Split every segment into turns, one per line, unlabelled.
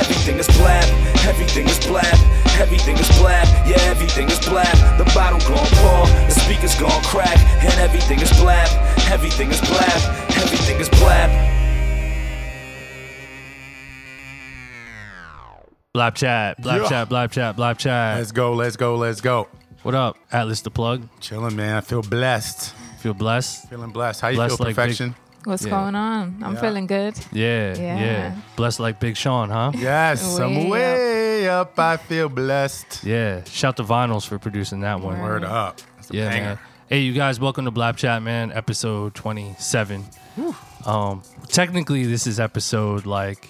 everything is blab, everything is blab, everything is blab, yeah, everything is blab. The bottle gon' pour, the speakers gon' crack, and everything is blab, everything is blab, everything is blab.
Blap chat, blap
Yeah.
chat, blap chat, blap chat.
Let's go, let's go, let's go.
What up, Atlas the plug?
Chilling, man. I feel blessed.
Feel blessed?
Feeling blessed. How you
Blessed
feel,
like big-
perfection?
What's
Yeah.
going on? I'm
Yeah.
feeling good.
Yeah, yeah,
Yeah.
Blessed like Big Sean, huh?
yes, I'm
Way
way up. I feel blessed.
Yeah. Shout to Vinyls for producing that one.
Word.
Word up. That's a
Yeah,
banger.
man. Hey, you guys, welcome to Blab Chat, man. Episode twenty-seven. Um, technically, this is episode like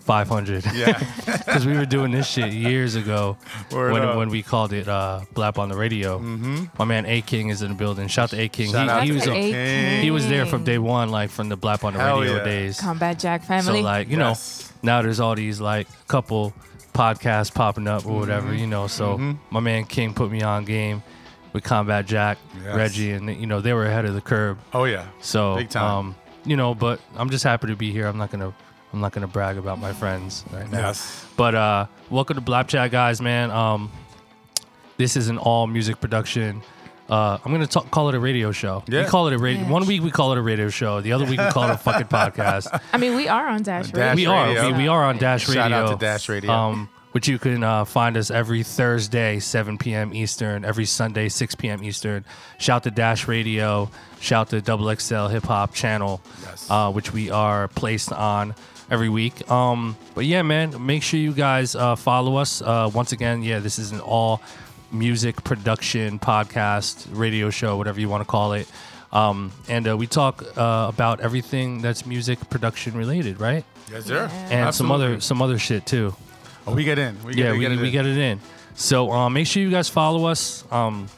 five hundred.
Yeah,
because we were doing this shit years ago
Word
when,
up.
when we called it uh, Blap on the Radio. Mm-hmm. My man A King is in the building. Shout to A King.
Shout out
He, he
to
was
A
a,
King.
he was there from day one, like from the Blap on the
Hell
Radio
yeah.
days.
Combat Jack family.
So like you
Yes.
know, now there's all these like couple podcasts popping up or whatever,
Mm-hmm.
you know. So my man King put me on game with Combat Jack,
Yes.
Reggie, and you know they were ahead of the curve.
Oh yeah.
So
Big time.
um, you know, but I'm just happy to be here. I'm not gonna I'm not gonna brag about my friends right now.
Yes.
But uh welcome to Blap Chat guys, man. Um this is an all music production. Uh, I'm gonna talk, call it a radio show.
Yeah.
We call it a radio.
Yeah.
One week we call it a radio show. The other week we call it a fucking podcast
I mean, we are on Dash,
On Dash
we
Radio.
are.
Radio.
We, we are on Dash Radio.
Shout out to Dash Radio.
Um, which you can uh, find us every Thursday, 7 p.m. Eastern, every Sunday, 6 p.m. Eastern. Shout to Dash Radio. Shout to Double XL Hip Hop Channel,
Yes.
uh, which we are placed on every week. Um, but yeah, man, make sure you guys uh, follow us. Uh, once again, yeah, this is an all music production podcast, radio show, whatever you want to call it. Um, and uh, we talk uh, about everything that's music production related, right?
Yes, sir.
and
Absolutely.
some other some other shit too.
Oh, we get in. We get,
yeah,
we
we,
get it.
we
in.
get it in. So um, make sure you guys follow us um,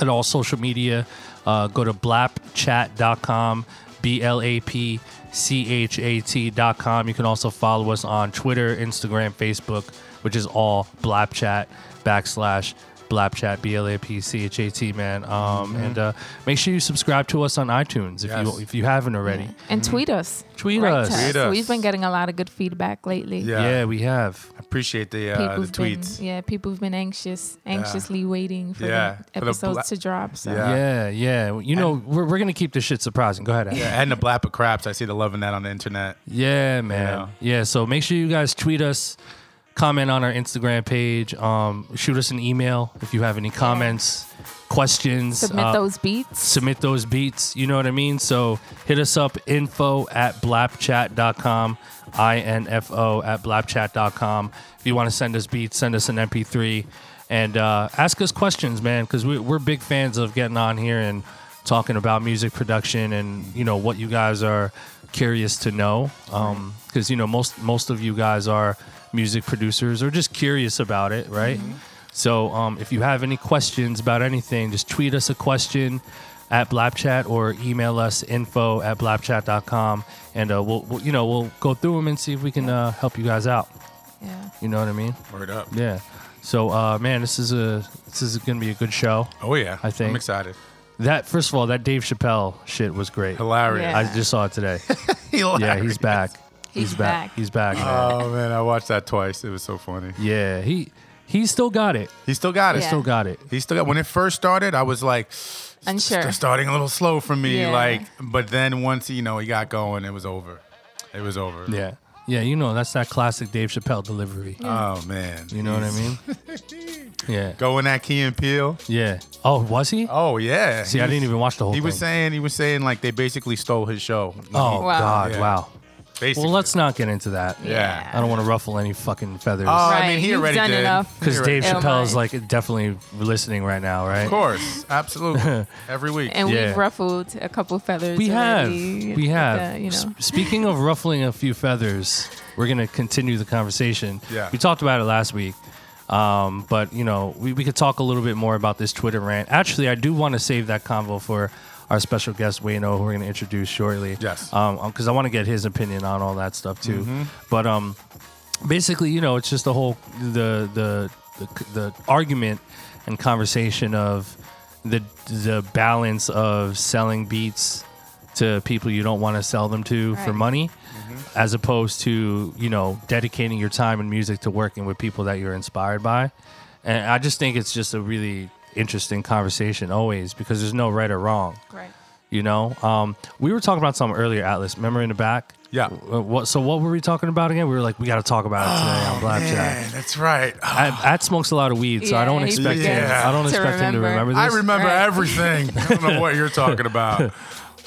at all social media. Uh, go to blapchat.com, B L A P C H A T.com. You can also follow us on Twitter, Instagram, Facebook, which is all blapchat backslash blapchat, B L A P C H A T, man. Um, And uh, make sure you subscribe to us on iTunes if,
Mm-hmm. Yes.
you, if you haven't already.
And tweet us.
Tweet
Write
us.
to
Tweet us.
We've been getting a lot of good feedback lately.
Yeah.
Yeah. we have.
Appreciate the uh, the
People've been,
tweets.
yeah, people have been anxious, anxiously waiting for
Yeah. For
the
the
episodes
bla-
to drop. So
Yeah.
Yeah, yeah. You know, we're, we're gonna keep this shit surprising. Go ahead. Adam.
Yeah, and the blap of craps. I see the love in that on the internet.
Yeah, man.
know.
Yeah. So make sure you guys tweet us, comment on our Instagram page, um, shoot us an email if you have any comments, questions.
submit
uh,
those beats.
Submit those beats. You know what I mean? So hit us up info at blapchat.com, I N F O at blapchat.com. If you want to send us beats, send us an MP3 and uh, ask us questions, man, because we, we're big fans of getting on here and talking about music production and, you know, what you guys are curious to know. Because, you know, most, most of you guys are music producers or just curious about it, right? So um, if you have any questions about anything, just tweet us a question at blapchat or email us info at blapchat.com and uh, we'll, we'll you know we'll go through them and see if we can uh, help you guys out
Yeah.
you know what i mean
Word up.
yeah so uh, man this is a this is gonna be a good show
Oh yeah.
I think.
I'm excited.
that first of all that dave chappelle shit was great
Hilarious.
Yeah.
i just saw it today yeah
Hilarious.
he's back he's,
He's
back.
back.
he's back man.
Oh man, I watched that twice. It was so funny.
yeah he he still got it
He still got it.
Yeah.
still got it
He still got. When it first started, I was like,
Unsure.
St- starting a little slow for me.
Yeah.
Like, but then once you know he got going, it was over. It was over.
yeah yeah you know that's that classic dave chappelle delivery
Oh man.
You know what I mean? yeah.
Going at Key and Peele.
Yeah. Oh, was he?
Oh yeah.
See, I didn't even watch the whole
He
thing.
was saying he was saying like they basically stole his show.
oh,
Wow.
God.
Yeah.
Wow.
Basically.
Well, let's not get into that.
Yeah.
I don't want to ruffle any fucking feathers.
Oh, I
Right,
mean, he
you've
already
done
did.
enough.
Because
He already-
Dave
Oh,
Chappelle is
my.
like definitely listening right now, right?
Of course, absolutely. Every week.
And
Yeah.
we've ruffled a couple feathers.
We have,
already,
we
like
have.
that, you
S-
know.
Speaking of ruffling a few feathers, we're gonna continue the conversation.
Yeah.
we talked about it last week, um, but you know we, we could talk a little bit more about this Twitter rant. Actually, I do want to save that convo for our special guest Wayno, who we're gonna introduce shortly.
Yes. Mm-hmm.
because I want to get his opinion on all that stuff too. But um, basically, you know, it's just the whole the the the, the argument and conversation of the the balance of selling beats to people you don't want to sell them to for
Right.
money as opposed to you know dedicating your time and music to working with people that you're inspired by and i just think it's just a really interesting conversation always because there's no right or wrong
Right.
you know um, we were talking about something earlier atlas remember in the back
Yeah.
Uh, what, so what were we talking about again we were like we got to talk about it today on black
Oh, Man,
chat
that's right. Oh,
At smokes a lot of weed, so I
Yeah,
don't
he
expect him.
forgets
I don't
to
expect him to
remember.
remember this.
I remember
Right.
everything. I don't know what you're talking about. Uh,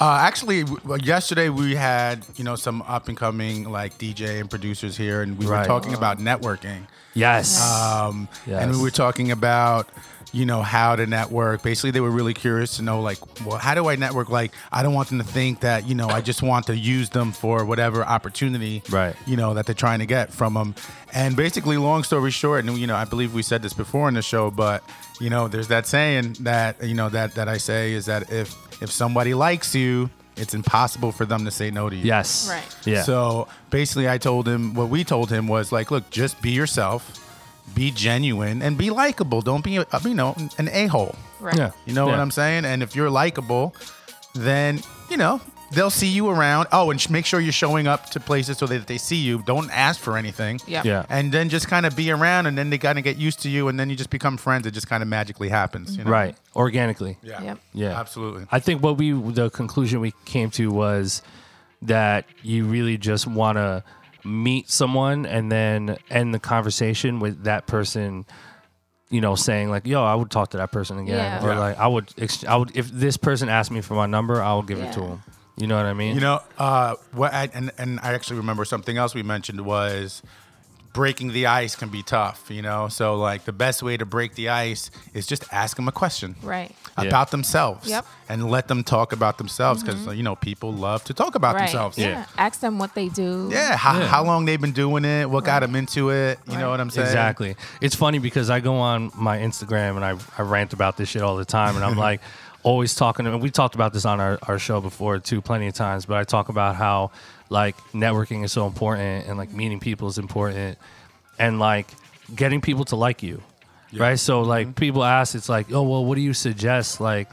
actually, w- well, yesterday we had you know some up and coming like DJ and producers here, and we
Right.
were talking about networking.
Yes.
Um, And
Yes.
we were talking about, you know, how to network. Basically, they were really curious to know, like, well, how do I network? Like, I don't want them to think that, you know, I just want to use them for whatever opportunity,
Right.
you know, that they're trying to get from them. And basically, long story short, and, you know, I believe we said this before in the show, but, you know, there's that saying that, you know, that, that I say is that if, if somebody likes you, it's impossible for them to say no to you.
yes.
Right.
Yeah.
So basically, I told him what we told him was like, look, just be yourself, be genuine, and be likable. Don't be, uh, you know, an a hole.
Right.
yeah.
You know what
Yeah.
I'm saying? And if you're likable, then you know they'll see you around. Oh, and sh- make sure you're showing up to places so that they see you. Don't ask for anything.
Yeah.
Yeah.
And then just kind of be around, and then they kind of get used to you, and then you just become friends. It just kind of magically happens. You know?
Right. Organically.
Yeah.
Yep.
Yeah.
Absolutely.
I think what we the conclusion we came to was that you really just want to meet someone and then end the conversation with that person you know saying like yo I would talk to that person again
Yeah.
or
Yeah.
like I would ex- I would if this person asked me for my number I would give it to
Yeah.
him you know what I mean
You know, uh, what I, and and I actually remember something else we mentioned was breaking the ice can be tough. You know, so like the best way to break the ice is just ask them a question
Right.
Yeah.
about themselves
Yep. Mm-hmm.
and let them talk about themselves because you know people love to talk about
Right.
themselves.
Yeah.
Yeah.
Ask them what they do.
Yeah, how,
Yeah.
how long they've been doing it, what got them into it, you know
Right.
what I'm saying?
Exactly. It's funny because I go on my Instagram and I, I rant about this shit all the time. And I'm like always talking to, and we talked about this on our, our show before too, plenty of times, but I talk about how like networking is so important and like meeting people is important and like getting people to like you. Right. So
Mm-hmm.
like people ask, it's like, oh, well, what do you suggest? Like,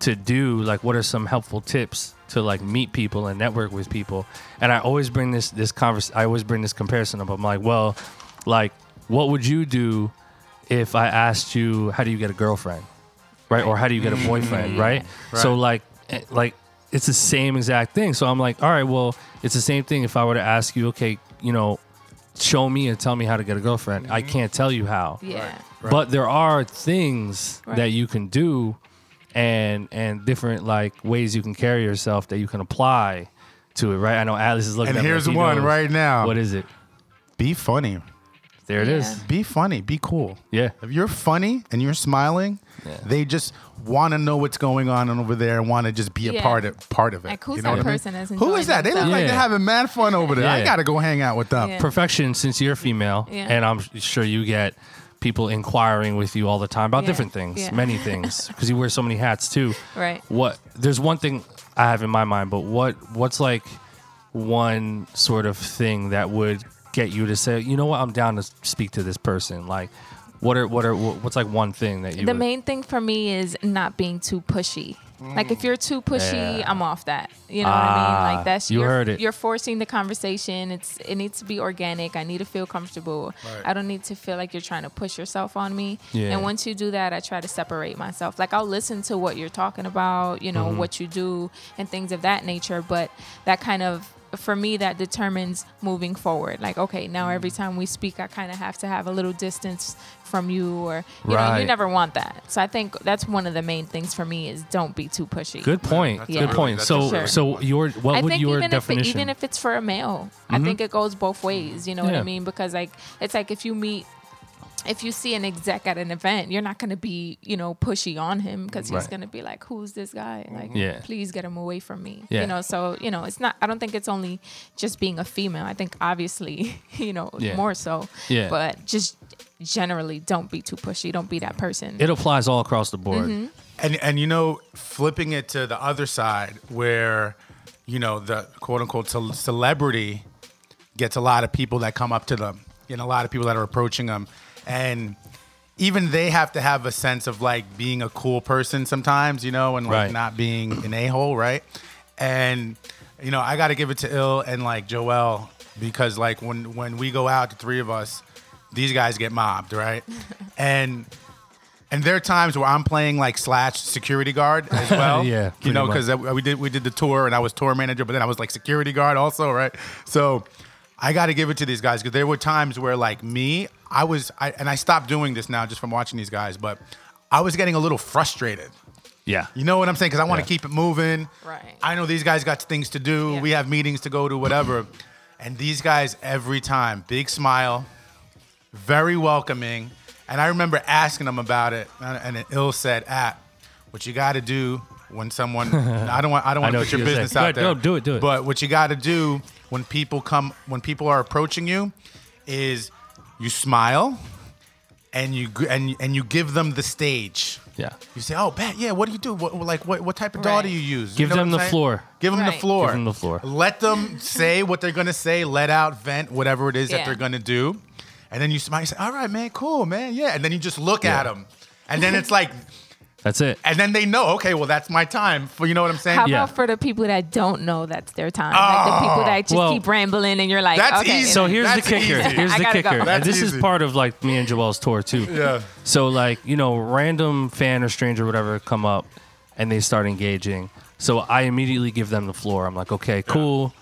to do like what are some helpful tips to like meet people and network with people and i always bring this this convers i always bring this comparison up i'm like well like what would you do if i asked you how do you get a girlfriend right or how do you get a boyfriend right? so like eh, like it's the same exact thing so i'm like all right well it's the same thing if i were to ask you okay you know show me and tell me how to get a girlfriend i can't tell you how
Yeah.
but there are things
Right.
that you can do and and different like ways you can carry yourself that you can apply to it right i know alice is looking
And
at me
here's
like he
one
knows.
right now.
what is it
Be funny.
there it is.
Yeah.
Be funny. Be cool.
Yeah.
If you're funny and you're smiling, they just want to know what's going on over there and want to just be a
Yeah.
part of part of it.
Like, who's
You know
that
what I mean?
person that's
Who
enjoying
is that? They look
themselves?
like they're
Yeah.
having mad fun over there. I
Yeah.
gotta go hang out with them.
Yeah.
perfection since you're female
Yeah.
and i'm sure you get people inquiring with you all the time about
Yeah.
different things
Yeah.
many things because you wear so many hats too
Right.
what there's one thing i have in my mind but what what's like one sort of thing that would get you to say you know what i'm down to speak to this person like what are what are what's like one thing that you
The
would-
main thing for me is not being too pushy. Like if you're too pushy,
Yeah.
I'm off that. You know what I
Ah,
mean? Like that's
you
you're,
heard it.
You're forcing the conversation. It's it needs to be organic. I need to feel comfortable. I don't need to feel like you're trying to push yourself on me.
Yeah.
And once you do that, I try to separate myself. Like I'll listen
Mm-hmm.
to what you're talking about, you know, what you do and things of that nature. But that kind of for me that determines moving forward like okay now every
Mm.
time we speak i kind of have to have a little distance from you or you know
Right.
you never want that so i think that's one of the main things for me is don't be too pushy
Good point.
that's
a
Good
really-
point.
that's a
So,
really good
so
point.
your what
I
would
think
your
even If it,
definition? Mm-hmm.
even if it's for a male, I think it goes both ways. You know what
Yeah.
I mean? Because like it's like if you meet. If you see an exec at an event, you're not going to be, you know, pushy on him because he's
Right.
going to be like, "Who's this guy? Like,
Yeah.
please get him away from me."
Yeah.
You know, so you know, it's not. I don't think it's only just being a female. I think obviously, you know,
Yeah.
more so.
Yeah.
But just generally, don't be too pushy. Don't be that person.
it applies all across the board.
Mm-hmm.
And and you know, flipping it to the other side where, you know, the quote unquote ce- celebrity gets a lot of people that come up to them and a lot of people that are approaching them, and even they have to have a sense of like being a cool person sometimes, you know, and like
Right.
not being an a hole, right? And you know, I got to give it to Ill and like Joel because like when when we go out, the three of us, these guys get mobbed, right? and and there are times where I'm playing like slash security guard as well.
Yeah,
you
pretty
know,
much.
because we did we did the tour and I was tour manager, but then I was like security guard also, right? So I got to give it to these guys because there were times where like me, I was, I, and I stopped doing this now just from watching these guys, but I was getting a little frustrated.
Yeah.
You know what I'm saying? Because I want to
Yeah.
keep it moving.
Right.
I know these guys got things to do.
Yeah.
We have meetings to go to, whatever. and these guys every time, big smile, very welcoming. And I remember asking them about it, and an ill said, "App, what you got to do when someone I don't want I don't want to
know what
put your
you're gonna
business
say. Go
out
ahead,
there.
no, do it, do it.
But what you got to do when people come when people are approaching you is you smile." And you gr- and and you give them the stage.
Yeah.
You say, "Oh, Pat, yeah. What do you do? What like what what type of doll
Right.
do you use?
Give
You
them
what I'm
the
saying?
floor.
Give them the
Right.
floor.
Give them the floor.
Let them say what they're gonna say. Let out, vent, whatever it is that
Yeah.
they're gonna do, and then you smile. You say, "All right, man. Cool, man. Yeah." And then you just look at 'em. at them, and then it's like,
That's it.
and then they know. Okay, well, that's my time. For you know what I'm saying?
How
Yeah.
about for the people that don't know that's their time? like the people that just
Well-
keep rambling and you're like,
That's
okay.
easy.
Oh. So here's
That's
the kicker.
easy.
Here's
I
the
gotta go.
kicker. And
That's
this
easy.
is part of like me and Joel's tour too.
Yeah.
So like you know, random fan or stranger, whatever, come up and they start engaging. So I immediately give them the floor. I'm like, okay, cool.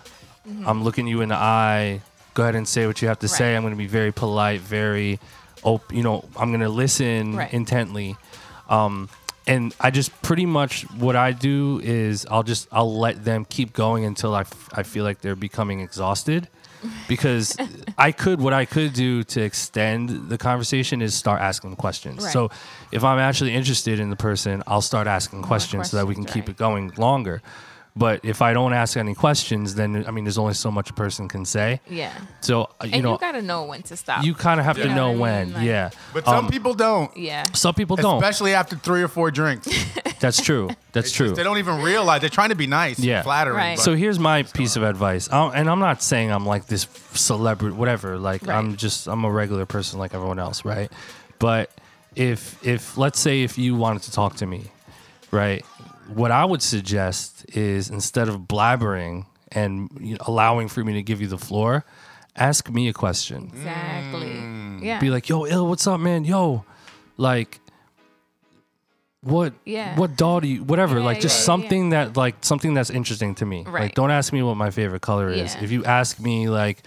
I'm looking you in the eye. Go ahead and say what you have to say.
Mm-hmm. Right.
I'm going to be very polite, very, op- you know, I'm going to listen
Right.
intently. Um, and I just pretty much what I do is I'll just I'll let them keep going until I, f- I feel like they're becoming exhausted because I could what I could do to extend the conversation is start asking questions.
Right.
So if I'm actually interested in the person, I'll start asking questions, so that we can
questions,
keep
right.
it going longer. But if I don't ask any questions, then I mean, there's only so much a person can say.
Yeah.
So uh, you
and
know,
you gotta know when to stop.
you kind of have to
Yeah.
know
You know what I
when.
mean? Like-
yeah.
But some
Um,
people don't.
yeah.
some people don't.
Especially after three or four drinks,
That's true. That's true.
they don't even realize they're trying to be nice,
Yeah.
and flattering.
Right.
but-
So here's my piece of advice, i and I'm not saying I'm like this celebrity, whatever. Like
Right.
I'm just I'm a regular person like everyone else, right? But if if let's say if you wanted to talk to me, right, what I would suggest is instead of blabbering and you know, allowing for me to give you the floor, ask me a question
Exactly.
Mm.
Yeah.
be like, "Yo, ill, what's up, man? Yo, like, what?
Yeah.
What doll do you? Whatever.
Yeah,
like, just
yeah, yeah.
something that, like, something that's interesting to me. Like,
Right.
don't ask me what my favorite color is.
Yeah.
If you ask me, like,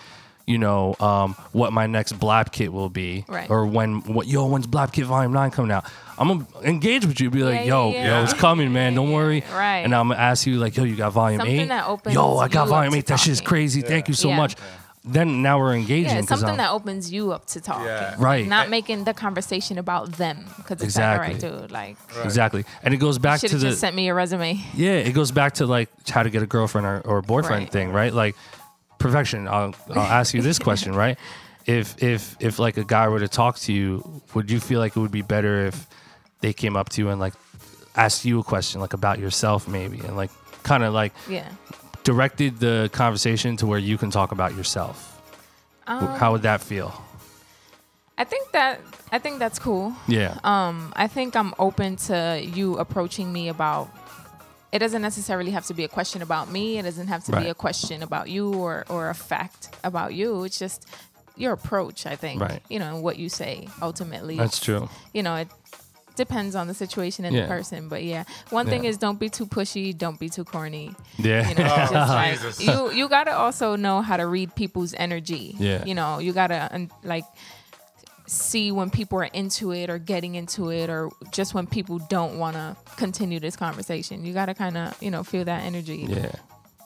you know, um, what my next Blab kit will be,
Right.
or when, what? Yo, when's Blab kit Volume Nine coming out? I'm gonna engage with you. Be like,
Yeah,
yo,
yeah,
yo,
yeah.
it's coming, man. Don't worry.
Right.
And I'm gonna ask you, like, yo, you got Volume
Something
Eight?
that opens
yo, I got
you up
Volume
to
Eight. That shit is
talking.
crazy. Thank you so
Yeah.
much. Then now we're engaging.
yeah,
'cause
something
I'm-
that opens you up to talking.
Yeah.
Right.
Not making the conversation about them. Because it's like,
Exactly.
all right, dude, like
Exactly. And it goes back
should
to
have
the
just sent me your resume.
yeah, it goes back to like how to get a girlfriend or, or boyfriend
Right.
thing, right? Like perfection. I'll, I'll ask you this question, right? If if if like a guy were to talk to you, would you feel like it would be better if they came up to you and like asked you a question like about yourself maybe and like kind of like
Yeah.
directed the conversation to where you can talk about yourself? W- how would that
Um,
feel?
I think that I think that's cool.
Yeah.
Um, I think I'm open to you approaching me about. It doesn't necessarily have to be a question about me. It doesn't have to
Right.
be a question about you or or a fact about you. It's just your approach. I think.
Right.
You know and what you say ultimately.
That's true.
You know it. depends on the situation and
Yeah.
the person, but yeah. One thing
Yeah.
is don't be too pushy, don't be too corny.
Yeah.
You know, just
Oh,
like-
Jesus.
you you gotta also know how to read people's energy.
Yeah.
You know, you gotta un- like see when people are into it or getting into it or just when people don't want to continue this conversation. You gotta kind of you know feel that energy.
Yeah.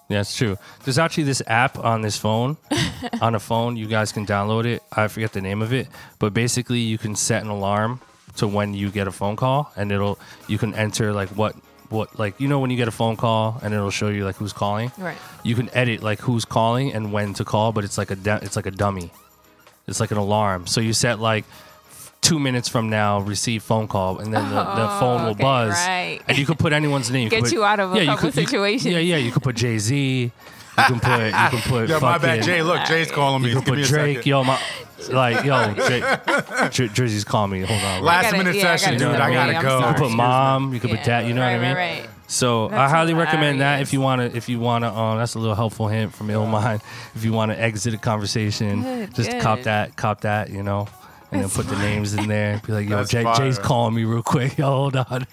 Yeah, it's true. There's actually this app on this phone, on a phone. You guys can download it. I forget the name of it, but basically you can set an alarm to when you get a phone call, and it'll you can enter like what what like you know when you get a phone call, and it'll show you like who's calling.
Right.
You can edit like who's calling and when to call, but it's like a du- it's like a dummy. It's like an alarm. So you set like two minutes from now receive phone call, and then the, the phone will
Oh, okay,
buzz,
right.
and you could put anyone's name.
Get
could put-
you out of a couple
could-
situations.
yeah, yeah, you could put Jay Z. You can put. You can put.
Yo, my bad,
fucking-
Jay. Look, Jay's calling me.
You can
Give
put
me a
Drake.
second.
Yo, my like yo, Dra- Dr- Drizzy's calling me. Hold on.
Last
gotta-
minute
yeah, I gotta
session,
do
dude.
that.
I gotta
I'm
go.
you
sorry.
could put
Excuse
mom. You could put
Yeah.
dad. You know
Right,
what I mean.
right, right.
So I
That's
highly recommend that
hilarious.
if you want to. If you want to, um, that's a little helpful hint from ill mind. If you want to exit a conversation,
Good,
just
good.
cop that. Cop that. You know. And then put the names in there. Be like, yo,
That's
Jay, Jay's
fire.
calling me real quick. Yo, hold on.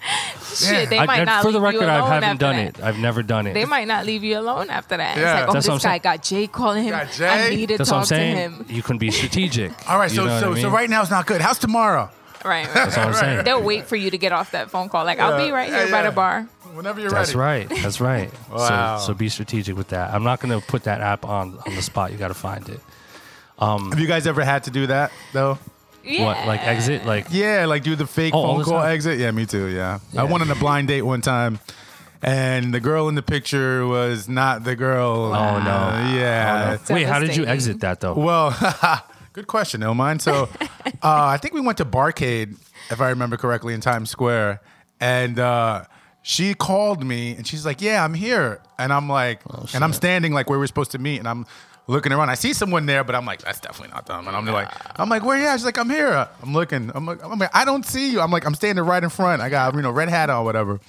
Shit, they
I-
might
I-
not
for the
leave you
record, I
alone
haven't
after
done
that.
it. I've never done it.
They might not leave you alone after that.
Yeah.
It's like, oh,
That's what
this
I'm
guy got Jay calling him.
Got Jay?
I need to
That's what I'm
talk to
saying.
him.
You can be strategic.
All right,
You
so
know what I
so so
mean?
right now it's not good. How's tomorrow?
Right, right.
That's what I'm saying.
They'll wait for you to get off that phone call. Like, I'll
Yeah,
be right here
yeah,
by
yeah.
the bar.
Whenever you're
That's
ready.
right. That's right.
Wow.
So, so be strategic with that. I'm not going to put that app on on the spot. You got to find it.
Have you guys ever had to do that though?
Yeah.
What like exit like
Yeah, like do the fake
Oh, all
phone
the
call
time?
exit. Yeah, me too. Yeah. I
Yeah.
went on a blind date one time, and the girl in the picture was not the girl.
Oh, no.
Uh, yeah.
wait? How did you
Devastating.
exit that though?
Well, good question, Illmind. So, uh, I think we went to Barcade, if I remember correctly, in Times Square, and uh, she called me and she's like, "Yeah, I'm here," and I'm like, and I'm standing like where we're supposed to meet, and I'm looking around. I see someone there, but I'm like, "That's definitely not them." And I'm like, "I'm like, where? Yeah." She's like, "I'm here." I'm looking. I'm like, I'm like, "I don't see you." I'm like, "I'm standing right in front." I got you know red hat on, whatever.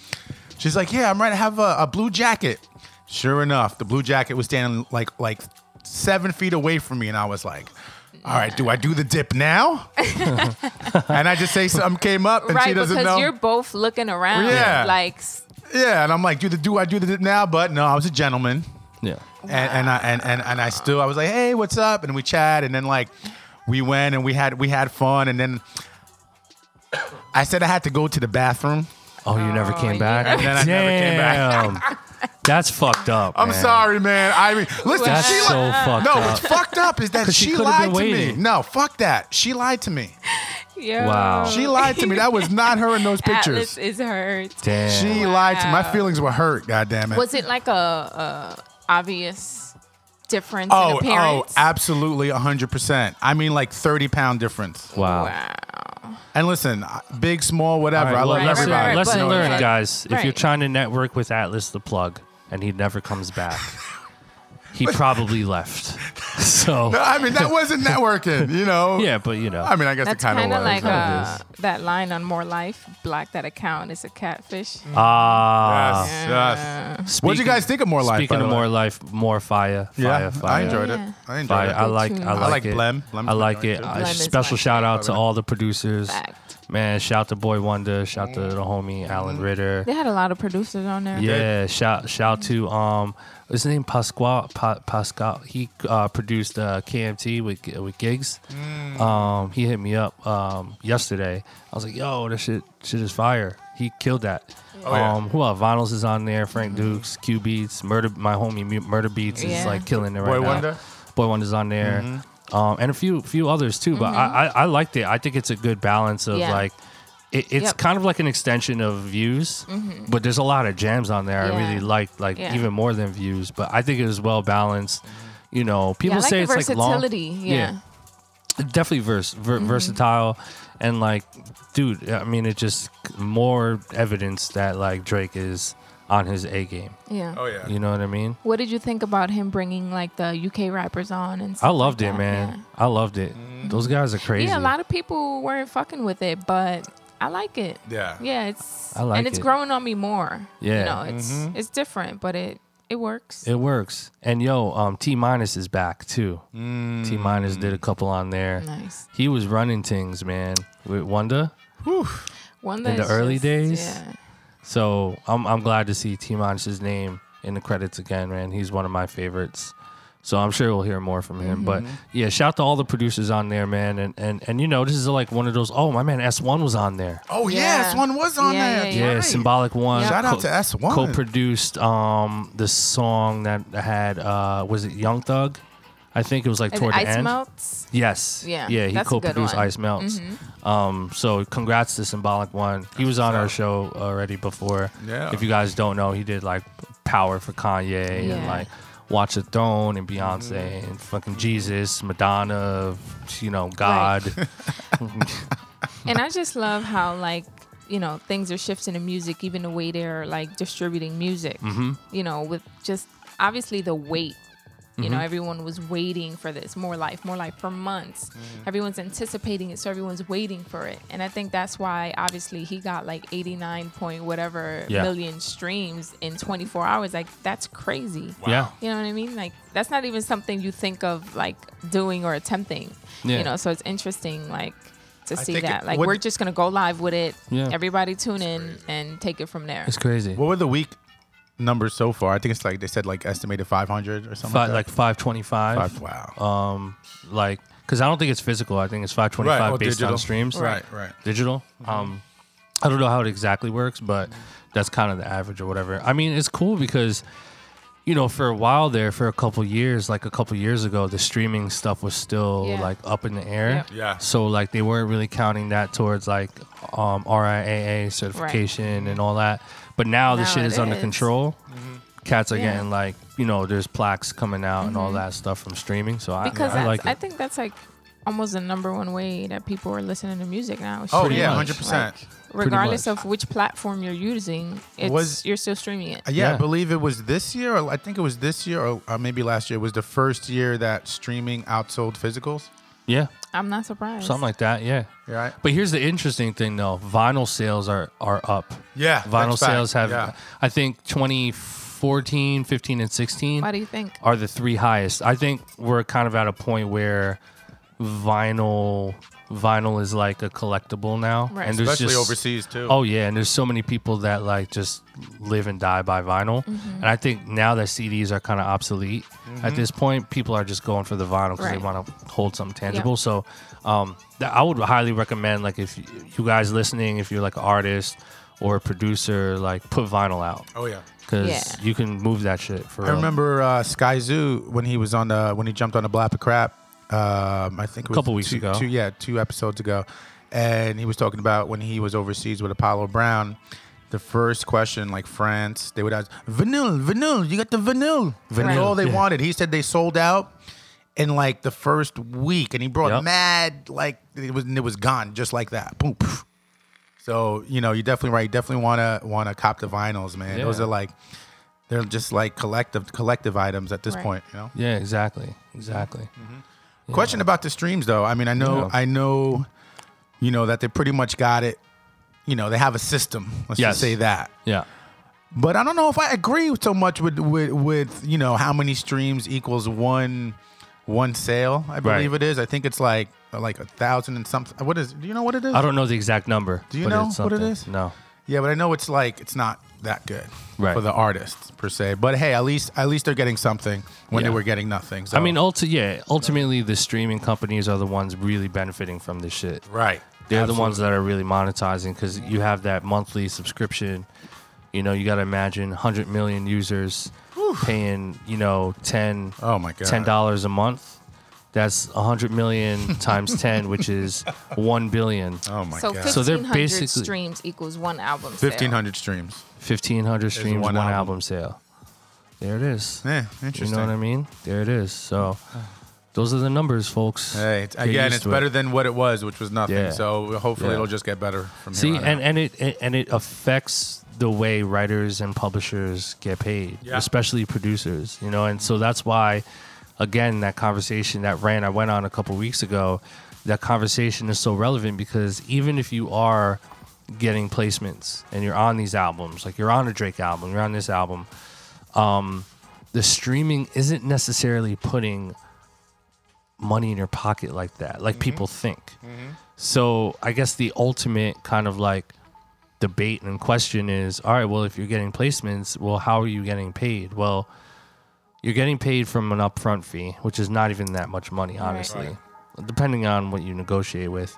She's like, "Yeah, I'm right. I have a, a blue jacket." Sure enough, the blue jacket was standing like like seven feet away from me, and I was like, "All right, do I do the dip now?" and I just say something came up, and she
Right,
doesn't
because
know.
you're both looking around.
Yeah.
Like, s-
yeah, and I'm like, "Do the do I do the dip now?" But no, I was a gentleman,
Yeah.
and and I and and, and I still I was like, "Hey, what's up?" And we chat, and then like we went and we had we had fun, and then. I said I had to go to the bathroom.
Oh, you never came
you
back.
never- And then I never came
Damn. That's fucked up.
I'm
man.
sorry, man. I mean, listen,
That's
she
so fucked
No,
up.
what's fucked up is that
Uh, 'Cause she
she,
could've
lied
been
to me.
waiting.
No, fuck that. She lied to me.
yeah.
Wow.
She lied to me. That was not her in those
Atlas
pictures.
is hurt.
Damn.
She lied to me. My
Wow.
feelings were hurt. God damn it.
Was it like a, a obvious difference in
oh, oh,
appearance?
absolutely, hundred percent. I mean, like thirty pound difference.
wow.
Wow.
And listen, I- big, small,
All
whatever.
right,
I love
well, uh, lesson,
everybody.
right,
lesson
but-
learned,
but-
guys. If you're
right.
trying to network with Atlas the plug and he never comes back, he probably left. So
I mean, that wasn't networking. You know.
yeah, but you know,
I mean, I guess
That's
it kind of
kind
was.
of like
It
uh,
is.
that line on More Life, block that account, it's a catfish.
Mm. ah,
Yes, yes. What'd you
Speaking-
guys think of more life?
Speaking
by the
of
way?
more life, more fire, fire,
yeah,
fire.
I enjoyed
Yeah.
it. I enjoyed
Fire.
it.
I like, I
I
like,
like
it.
Blem. Blem's
I like
good
it.
too.
I-
Blem is
special
like-
shout out to all the producers.
Fact.
Man, shout to Boy Wonder, shout to
Mm.
the homie Alan
Mm.
Ritter.
They had a lot of producers on there.
Yeah, shout shout to um, what's his name Pasquale pa- Pascal. He uh, produced uh, KMT with with gigs.
Mm.
Um, he hit me up um yesterday. I was like, yo, this shit shit is fire. He killed that.
Oh, yeah.
Um, who else? Vinyls is on there. Frank Dukes, Q Beats, Murder. My homie Mu- Murder Beats is
Mm-hmm. Yeah.
like killing it right
Boy
now.
Wonder? Mm-hmm.
Boy Wonder's on there. Um, and a few few others too, but I, I I liked it. I think it's a good balance of
Mm-hmm. Yeah.
like it, it's
Yep. Mm-hmm.
kind of like an extension of views, but there's a lot of jams on there. I
Yeah.
really liked, like
Yeah.
even more than views. But I think it was well balanced. You know, people
yeah, I like
say
the
it's like long.
versatility. yeah. Mm-hmm.
definitely vers- ver- versatile, and like, dude, I mean, it just more evidence that like Drake is on his A game.
Yeah.
Oh yeah.
You know what I mean?
What did you think about him bringing like the UK rappers on and
I
stuff
loved
like
it,
that?
man. I loved it. Those guys are
Yeah.
crazy.
Yeah, a lot of people weren't fucking with it, but I like it.
Yeah.
Yeah, it's
I like
and it's
it.
growing on me more.
Yeah. Mm-hmm.
You know, it's it's different, but it it works.
It works. And yo, um, T minus is back too. T minus did a couple on there.
Nice.
He was running things, man, with Wanda.
One
the
that's
early
just-
days?
Yeah.
So I'm I'm glad to see T Monch's name in the credits again, man. He's one of my favorites. So I'm sure we'll hear more from him. But
Mm-hmm.
yeah, shout to all the producers on there, man. And and and you know, this is like one of those oh my man, S one was on there.
Oh
Yeah.
yes, one was on
Yeah,
there.
yeah,
That's
yeah.
Yeah,
right.
Symbolic One.
Yeah.
Shout out to S1.
Co-produced um the song that had uh was it Young Thug? I think it was like
And
toward the
ice
end.
melts.
Yes.
Yeah,
Yeah. He
that's a good
co-produced
one. Mm-hmm.
Ice Melts. Um. So congrats to Symbolic One. He was on our show already before.
Yeah.
If you guys don't know, he did like Power for Kanye and
Yeah.
like Watch the Throne and Beyonce
Mm-hmm.
and fucking Jesus, Madonna, you know God.
and I just love how like you know things are shifting in music, even the way they're like distributing music. You know, with just obviously the wait. You know, everyone was waiting for this more life, more life for months. Everyone's anticipating it, so everyone's waiting for it. And I think that's why, obviously, he got like 89 point whatever
Yeah.
million streams in 24 hours. Like, that's crazy.
Yeah.
You know what I mean? Like that's not even something you think of like doing or attempting.
Yeah.
You know, so it's interesting like to see
think
that.
it
Like
would-
we're just gonna go live with it.
Yeah.
Everybody tune in and take it from there.
It's crazy.
What were the week numbers so far? I think it's like they said like estimated 500 or something.
Fi-
like
like
that.
five twenty-five.
Five- wow.
Um. Like, cause I don't think it's physical. I think it's five twenty-five
or
based
digital. Mm-hmm.
on streams.
Right, right.
digital. Um, I don't know how it exactly works, but that's kind of the average or whatever. I mean, it's cool because you know, for a while there, for a couple years, like a couple years ago, the streaming stuff was still
Yeah.
like up in the air.
Yep.
Yeah.
So like they weren't really counting that towards like um, RIAA certification and all that. But now, the
Now
shit
it
is under
is.
control.
Mm-hmm.
Cats are
Yeah. Mm-hmm.
getting like you know, there's plaques coming out and all that stuff from streaming. So I,
because
I
that's,
like it.
I think that's like almost the number one way that people are listening to music now. is
Oh
streaming.
yeah,
much.
100. percent Uh,
Regardless
much.
of which platform you're using, it's
Was-
you're still streaming it.
yeah,
Yeah.
I believe it was this year. Or I think it was this year, or uh, maybe last year. It was the first year that streaming outsold physicals.
yeah,
I'm not surprised.
something like that. Yeah.
Right?
But here's the interesting thing, though. Vinyl sales are are up.
Yeah,
Vinyl
that's fact.
sales have,
Yeah.
I think, 2014, 15, and 16
Why do you think?
Oh
are the three highest. I think we're kind of at a point where vinyl vinyl is like a collectible now,
Right.
there's
Especially overseas, too.
Oh yeah, and there's so many people that like just live and die by vinyl,
Mm-hmm.
and I think now that CDs are kind of obsolete
Mm-hmm.
at this point, people are just going for the vinyl because
Right.
they want to hold something tangible. So, um, th- I would highly recommend like if y- you guys listening, if you're like an artist or a producer, like put vinyl out
Oh yeah.
because
Yeah.
you can move that shit for.
I
real.
remember uh, Sky Zoo when he was on the when he jumped on the Blap of Crap. Um, I think it was
Couple weeks
two-
ago.
two- yeah, two episodes ago, and he was talking about when he was overseas with Apollo Brown. The first question, like France, they would ask vanilla, vanilla. You got the vanilla. Vanilla.
Right.
all they
Yeah.
wanted. He said they sold out in like the first week, and he brought
Yep.
mad like it was it was gone just like that. Boom. poof. So you know, you're definitely right. You definitely wanna wanna cop the vinyls, man. Those
Yeah.
are like they're just like collective collective items at this
Right.
point. You know.
Yeah, exactly, exactly.
Mm-hmm. Question about the streams though. I mean, I know
Yeah.
I know, you know that they pretty much got it. You know, they have a system. Let's
Yes.
just say that.
Yeah,
But I don't know if I agree so much with with, with you know how many streams equals one one sale. I believe
Right.
it is. I think it's like like a thousand and something. What is? Do you know what it is?
I don't know the exact number.
Do you
but
know
it's
what it
something.
is?
No.
Yeah, but I know it's like it's not that good
Right.
for the artists per se. But hey, at least at least they're getting something when
Yeah.
they were getting nothing. So.
I mean, ulti- yeah, ultimately, the streaming companies are the ones really benefiting from this shit.
right?
They're the ones that are really monetizing because you have that monthly subscription. You know, you got to imagine 100 million users paying, you know, 10
Oh my God.
$10 a month. That's 100 million times 10, which is 1 billion.
Oh my
so
god,
So they're
1500
basically-
streams equals one album. sale.
fifteen hundred streams.
1,500 streams, one,
one
album.
album.
sale. There it is.
Yeah,
you
interesting.
know what I mean? There it is. So those are the numbers, folks.
Hey, it's,
Get
again,
used
it's
to it.
better than what it was, which was nothing.
Yeah.
So hopefully
Yeah.
it'll just get better from
See,
here. on
and,
out.
and it and- and it affects the way writers and publishers get paid,
Yeah.
especially producers. You know, and so that's why, again, that conversation that ran I went on a couple weeks ago, that conversation is so relevant because even if you are getting placements and you're on these albums, like you're on a Drake album, you're on this album, um, the streaming isn't necessarily putting money in your pocket like that, like people think. So I guess the ultimate kind of like debate and question is all right well if you're getting placements well how are you getting paid well you're getting paid from an upfront fee which is not even that much money honestly depending on what you negotiate with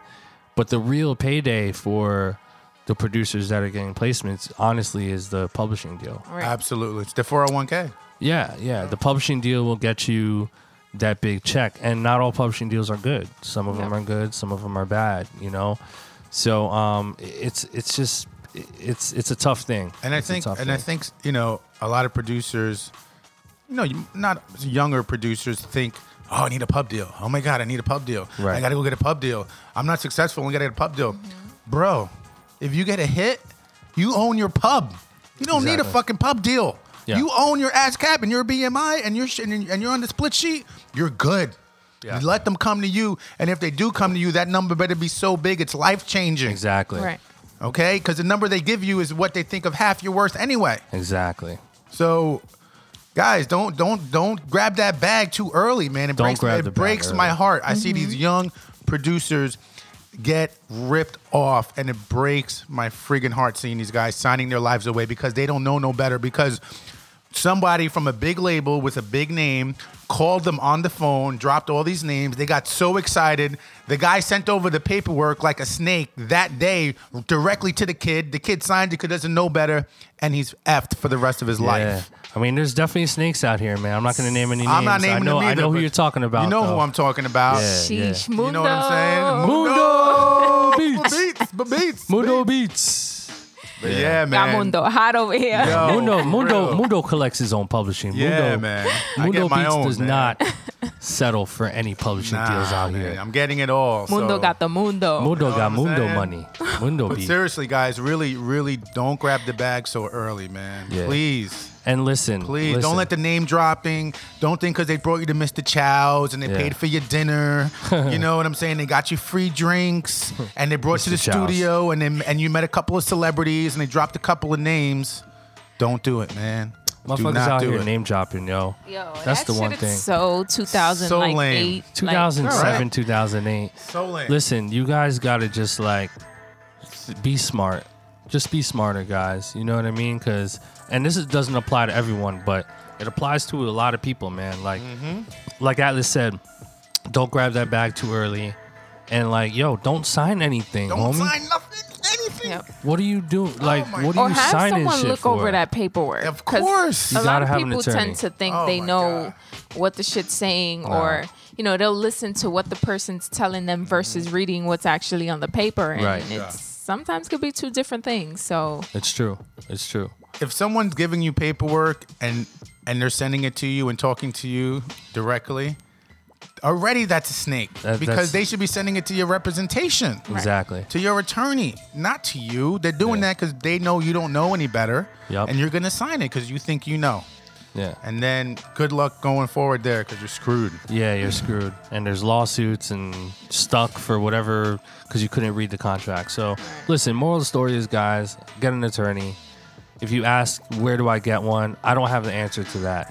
but the real payday for the producers that are getting placements honestly is the publishing deal
Right.
Absolutely. It's the 401k.
yeah, yeah. The publishing deal will get you that big check, and not all publishing deals are good. Some of them
No.
are good, some of them are bad. You know, so um, i- it's it's just i- it's it's a tough thing.
And I
It's a
think, and
tough
I
thing.
think, you know, a lot of producers, you know, you- not younger producers think, oh, I need a pub deal. Oh my God, I need a pub deal.
Right.
I got to go get a pub deal. I'm not successful. I got to get a pub deal, bro. If you get a hit, you own your pub. You don't need a
Exactly.
fucking pub deal.
Yeah.
You own your ASCAP and your BMI and your sh- and and you're on the split sheet. You're good.
Yeah.
Let them come to you, and if they do come to you, that number better be so big it's life changing.
exactly,
Right.
Okay, because the number they give you is what they think of half your worth anyway.
exactly.
So, guys, don't don't don't grab that bag too early, man. It
Don't
breaks,
grab
it
the bag
breaks
early.
my heart. I see these young producers get ripped off, and it breaks my friggin' heart seeing these guys signing their lives away because they don't know no better. Because somebody from a big label with a big name called them on the phone, dropped all these names. They got so excited. The guy sent over the paperwork like a snake that day directly to the kid. The kid signed it because doesn't know better, and he's effed for the rest of his
Yeah.
life.
I mean, there's definitely snakes out here, man. I'm not going to name any names.
I'm not naming
I know,
them either,
I know who
but
you're talking about.
You know
though.
who I'm talking about.
Yeah, yeah.
Sheesh,
You know what I'm saying?
Mundo.
Mundo Beats.
Beats, but beats.
Mundo Beats.
But yeah,
Got
man.
Mundo hot over here.
Yo,
Mundo
Oh, for
Mundo
real.
Mundo collects his own publishing.
Yeah,
Mundo,
man. I
Mundo
get my
Beats
own,
does
man.
not settle for any publishing
Nah,
deals out
man,
here.
I'm getting it all.
Mundo
so-
got the mundo.
Mundo
You know
got
what I'm
Mundo
saying?
money. Mundo
But
Beats.
seriously, guys, really, really don't grab the bag so early, man.
Yeah.
Please.
And listen,
Please
listen,
don't let the name dropping. Don't think because they brought you to Mr. Chow's and they
Yeah.
paid for your dinner. you know what I'm saying? They got you free drinks and they brought you to the
Mr. Chow's.
studio and then and you met a couple of celebrities and they dropped a couple of names. Don't do it, man. do
motherfuckers
not
out
do
here
it.
name dropping, yo.
Yo,
That's
that
the one
shit
thing.
Is so 2000,
So
like
lame.
eight, like-
2007,
Alright.
2008.
so lame.
Listen, you guys gotta just like be smart. Just be smarter, guys. You know what I mean? Because and this is, doesn't apply to everyone, but it applies to a lot of people, man. Like,
Mm-hmm.
like Atlas said, don't grab that bag too early, and like, yo, don't sign anything,
don't
homie.
sign nothing, anything.
Yep.
What are you doing? Like,
my
what are
Or
you
have
signing
someone
shit
look
for?
over that paperwork.
Of
'Cause
course. You
a lot
gotta
of
have an
people
attorney.
tend to think
Oh
they
my
know
God.
what the shit's saying, or you know, they'll listen to what the person's telling them versus reading what's actually on the paper, and
Mm-hmm. Right.
it's
Yeah.
sometimes could be two different things. So
It's true. It's true.
if someone's giving you paperwork and and they're sending it to you and talking to you directly, already that's a snake
That- that's-
because they should be sending it to your representation,
Exactly.
to your attorney, not to you. They're doing
Yeah.
that because they know you don't know any better,
Yup.
and you're gonna sign it because you think you know.
Yeah.
And then good luck going forward there because you're screwed.
Yeah, you're screwed. And there's lawsuits and stuck for whatever because you couldn't read the contract. So, listen, moral of the story is, guys, get an attorney. If you ask, where do I get one? I don't have the answer to that.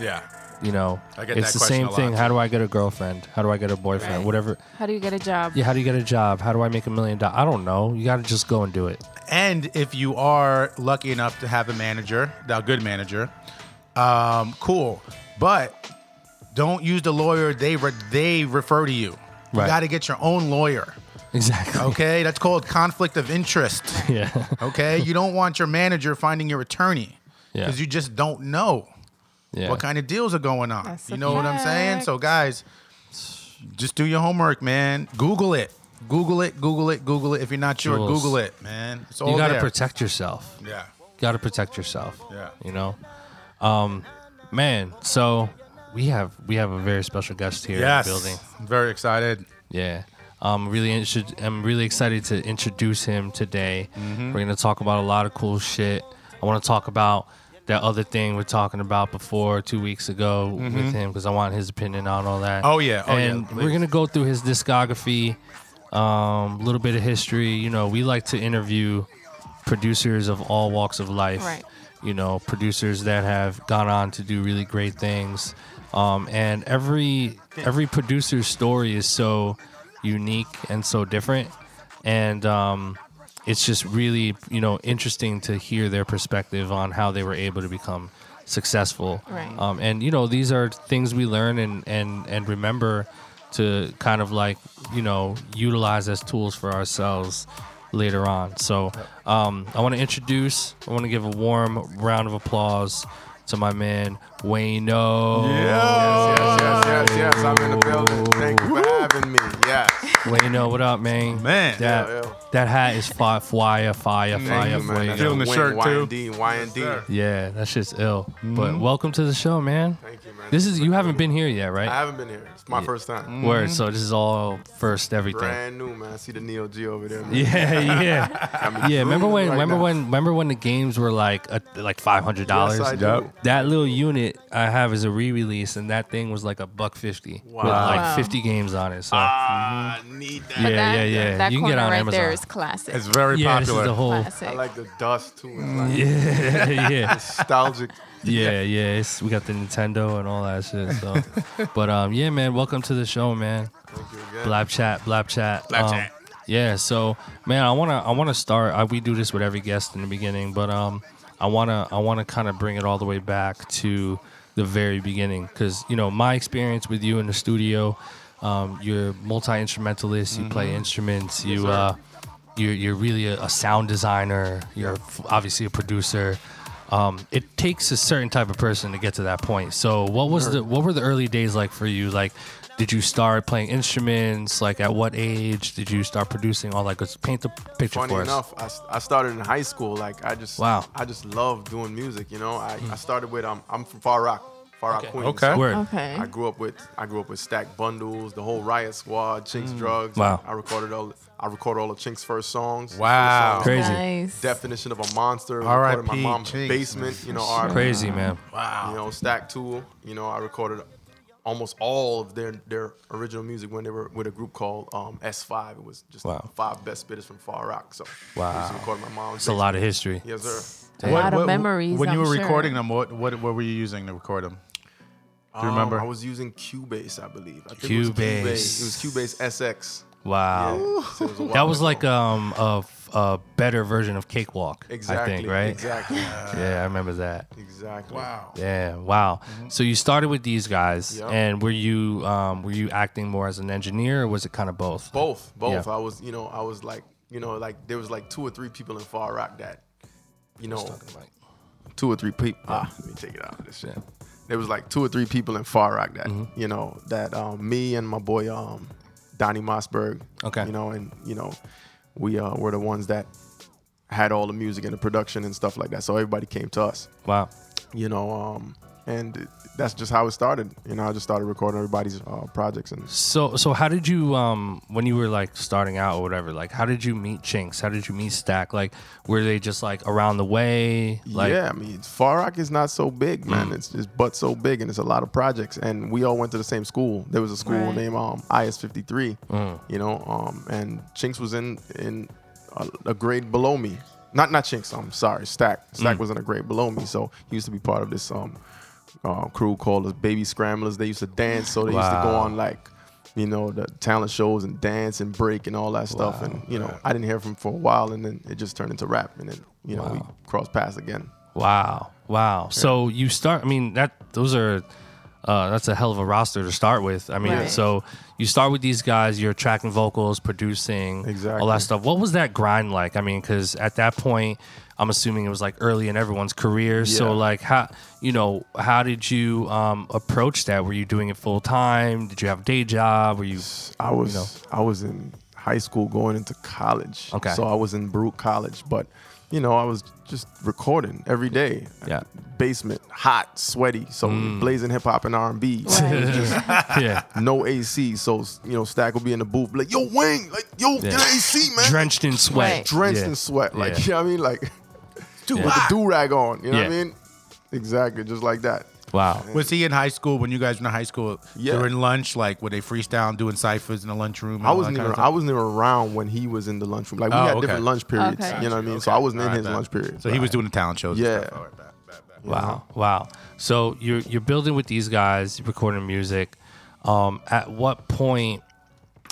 You know,
I get
it's
that question
the same
a lot,
thing. How
too.
do I get a girlfriend? How do I get a boyfriend?
Right.
Whatever.
how do you get a job?
Yeah, how do you get a job? How do I make a million dollars? I don't know. You got to just go and do it.
And if you are lucky enough to have a manager, a good manager, um, cool. But don't use the lawyer they re- they refer to you. You
Right.
got to get your own lawyer.
Exactly.
Okay, that's called conflict of interest.
Yeah.
Okay, you don't want your manager finding your attorney
Yeah.
because you just don't know
yeah.
what kind of deals are going on.
That's
you
a
know what I'm saying?
fact.
So guys, just do your homework, man. Google it. Google it. Google it. Google it. If you're not sure,
Jules.
Google it, man. It's all
you got to
there.
protect yourself.
Yeah.
got to protect yourself.
Yeah.
You know, um, man. So we have we have a very special guest here
Yes.
in the building.
I'm very excited.
Yeah. Um, really, inter- I'm really excited to introduce him today.
Mm-hmm.
We're gonna talk about a lot of cool shit. I want to talk about that other thing we're talking about before two weeks ago with him because I want his opinion on all that.
Mm-hmm. Oh, yeah. Oh, yeah.
and we're
Please.
gonna go through his discography, um, a little bit of history. You know, we like to interview producers of all walks of life.
Right.
You know, producers that have gone on to do really great things. Um, and every every producer's story is so unique and so different. And um, it's just really you know interesting to hear their perspective on how they were able to become successful
Right.
um, and you know these are things we learn and and and remember to kind of like you know utilize as tools for ourselves later on so um, i want to introduce i want to give a warm round of applause to my man wayno
Yes, yes, yes,
Oh.
yes, yes. I'm in the building. Thank you for having me. Yes.
wayno what up man
Man.
that,
Yo, yo.
that hat is fire fire fire fire
you, man.
Wayno.
That's
Feeling the
Wayne,
shirt, too.
Y&D, Y&D.
Yes,
Yeah, that shit's ill. But welcome to the show, man.
Mm-hmm. Thank you, man.
This is you haven't been here yet,
I Mm-hmm.
right? Mm.
haven't been here. It's my first time.
Word. So this is all first everything.
Brand new, man. I see the Neo G over there. Man.
Yeah, yeah, yeah. Remember when?
right
remember
now.
when? Remember when the games were like a, like five hundred dollars?
Yes, I do. Yep.
That little unit I have is a re-release, and that thing was like a buck fifty with
Wow.
like
Wow.
fifty games on it. So
Ah, I need that.
yeah,
But that,
yeah, yeah.
That
you can
corner
get on
right
Amazon.
there is classic.
It's very
yeah, this is
popular.
the whole.
classic.
I like the dust, too. It's like
Yeah, yeah.
nostalgic.
Yeah, yeah, it's, we got the Nintendo and all that shit. So, but um, yeah, man, welcome to the show, man.
Thank you again.
Blab chat, blab chat,
Blab
Um,
chat.
Yeah, so man, I wanna, I wanna start. I, we do this with every guest in the beginning, but um, I wanna, I wanna kind of bring it all the way back to the very beginning, because you know my experience with you in the studio. Um, you're multi instrumentalist. You
Mm-hmm.
play instruments. You uh, you're you're really a, a sound designer. You're f- obviously a producer. Um, it takes a certain type of person to get to that point. So, what was the what were the early days like for you? Like, did you start playing instruments? Like, at what age did you start producing? All that good. Paint the picture
Funny
for us.
enough, I, s- I started in high school. Like I just
Wow. Hmm.
I just love doing music. You know, I, I started with um, I'm from Far Rock, Far Rock
Okay.
Queens.
Okay.
Word.
okay.
I grew up with I grew up with Stack Bundles, the whole Riot Squad, Chinks Drugs.
Mm. Wow.
I recorded all I recorded all of Chinks' first songs.
Wow.
First songs,
Crazy.
Nice.
Definition of a monster.
R.I.P.
Recorded in my mom's
Chinks,
basement. You know,
Sure.
our,
Crazy man.
You know, Stack Tool. You know, I recorded almost all of their their original music when they were with a group called um, S5. It was just
Wow.
five best bidders from Far Rock. So I used
Wow.
to record in my mom's.
It's a lot of history.
Yes, sir.
A lot of memories.
When you
I'm
were
sure.
recording them, what, what what were you using to record them? Do you
Um,
remember?
I was using Cubase, I believe. I think
Cubase.
It was Cubase, it was Cubase SX.
Wow.
Yeah, so it was a
That
while
was
ago.
like um a, a better version of Cakewalk.
exactly uh,
I think right.
exactly
Yeah, I remember that.
exactly. Wow.
Yeah, wow. So you started with these guys,
Mm-hmm. Yep.
and were you um, were you acting more as an engineer, or was it kind of both?
Both, both.
Yeah.
I was, you know, I was like, you know, like there was like two or three people in Far Rock that, you know, two or three people. Ah, let me take it out of this shit. There was like two or three people in Far Rock that,
Mm-hmm.
you know, that um, me and my boy um, Donnie Mossberg,
Okay.
you know, and you know, we uh, were the ones that had all the music and the production and stuff like that. So everybody came to us.
Wow.
you know um and that's just how it started you know i just started recording everybody's uh, projects and
So so how did you um when you were like starting out or whatever like how did you meet Chinks? How did you meet Stack? Like were they just like around the way? Like,
yeah i mean far rock is not so big man it's just but so big and it's a lot of projects and we all went to the same school there was a school
Right.
named um is53 you know um and chinks was in in a, a grade below me not not chinks i'm sorry stack stack was in a grade below me so he used to be part of this um uh, crew called the baby scramblers they used to dance so they used to go
Wow.
on like you know the talent shows and dance and break and all that stuff and you know i didn't hear from him for a while and then it just turned into rap and then you know we crossed paths again
Wow. Wow. So you start I mean that those are uh, that's a hell of a roster to start with. I mean,
Right.
so you start with these guys, you're tracking vocals, producing, all
Exactly.
that stuff. What was that grind like? I mean, because at that point, I'm assuming it was like early in everyone's career.
Yeah.
So, like, how you know, how did you um, approach that? Were you doing it full time? Did you have a day job? Were you
i was
know.
i was in high school going into college
Okay.
so i was in baruch college but you know i was just recording every day
Yeah. Mm.
basement hot sweaty so blazing hip-hop and r&b
Right.
yeah,
no ac so you know stack would be in the booth like yo wing like yo get an ac man
drenched in sweat?
Right.
drenched
Yeah.
in sweat. Like,
Yeah.
you know what I mean? Like, dude, with
hot.
the do rag on. You know what
Yeah.
I mean? Exactly, just like that.
Wow.
was he in high school when you guys were in high school?
Yeah.
During lunch, like were they freestyling, doing ciphers in the lunchroom?
Oh,
and
I
all
wasn't
that
even
kind of
I
stuff?
wasn't even around when he was in the lunchroom. Like we
Oh,
had
okay.
different lunch periods.
Okay.
You know what I mean? So I wasn't in his lunch period.
So he was doing the talent shows. and
Yeah.
stuff. All right, bet, bet, bet.
Wow,
Uh-huh.
wow. So you're you're building with these guys, you're recording music. Um, at what point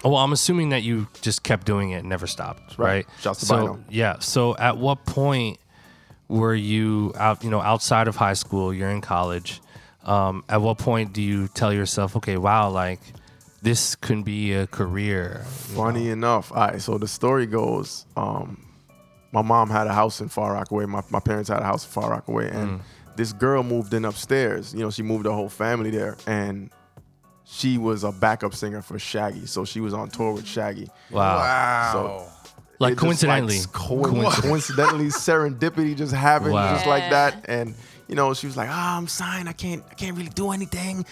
Oh, well, I'm assuming that you just kept doing it and never stopped, right?
right. Shouts to
so,
Bynum.
yeah. So at what point were you out, you know, outside of high school, you're in college. Um, at what point do you tell yourself, okay, wow, like this could be a career?
Funny enough, all right. So the story goes, um, my mom had a house in Far Rockaway. My, my parents had a house in Far Rockaway,
Mm.
and this girl moved in upstairs. You know, she moved her whole family there, and she was a backup singer for Shaggy. So she was on tour with Shaggy.
Wow.
So
Like
it just,
coincidentally.
s- co- coincidentally, serendipity just happened
Wow.
just like
Yeah.
that. And you know, she was like, "Ah, I'm signed. I can't, I can't really do anything."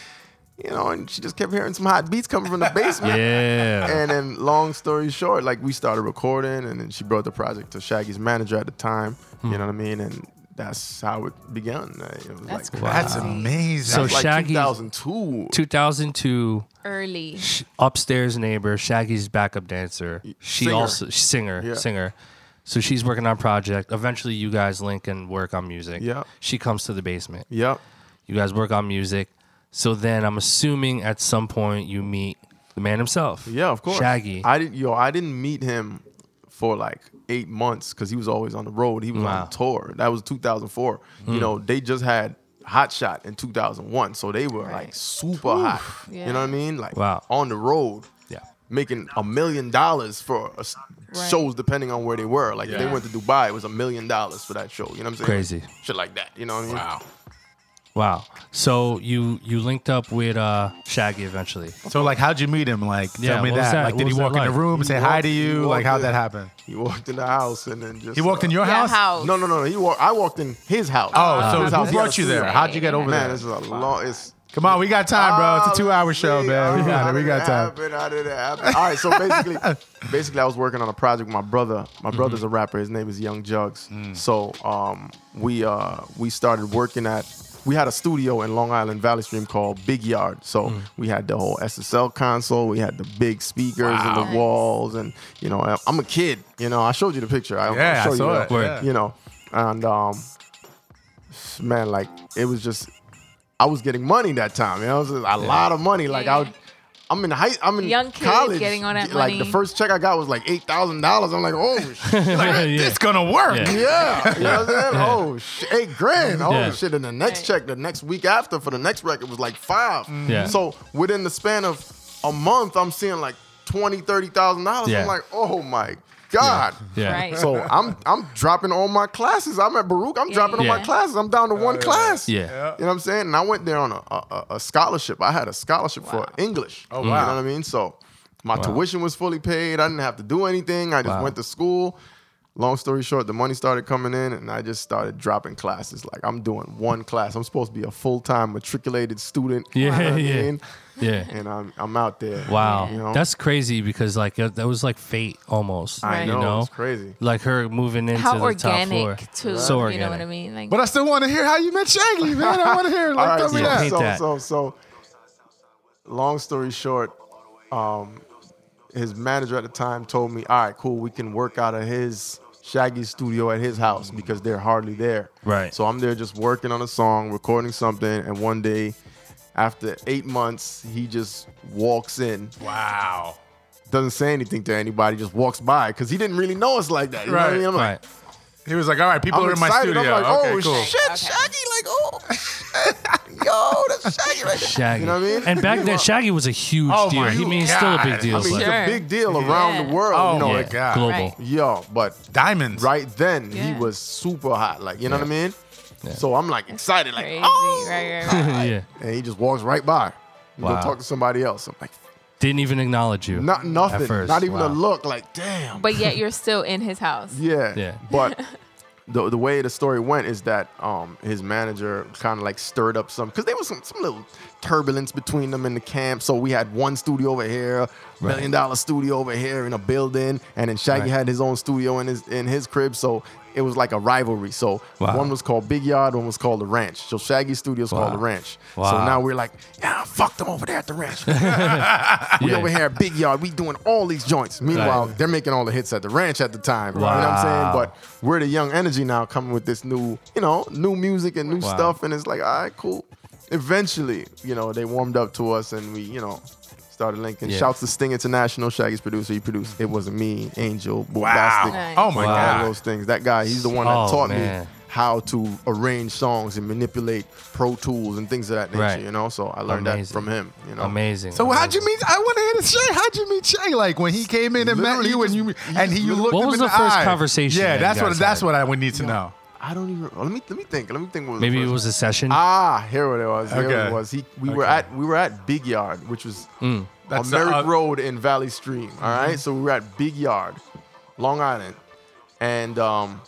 You know, and she just kept hearing some hot beats coming from the basement.
yeah.
And then, long story short, like we started recording, and then she brought the project to Shaggy's manager at the time. You know what I mean? And that's how it began. Uh, It was
That's
like
crazy.
That's
Wow.
amazing.
So
that's like
Shaggy's-
2002.
2002,
Early.
sh- upstairs neighbor, Shaggy's backup dancer. She
Singer.
also singer,
Yeah.
singer. So she's working on project. Eventually, you guys link and work on music.
Yeah.
She comes to the basement.
Yep.
You guys work on music. So then I'm assuming at some point you meet the man himself.
Yeah, of course.
Shaggy.
I didn't yo, I didn't meet him for like eight months because he was always on the road. He was
Wow.
on tour. That was 2004.
Hmm.
You know, they just had Hot Shot in 2001, so they were like
Right.
super hot. You
Yeah.
know what I mean? Like
Wow.
on the road.
Yeah.
Making a million dollars for a s
Right.
shows depending on where they were. Like if they
Yeah.
went to Dubai, it was a million dollars for that show. You know what I'm saying?
Crazy.
Shit like that. You know what I mean? Wow.
Wow. So you you linked up with uh Shaggy eventually.
So like, how'd you meet him? Like,
Yeah,
tell me
what was
that.
that?
Like, did he
What was that
walk in
like?
the room and say hi to
walked- he
you? Like,
walked
how'd
in.
that happen?
He walked in the house and then just
He walked in
uh,
your
Yeah,
house.
house.
No, no, no, no. He walked. I walked in his house.
Uh,
Oh, so
His house.
who
He had
brought
a
you there?
suite.
How'd you get over
Man,
there?
this is a long. It's
Come on, we got time, Ah, bro. It's a two-hour show,
Golly,
man.
oh,
We got it. We
how
got
did
time.
happen? How did it happen? All right. So basically, basically, I was working on a project with my brother.
Mm-hmm.
My brother's a rapper. His name is Young Jugs.
Mm.
So um, we uh, we started working at. We had a studio in Long Island Valley Stream called Big Yard. So
Mm.
we had the whole SSL console. We had the big speakers and the
Nice.
walls, and you know, I- I'm a kid. You know, I showed you the picture. I, I'll
Yeah, I
show
saw
you
it.
that
Yeah.
you know and um man like it was just i was getting money that time you know it was a lot of money like i would i'm in high i'm in
Young kid
college
getting all that
like the
money.
first check i got was like $8000 i'm like oh shit.
yeah.
It's gonna work.
Yeah.
yeah you know what i'm saying oh shit, eight grand oh
Yeah.
shit and the next
Right.
check the next week after for the next record was like five
Mm-hmm. Yeah.
so within the span of a month i'm seeing like 20 30000 dollars
Yeah.
i'm like oh my god
Yeah.
Right.
so I'm I'm dropping all my classes. I'm at Baruch. I'm
Yeah,
dropping all my
yeah.
classes. I'm down to one class.
Yeah.
You know what I'm saying? And I went there on a, a, a scholarship. I had a scholarship
Wow.
for English. Oh
wow.
You know what I mean? So my tuition was fully paid. I didn't have to do anything. I just
Wow.
went to school. Long story short, the money started coming in and I just started dropping classes. Like I'm doing one class. I'm supposed to be a full-time matriculated student.
Yeah,
You know what I
yeah.
mean?
Yeah.
And I'm I'm out there.
Wow.
You know?
That's crazy because like uh, that was like fate almost.
I
Right.
know,
You know?
it's crazy.
Like her moving into
How
the top floor.
organic too.
So
You
organic.
know what I mean? Like
But I still want to hear how you met Shaggy, man. I want to hear. Like,
All
tell
right,
me
yeah.
so,
that.
Paint
so,
that.
so so long story short, um, his manager at the time told me, "All right, cool, we can work out of his Shaggy's studio at his house because they're hardly there."
Right.
So I'm there just working on a song, recording something, and one day, after eight months, he just walks in,
Wow.
doesn't say anything to anybody, just walks by because he didn't really know us like that. You know what I
Right,
mean? I'm like,
Right.
He was like, "All right, people
I'm
are in my
excited.
studio.
I'm like,
okay,
oh
cool.
shit,
Okay.
Shaggy! Like, oh, yo, that's Shaggy right there.
Shaggy.
You know what I mean?
And back then, Shaggy was a huge
Oh
deal.
my
He means still a big
God.
deal.
I mean,
but-
it's
Sure.
a big deal around
Yeah.
the world.
Oh,
you know,
my
like, uh,
God.
Global.
Right.
yo, but
Diamonds.
right then
Yeah.
he was super hot. Like, you know what I mean? So I'm like excited, like,
crazy.
oh,
Right, right, right.
yeah.
and he just walks right by.
Wow.
Go talk to somebody else. I'm like,
Didn't even acknowledge you.
not nothing,
first,
not even
wow.
a look. Like, damn.
But yet you're still in his house.
Yeah.
Yeah.
But the the way the story went is that um his manager kind of like stirred up some because there was some some little turbulence between them in the camp. So we had one studio over here, million dollar studio over here in a building, and then Shaggy
Right.
had his own studio in his in his crib. So it was like a rivalry. So
Wow.
one was called Big Yard, one was called the Ranch. So Shaggy's studio is
Wow.
called the Ranch. So
Wow.
now we're like, yeah, fuck them over there at the Ranch. We
Yeah.
over here at Big Yard. We doing all these joints. Meanwhile, they're making all the hits at the ranch at the time. You know what
Wow.
I'm saying? But we're the young energy now coming with this new, you know, new music and new
Wow.
stuff. And it's like, all right, cool. Eventually, you know, they warmed up to us and we, you know, started linking.
Yeah.
Shouts to Sting International, Shaggy's producer. He produced It Wasn't Me, Angel, Bob
Wow.
Bostic.
Nice.
Oh my
Like all
God.
those things. That guy, he's the one that
Oh,
taught
man.
me how to arrange songs and manipulate Pro Tools and things of that nature.
Right.
You know, so I learned that
Amazing.
from him. You know,
Amazing.
So how'd you meet? I want to hear the Shay. How'd you meet Shay? Like when he came in and met
Literally
you, and
just-
you
you
and he
just
you
literally-
looked
What
him
was
in
the
the,
first
eye.
conversation that
Yeah,
you
that's what
guys
that's
had?
what I would need to know.
I don't even. Let me let me think. Let me think. What was the
Maybe it
first
was a session.
Ah, here what it was. Here
Okay.
it was. He, we were
Okay.
at we were at Big Yard, which was
That's uh, Mm-hmm.
on
the
Merrick
oth-
Road in Valley Stream. All right, so we were at Big Yard, Long Island, and um,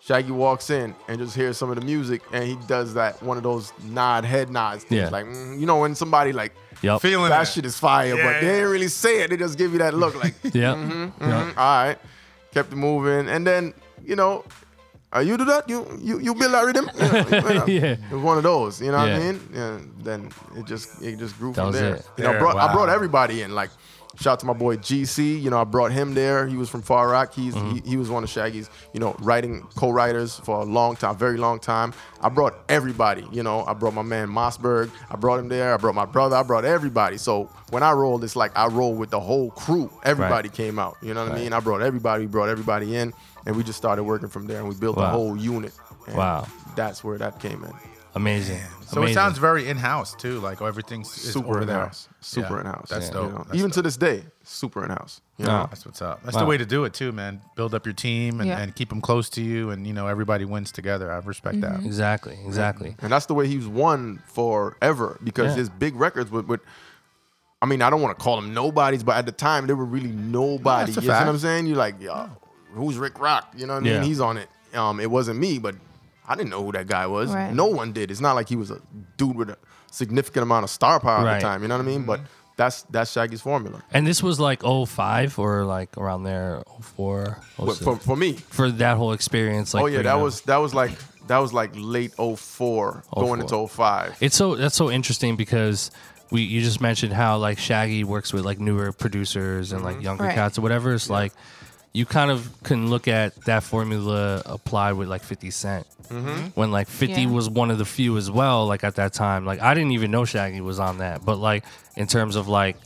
Shaggy walks in and just hears some of the music, and he does that one of those nod head nods things,
Yeah.
like mm, you know when somebody like
yep.
Feel- Feeling
that
it.
shit is fire,
Yeah,
but they
yeah.
didn't really say it. They just give you that look, like
Yep.
Mhm, All right. Kept it moving. And then, you know, uh, you do that, you you you build that rhythm. You know, you know.
Yeah.
It was one of those, you know what
Yeah.
I mean? And then it just it just grew
That
from
was
there.
it.
You know, I
There,
brought, I
wow.
brought everybody in. Like, shout out to my boy GC. You know, I brought him there. He was from Far Rock. He's
Mm-hmm.
he, he was one of Shaggy's, you know, writing co-writers for a long time, very long time. I brought everybody. You know, I brought my man Mossberg. I brought him there. I brought my brother. I brought everybody. So when I rolled, it's like I roll with the whole crew. Everybody came out. You know what I mean? I brought everybody. We brought everybody in, and we just started working from there, and we built
Wow.
a whole unit. And
Wow.
That's where that came in.
Amazing.
So
Amazing.
it sounds very in house too. Like oh, everything's is
super
over
in
there.
house. Super
Yeah,
in house.
That's
you
dope.
know.
That's
Even to
dope.
this day, super in house. You
Nah.
know?
That's what's up. That's
Wow.
the way to do it too, man. Build up your team and,
Yeah.
and keep them close to you, and you know everybody wins together. I respect
Mm-hmm.
that.
exactly.
Mm-hmm.
Exactly.
And that's the way he's won forever because
Yeah.
his big records would, would I mean, I don't want to call them nobodies, but at the time they were really nobody.
That's a
you know what
fact.
I'm saying? You're like, yo, who's Rick Rock? You know what I mean?
Yeah.
He's on it. Um, it wasn't me, but I didn't know who that guy was.
Right.
No one did. It's not like he was a dude with a significant amount of star power at
Right.
the time. You know what I mean? But that's that's Shaggy's formula.
And this was like 05 or like around there 04
But for,
06.
for me,
for that whole experience like
oh yeah,
bringing
that
up-
was that was like that was like late 04, going
04.
into 05.
It's so that's so interesting because we you just mentioned how like Shaggy works with like newer producers and like younger
Right.
cats or whatever. It's like you kind of can look at that formula applied with like 50 cents when like 50
Yeah.
was one of the few as well like at that time like i didn't even know shaggy was on that but like in terms of like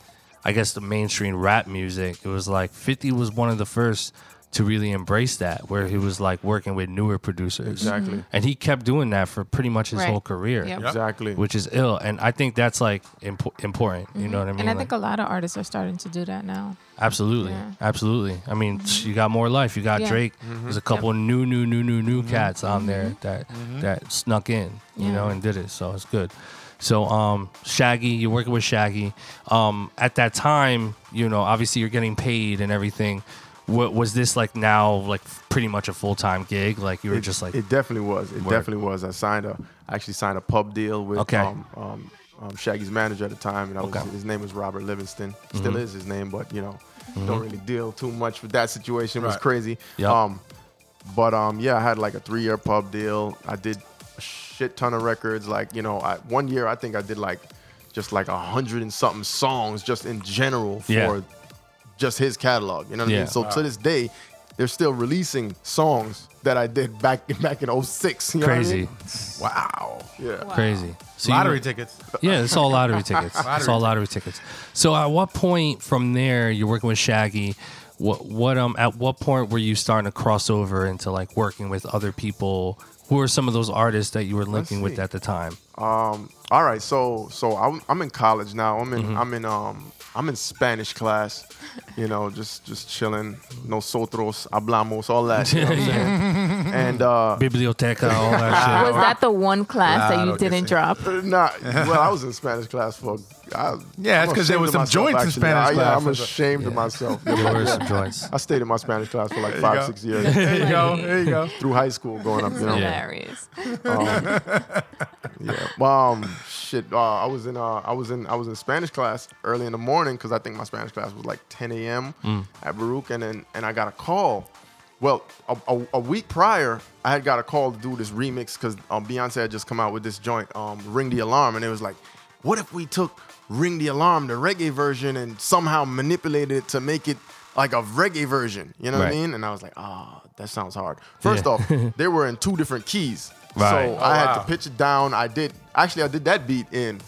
i guess the mainstream rap music it was like 50 was one of the first to really embrace that where he was like working with newer producers
Exactly. Mhm.
and he kept doing that for pretty much his
Mm-hmm. Right.
whole career
Yep.
Exactly.
which is ill. And I think that's like impo- important. You know what I mean?
Mm-hmm. And I
Like,
think a lot of artists are starting to do that now.
absolutely,
yeah.
absolutely. I mean, tch, you got more life. You got
Yeah.
Drake.
Mm-hmm.
There's a couple new, new, new, new, new cats on there that
Mm-hmm.
that snuck in. You
Mm-hmm. Yeah.
know, and did it. So it's good. So um, Shaggy, you're working with Shaggy. Um, at that time, you know, obviously you're getting paid and everything. What was this like now? Like pretty much a full time gig. Like you were
it,
just like
it definitely was. It
Word.
definitely was. I signed a I actually signed a pub deal with
Okay.
um, um, um, Shaggy's manager at the time, and I was,
Okay. Mm-hmm.
his name was Robert Livingston. Still is his name, but you know, don't really deal too much with that situation. It was
Right.
crazy.
Yep.
Um, but um, yeah, I had like a three year pub deal. I did a shit ton of records. Like you know, I, one year I think I did like just like a hundred and something songs just in general for
Yeah.
just his catalog. You know what I
Yeah.
mean? So to this day, they're still releasing songs that I did back back in 06. you know what I
crazy,
mean?
Wow.
Yeah.
crazy. So you-
Lottery tickets.
Yeah, it's all lottery tickets. it's all lottery tickets. So at what point from there you're working with Shaggy? What what um at what point were you starting to cross over into like working with other people? Who are some of those artists that you were linking with
see.
at the time?
All right. So so I'm, I'm in college now. I'm
Mm-hmm.
in I'm in um I'm in Spanish class. You know, just just chilling. Nosotros hablamos, all that. You know what I'm saying? and uh,
Biblioteca, all that
was that the one class
I
that you
don't get
didn't
it.
drop?
Nah, well, I was in Spanish class for. I,
Yeah,
I'm
that's 'cause there
ashamed
was
of
some
myself,
joints in
actually.
Spanish
I, yeah, I'm
class.
ashamed of myself.
shit. There were some joints.
I stayed in my Spanish class for like five,
go.
six years
There you go. There you go.
through high school, going up. You know,
Yeah.
Hilarious.
Um, Yeah. Well, um, shit. Uh, I was in. Uh, I was in. I was in Spanish class early in the morning because I think my Spanish class was like 10 a.m.
Mm.
at Baruch, and then and I got a call. Well, a, a, a week prior, I had got a call to do this remix because um, Beyonce had just come out with this joint, um, "Ring the Alarm," and it was like, what if we took "Ring the Alarm," the reggae version, and somehow manipulated it to make it like a reggae version? You know what
Right.
I mean? And I was like, ah, that sounds hard. First
Yeah.
off, they were in two different keys,
Right.
so I had
wow.
to pitch it down. I did actually I did that beat in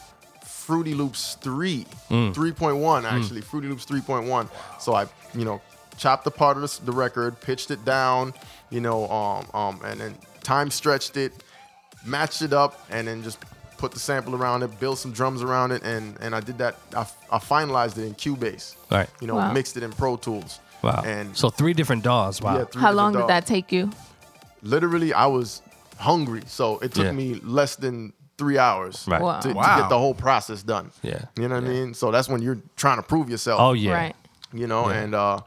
Fruity Loops 3,
Mm.
3.1 actually, Fruity Loops 3.1. So I, you know, chopped apart the, s- the record, pitched it down, you know, um, um, and then time stretched it, matched it up, and then just put the sample around it, built some drums around it, and and I did that. I, I finalized it in Cubase.
Right.
You know,
Wow.
mixed it in Pro Tools.
Wow.
And
so three different DAWs. Wow.
yeah, three
How
different
long did
dogs
that take you?
literally I was hungry, so it took
Yeah.
me less than three hours
Right.
Wow.
to, to
Wow.
get the whole process done.
Yeah.
you know what I mean. So that's when you're trying to prove yourself.
oh yeah.
Right.
you know, and uh,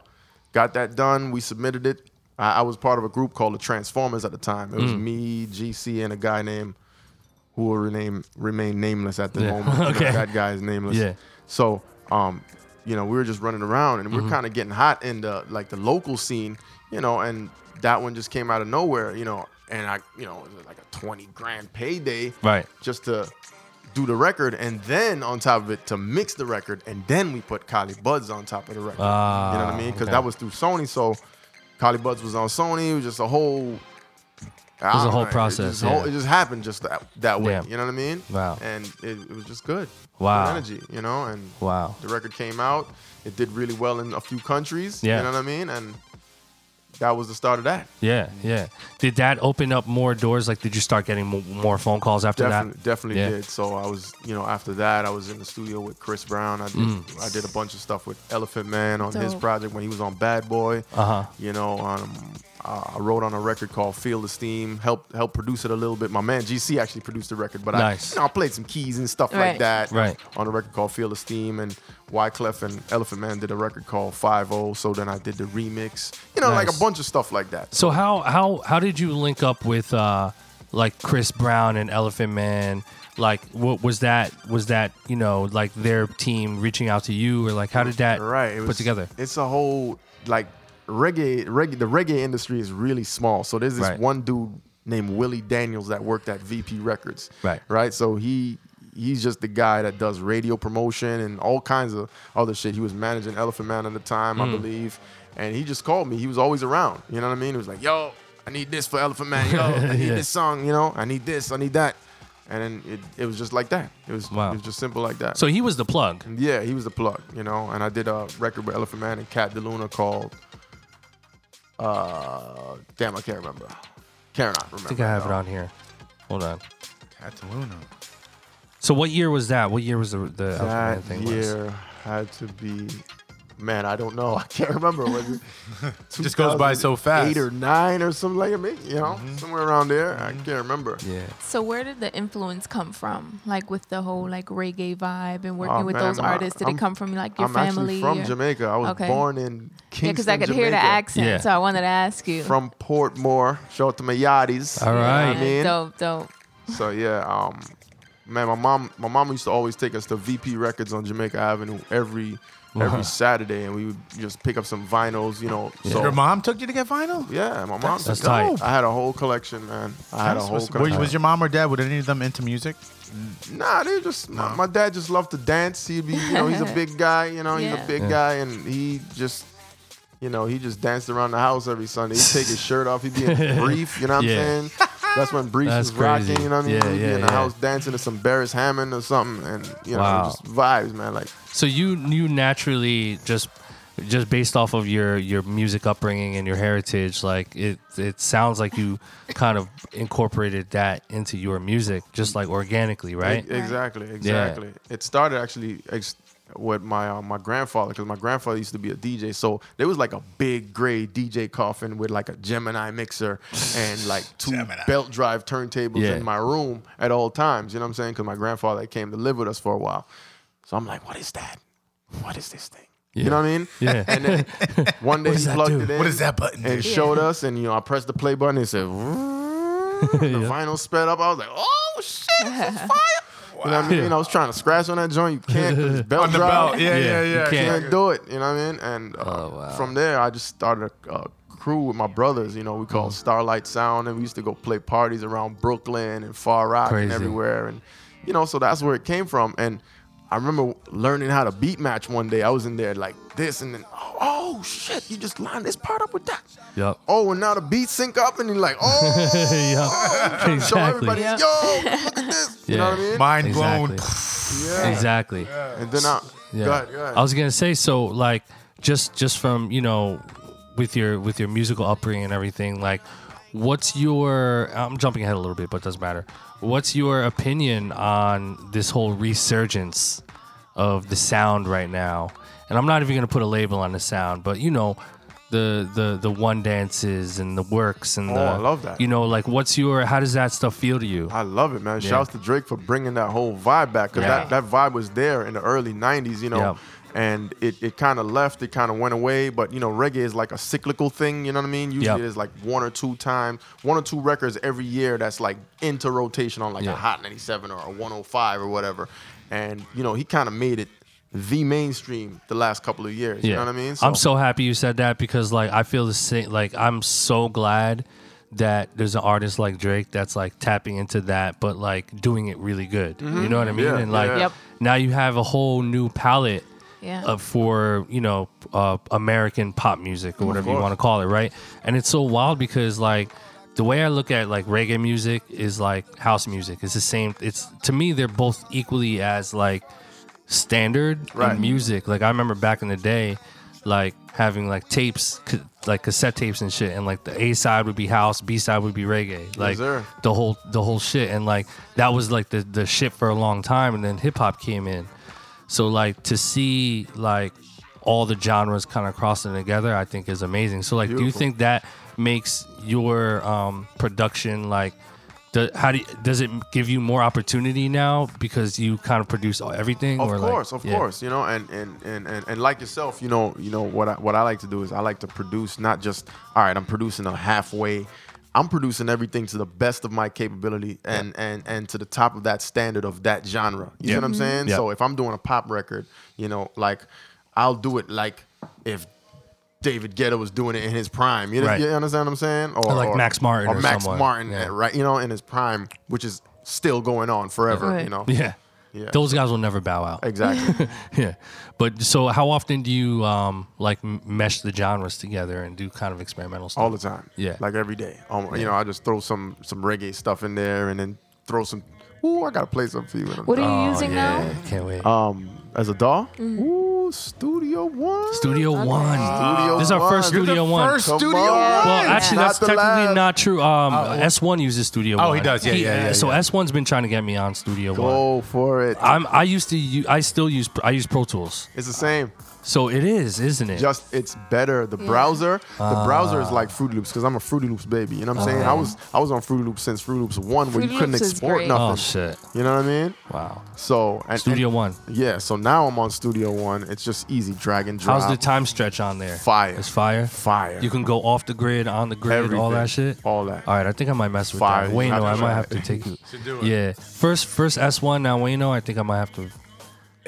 got that done. We submitted it. I, I was part of a group called the Transformers at the time. It was
Mm.
me, GC, and a guy named who will rename, remain nameless at the
Yeah.
moment. You know,
Okay.
that guy is nameless.
Yeah.
So, um, you know, we were just running around and we
Mm-hmm.
we're kind of getting hot in the like the local scene, you know, and that one just came out of nowhere, you know, and I, you know, it was like a twenty grand payday,
Right.
Just to do the record and then on top of it to mix the record and then we put Kali Buds on top of the record. you know what I mean? Because
Ah, okay.
that was through Sony, so Kali Buds was on Sony. It was just a whole. It
was a whole process,
It just, whole-
yeah.
it just happened just that, that way.
Yeah.
You know what I mean?
Wow.
And it, it was just good.
Wow.
Good energy, you know, and
Wow.
the record came out. It did really well in a few countries.
Yeah.
You know what I mean? And that was the start of that.
Yeah, yeah. Did that open up more doors? Like, did you start getting mo- more phone calls after
Definitely,
that?
definitely
Yeah.
did. So I was, you know, after that, I was in the studio with Chris Brown. I did,
Mm.
I did a bunch of stuff with Elephant Man on his
Dope.
project when he was on Bad Boy.
Uh-huh.
You know, um, I I wrote on a record called Field of Steam. Helped helped produce it a little bit. My man GC actually produced the record, but
Nice.
I, you know, I played some keys and stuff like
Right.
that
Right.
on a record called Field of Steam. And Wyclef and Elephant Man did a record called Five O. So then I did the remix. You know, like
Nice.
a bunch of stuff like that.
So how how how did you link up with uh like Chris Brown and Elephant Man? Like, what was that? Was that you know like their team reaching out to you, or like how did that
right it
put
was-
together?
it's a whole like reggae reggae the reggae industry is really small so there's this
Right.
one dude named willie daniels that worked at vp records
Right.
right so he he's just the guy that does radio promotion and all kinds of other shit he was managing elephant man at the time
Mm.
i believe and he just called me he was always around you know what i mean he was like yo i need this for elephant man yo i need
Yeah.
this song you know i need this i need that and then it, it was just like that it was,
Wow.
it was just simple like that
So he was the plug.
yeah, he was the plug, you know. And I did a record with Elephant Man and Cat DeLuna called uh damn, I can't remember. Cannot remember.
I think I have it on here. Hold on.
Cataluna.
So what year was that? What year was the the Elephant Man
That
thing? Was?
year had to be man, I don't know. I can't remember. Was it
Just goes by so fast. Mm-hmm.
2008 or nine or something like that, you know, somewhere around there. I can't remember.
Yeah.
So where did the influence come from? Like with the whole like reggae vibe and working
Oh,
with
man,
those
I-
artists, did
I'm-
it come from like your
I'm
family?
actually from
or-
Jamaica. I was
Okay.
born in Kingston,
Yeah, because I could
Jamaica,
hear the accent,
Yeah.
so I wanted to ask you.
From Portmore, shout out to my Yachties.
All
you know what I
right.
Yeah,
mean?
Dope, dope.
So yeah, um, man, my mom, my mom used to always take us to VP Records on Jamaica Avenue every
Wow.
every Saturday, and we would just pick up some vinyls, you know. So
Your mom took you to get vinyl?
yeah, my mom.
That's tight.
I had a whole collection, man. I had a
That's what's-
whole
were you-
collection.
was your mom or dad? Were any of them into music?
Nah, they just my, my dad just loved to dance. He'd be, you know, he's a big guy, you know, he's
Yeah.
a big
Yeah.
guy, and he just. You know, he just danced around the house every Sunday. He'd take his shirt off. He'd be in brief. You know what
Yeah.
I'm saying? That's when briefs
That's
was rocking.
crazy.
You know what I mean?
Yeah,
He'd be
yeah,
in the
yeah.
house dancing to some Barris Hammond or something, and you know,
Wow.
just vibes, man. Like
So you you naturally just just based off of your your music upbringing and your heritage, like it it sounds like you kind of incorporated that into your music, just like organically, right?
E- Exactly, exactly. It started actually ex- with my uh, my grandfather because my grandfather used to be a DJ. So there was like a big gray DJ coffin with like a Gemini mixer and like two belt drive turntables
Yeah.
in my room at all times. You know what I'm saying? Because my grandfather came to live with us for a while. So I'm like, what is that? What is this thing? You know what I mean?
Yeah.
And then one day
does
he
that
plugged
do?
it in.
What is that button
And
do?
showed us, and you know, I pressed the play button. It said, the vinyl sped up. I was like, oh shit, this is fire. You know what I mean?
Yeah.
I was trying to scratch on that joint. You can't 'cause it's belt
On the
drive.
belt. Oh, Yeah,
Yeah,
yeah,
you
yeah.
You
can't.
can't do it. You know what I mean? And uh,
Oh, wow.
from there, I just started a, a crew with my brothers. You know, we
Mm.
called Starlight Sound, and we used to go play parties around Brooklyn and Far Rock
Crazy.
and everywhere. And you know, so that's where it came from. And I remember learning how to beat match one day. I was in there like this, and then oh, oh, shit, you just lined this part up with that.
Yep.
Oh, and now the beats sync up, and you're like, oh,
yeah.
show
Exactly.
everybody, yo, look at this. You know what I mean?
Mind
Exactly.
blown.
Yeah.
Exactly.
And then I,
Yeah.
go ahead, go ahead.
I was gonna say so like just just from you know with your with your musical upbringing and everything like what's your I'm jumping ahead a little bit but it doesn't matter what's your opinion on this whole resurgence of the sound right now and I'm not even gonna put a label on the sound but you know the the the one dances and the works and
Oh,
the
I love that.
you know like what's your how does that stuff feel to you
I love it, man. Shouts to Drake for bringing that whole vibe back because
Yeah.
that, that vibe was there in the early 90s, you know.
Yep.
And it, it kind of left, it kind of went away. But, you know, reggae is like a cyclical thing, you know what I mean? Usually
Yep.
there's like one or two times, one or two records every year that's like into rotation on like
Yeah.
a Hot 97 or a 105 or whatever. And, you know, he kind of made it the mainstream the last couple of years, you know what I mean?
I'm so happy you said that because like I feel the same. Like I'm so glad that there's an artist like Drake that's like tapping into that, but like doing it really good. You know what I mean?
Mm-hmm. Yeah,
and like
yeah.
Yep.
now you have a whole new palette.
Yeah.
of- for you know uh, American pop music or whatever you
course.
want to call it, right? And it's so wild because like the way I look at like reggae music is like house music. It's the same. It's to me they're both equally as like standard
Right.
in music. Like I remember back in the day, like having like tapes, ca- like cassette tapes and shit, and like the A side would be house, B side would be reggae, like
sir.
the whole the whole shit. And like that was like the the shit for a long time, and then hip hop came in. So like to see like all the genres kind of crossing together, I think is amazing. So like, do you
Beautiful.
think that makes your um, production like? Do, how do you, does it give you more opportunity now because you kind of produce everything?
Of
or like-
course, of
yeah.
course, you know, and and, and and and like yourself, you know, you know what I, what I like to do is I like to produce not just all right, I'm producing a halfway. I'm producing everything to the best of my capability and and and to the top of that standard of that genre. You see
Yeah.
what I'm saying?
Yeah.
So if I'm doing a pop record, you know, like I'll do it like if David Guetta was doing it in his prime. You, know-
Right.
you understand what I'm saying?
Or like Max Martin
or,
or
Max
someone.
Martin,
Yeah.
right? You know, in his prime, which is still going on forever.
Right.
You know,
Yeah.
Yeah.
Those guys will never bow out.
exactly.
yeah. But so how often do you um like m- mesh the genres together and do kind of experimental stuff?
all the time.
Yeah.
like every day. Almost, you know, I just throw some some reggae stuff in there, and then throw some. Ooh, I gotta play some for you.
What are you
Oh,
using
yeah.
now?
Can't wait.
um, as a doll.
Mm-hmm.
Ooh, Studio One.
Studio One.
Studio
this is our
One.
first
You're the
Studio One.
first
Come
Studio
on.
One.
Well, Oh, actually,
Not
that's
the
technically
lab.
not true. Um, S1 uses Studio One.
Oh, he does. Yeah, yeah, yeah,
So
yeah.
S1's been trying to get me on Studio One.
Go for it.
I'm. I used to. Use, I still use. I use Pro Tools.
it's the same.
So it is, isn't it?
Just it's better. The
Mm.
browser,
Ah.
the browser is like Fruity Loops because I'm a Fruity Loops baby. You know what I'm saying? I was I was on Fruity Loops since Fruity Loops one, where
Fruity
you couldn't
Loops is
export
great.
nothing.
oh shit!
You know what I mean?
Wow.
So and,
Studio
and-
One.
Yeah. So now I'm on Studio One. It's just easy drag and drop.
How's the time stretch on there?
Fire.
It's fire.
Fire.
You can go off the grid, on the grid, all
Everything.
that shit.
All that.
All right, I think I might mess with
Fire.
that. Wayno,
Not
I
that
might
bad.
have to take you. Yeah, first first S one now Wayno. I think I might have to.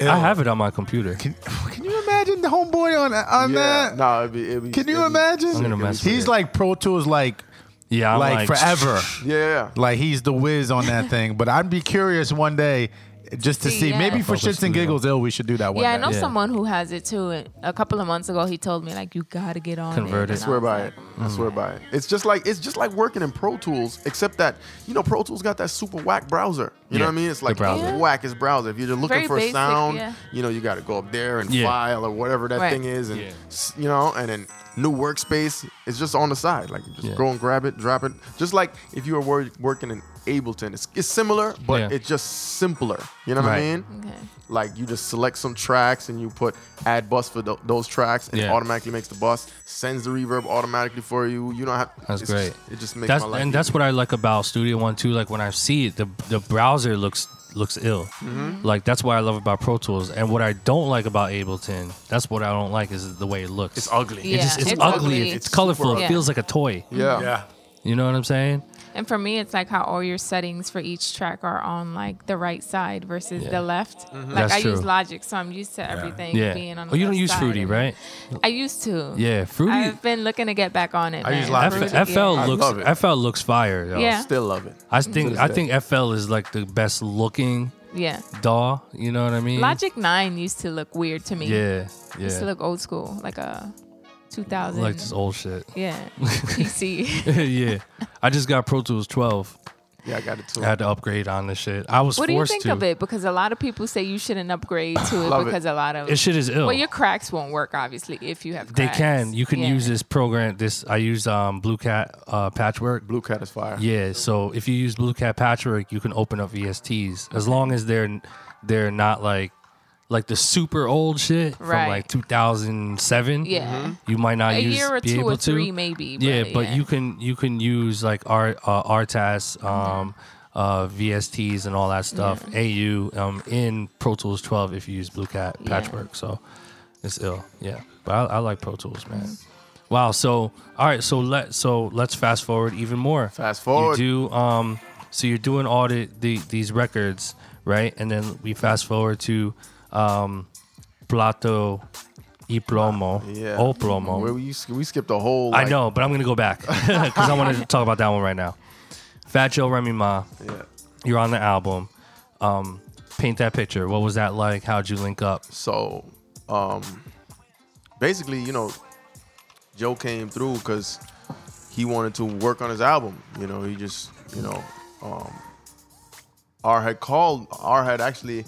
Ew.
I have it on my computer.
Can, can you imagine the homeboy on on that?
No, it'd be, it'd be,
Can you
it'd be-
imagine?
I'm gonna mess with
He's
it.
like Pro Tools, like
Yeah, I'm
like, forever.
Yeah.
like he's the whiz on that thing. But I'd be curious one day just to
See,
see.
yeah.
Maybe for
Fuck with
shits and
Studio.
giggles, ill we should do that one.
Yeah, I
day.
know
Yeah.
someone who has it too. And a couple of months ago, he told me like, you gotta get on.
Convert it.
it. And I
swear
was
by
like,
it. I
Mm-hmm.
swear by it. It's just like it's just like working in Pro Tools, except that you know Pro Tools got that super whack browser. You know
Yeah,
what I mean? It's
the
like the
browser.
Yeah.
wackest browser. If you're just looking
Very
for
basic,
sound,
yeah.
you know you got to go up there and
Yeah.
file or whatever that
Right.
thing is, and
Yeah.
s you know, and then new workspace is just on the side. Like you just
Yeah.
go and grab it, drop it. Just like if you were wor- working in Ableton, it's, it's similar, but
Yeah.
it's just simpler. You know what I
Right.
mean?
Okay.
Like you just select some tracks and you put add bus for tho- those tracks, and it
Yeah.
automatically makes the bus, sends the reverb automatically for you. You don't have.
That's
it's
great.
Just, it just makes
that's,
my life.
And that's what I like about Studio One too. Like when I see it, the the browser looks looks ill.
Mm-hmm.
Like that's what I love about Pro Tools. And what I don't like about Ableton, that's what I don't like is the way it looks. It's
ugly.
Yeah,
It just, it's,
it's
ugly.
ugly.
It's,
It's
colorful.
super
It
ugly.
feels like a toy.
yeah.
You know what I'm saying?
And for me, it's like how all your settings for each track are on like the right side versus the left. Like
That's
I
true.
use Logic, so I'm used to everything
Yeah.
being on.
oh, you
the
don't
left
use
side.
Fruity, right?
I used to.
Yeah, Fruity.
I've been looking to get back on it.
I use
man.
Logic.
F- FL
I love it.
looks FL looks fire. Yo.
Yeah.
Still love it.
I think I think FL is like the best looking
Yeah.
DAW. You know what I mean?
Logic Nine used to look weird to me.
Yeah,
Used to
yeah.
look old school, like a 2000.
Like this old shit.
yeah. PC.
yeah, I just got Pro Tools 12.
Yeah, I got it too.
I had to upgrade on this shit. I was
What do you
forced
think
to.
of it? Because a lot of people say you shouldn't upgrade to it
Love it.
because a lot of
This shit is ill.
well, your cracks won't work obviously if you have.
they
cracks.
can. You can
Yeah.
use this program. This I used um, Blue Cat uh, Patchwork.
Blue Cat is fire.
Yeah, so if you use Blue Cat Patchwork, you can open up VSTs as long as they're they're not like like the super old shit from
Right.
like 2007.
Yeah.
you might not
a
use
year or
be
two
able
or three
to.
maybe.
yeah, but you can you can use like R uh, RTAS, um,
Mm-hmm.
uh, VSTs, and all that stuff. AU um, in Pro Tools 12 if you use Blue Cat
Yeah.
Patchwork. So it's ill. Yeah, but I, I like Pro Tools, man. Wow. So all right. So let so let's fast forward even more.
Fast forward.
You do um. So you're doing all the, the these records, right? And then we fast forward to um, Plato y Plomo.
Yeah.
O Plomo.
Where we used to- we skipped a whole.
I
like-
know, but I'm gonna go back because I want to talk about that one right now. Fat Joe Remy Ma,
Yeah.
you're on the album. Um, paint that picture. What was that like? How'd you link up?
So, um, basically, you know, Joe came through because he wanted to work on his album. You know, he just, you know, um, R had called. R had actually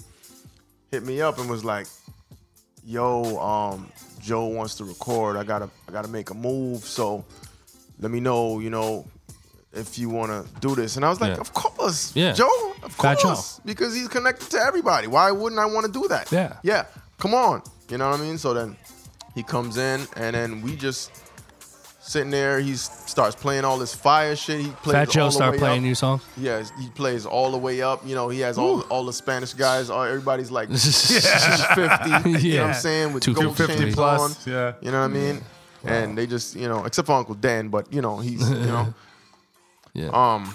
hit me up and was like, "Yo, um, Joe wants to record. I gotta, I gotta make a move. So let me know, you know, if you wanna do this." And I was like,
Yeah.
"Of course,
Yeah.
Joe, of
Fat Joe.
course, because he's connected to everybody. Why wouldn't I want to do that?"
Yeah.
yeah. Come on, you know what I mean. So then he comes in, and then we just sitting there. He starts playing all this fire shit. He plays
Fat Joe
all the
started
way
playing
up.
new song.
Yeah, he plays all the way up. You know, he has all all the Spanish guys. All, everybody's like 250. You know what
Yeah.
I'm saying? With gold
250
chains
plus,
on.
yeah.
You know what I mean? And they just, you know, except for Uncle Dan, but you know, he's, you know,
Yeah.
um,